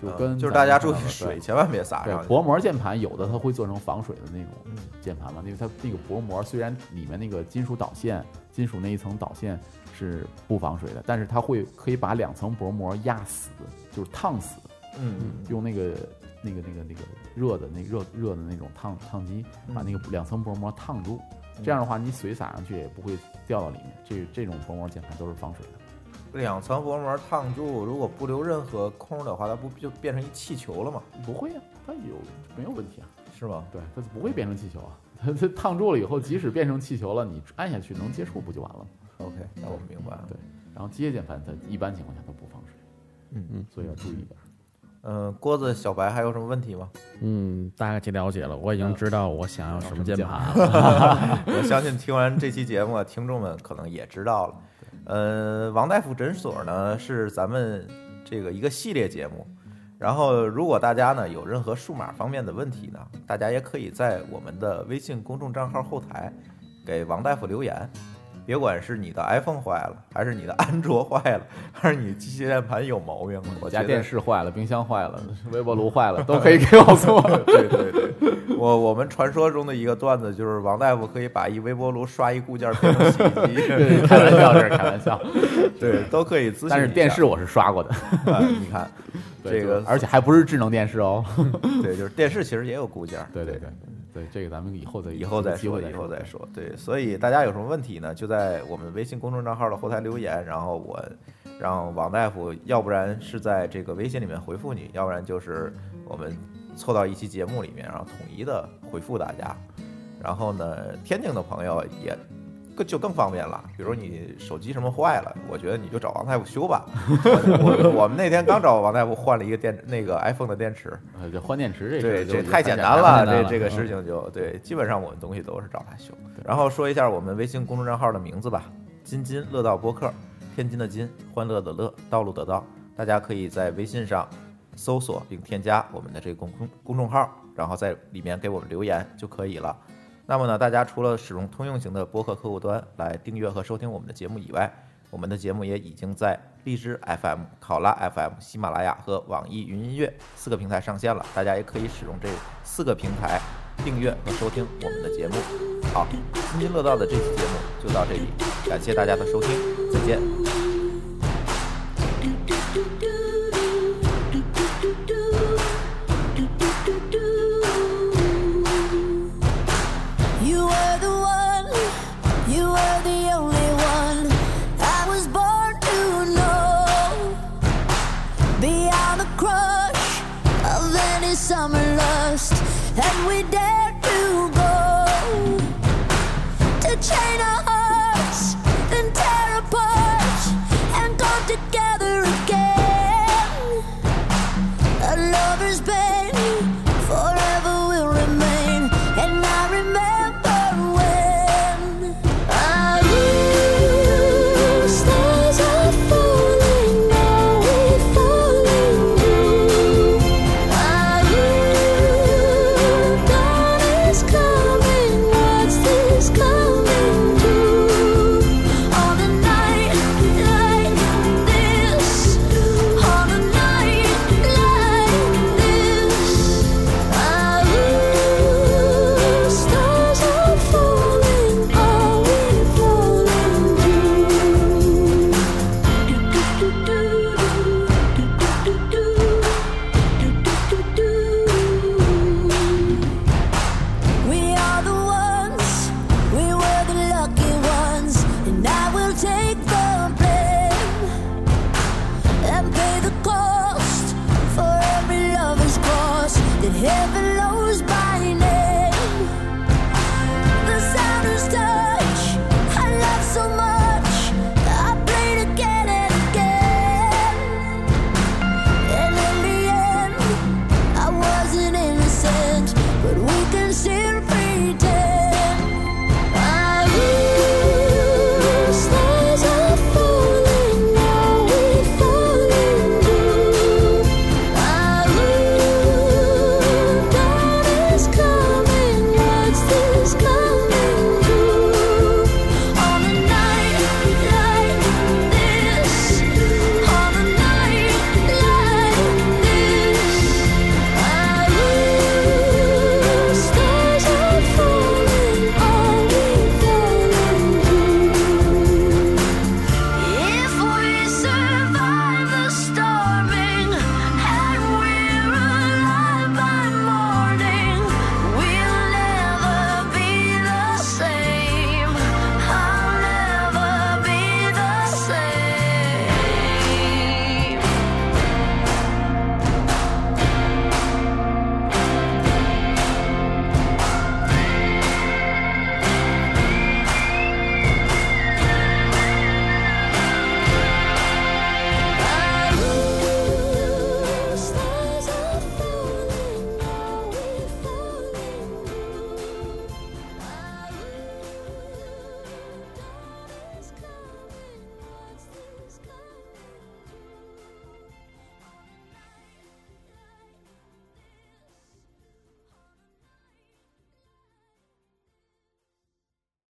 [SPEAKER 4] 就
[SPEAKER 3] 嗯，
[SPEAKER 4] 跟
[SPEAKER 3] 就是
[SPEAKER 4] 咱
[SPEAKER 3] 大
[SPEAKER 4] 们
[SPEAKER 3] 家
[SPEAKER 4] 看
[SPEAKER 3] 注
[SPEAKER 4] 到
[SPEAKER 3] 意
[SPEAKER 4] 的
[SPEAKER 3] 水，。千万别撒
[SPEAKER 4] 对
[SPEAKER 3] 上去。
[SPEAKER 4] 薄膜键盘有的它会做成防水的那种
[SPEAKER 3] 嗯
[SPEAKER 4] 键盘嘛，因为它那个薄膜虽然里面那个金属导线、金属那一层导线是不防水的，但是它会可以把两层薄膜压死，就是烫死，
[SPEAKER 3] 嗯，
[SPEAKER 4] 用那个那个那个那个热的那热热的那种烫烫机把那个两层薄膜烫住，这样的话你水洒上去也不会掉到里面。这这种薄膜键盘都是防水的。
[SPEAKER 3] 两层薄膜烫住，如果不留任何空的话，它不就变成一气球了吗？
[SPEAKER 4] 不会啊，它有没有问题啊？
[SPEAKER 3] 是吗？
[SPEAKER 4] 对，它不会变成气球啊。它它烫住了以后，即使变成气球了，你按下去能接触不就完了吗？
[SPEAKER 3] OK，那我明白了。
[SPEAKER 4] 嗯对，然后机械键盘它一般情况下它不防水，
[SPEAKER 3] 嗯
[SPEAKER 4] 嗯，所以要注意一点。
[SPEAKER 3] 嗯，锅子小白还有什么问题 吗？
[SPEAKER 5] 嗯，大概去了解了，我已经知道我想嗯要什么键盘了。
[SPEAKER 3] 我相信听完这期节目，啊听众们可能也知道了。呃，王大夫诊所呢是咱们这个一个系列节目。然后，如果大家呢有任何数码方面的问题呢，大家也可以在我们的微信公众账号后台给王大夫留言。别管是你的 iPhone 坏了，还是你的安卓坏了，还是你机械键盘有毛病了，我
[SPEAKER 4] 家
[SPEAKER 3] 觉得嗯
[SPEAKER 4] 电视坏了，冰箱坏了，微波炉坏了，都可以给我做。
[SPEAKER 3] 对对对，我我们传说中的一个段子就是王大夫可以把一微波炉刷一固件变成洗衣
[SPEAKER 4] 对，
[SPEAKER 3] 机，
[SPEAKER 4] 开玩笑，这是开 玩笑。
[SPEAKER 3] 对，都可以咨询一下。
[SPEAKER 4] 但是电视我是刷过的，
[SPEAKER 3] 啊，你看
[SPEAKER 4] 对
[SPEAKER 3] 这个
[SPEAKER 4] 就，而且还不是智能电视哦。
[SPEAKER 3] 对，就是电视其实也有固件儿。
[SPEAKER 4] 对
[SPEAKER 3] 对
[SPEAKER 4] 对对对，这个咱们以后再
[SPEAKER 3] 以后再
[SPEAKER 4] 有机
[SPEAKER 3] 说，
[SPEAKER 4] 会再
[SPEAKER 3] 以后再说。对，所以大家有什么问题呢，就在我们微信公众账号的后台留言，然后我让王大夫，要不然是在这个微信里面回复你，要不然就是我们凑到一期节目里面，然后统一的回复大家。然后呢，天津的朋友也更就更方便了，比如你手机什么坏了，我觉得你就找王大夫修吧。 我我我们那天刚找王大夫换了一个电那个 iPhone 的电池，
[SPEAKER 4] 呃，这换电池这事
[SPEAKER 3] 对，
[SPEAKER 4] 儿就
[SPEAKER 3] 这
[SPEAKER 4] 是
[SPEAKER 3] 太
[SPEAKER 4] 很
[SPEAKER 3] 简
[SPEAKER 4] 简
[SPEAKER 3] 单
[SPEAKER 4] 了
[SPEAKER 3] 了，，这这个
[SPEAKER 4] 嗯
[SPEAKER 3] 事情就对，基本上我们东西都是找他修。然后说一下我们微信公众账号的名字吧，津津乐道播客，天津的津，欢乐的乐，道路的道，大家可以在微信上搜索并添加我们的这个公公公众号，然后在里面给我们留言就可以了。那么呢，大家除了使用通用型的播客客户端来订阅和收听我们的节目以外，我们的节目也已经在荔枝 FM、考拉 FM、喜马拉雅和网易云音乐四个平台上线了，大家也可以使用这四个平台订阅和收听我们的节目。好，津津乐道的这期节目就到这里，感谢大家的收听，再见。
[SPEAKER 8] You were the one, you were the only one I was born to know. this summer lost, and we dare to go to China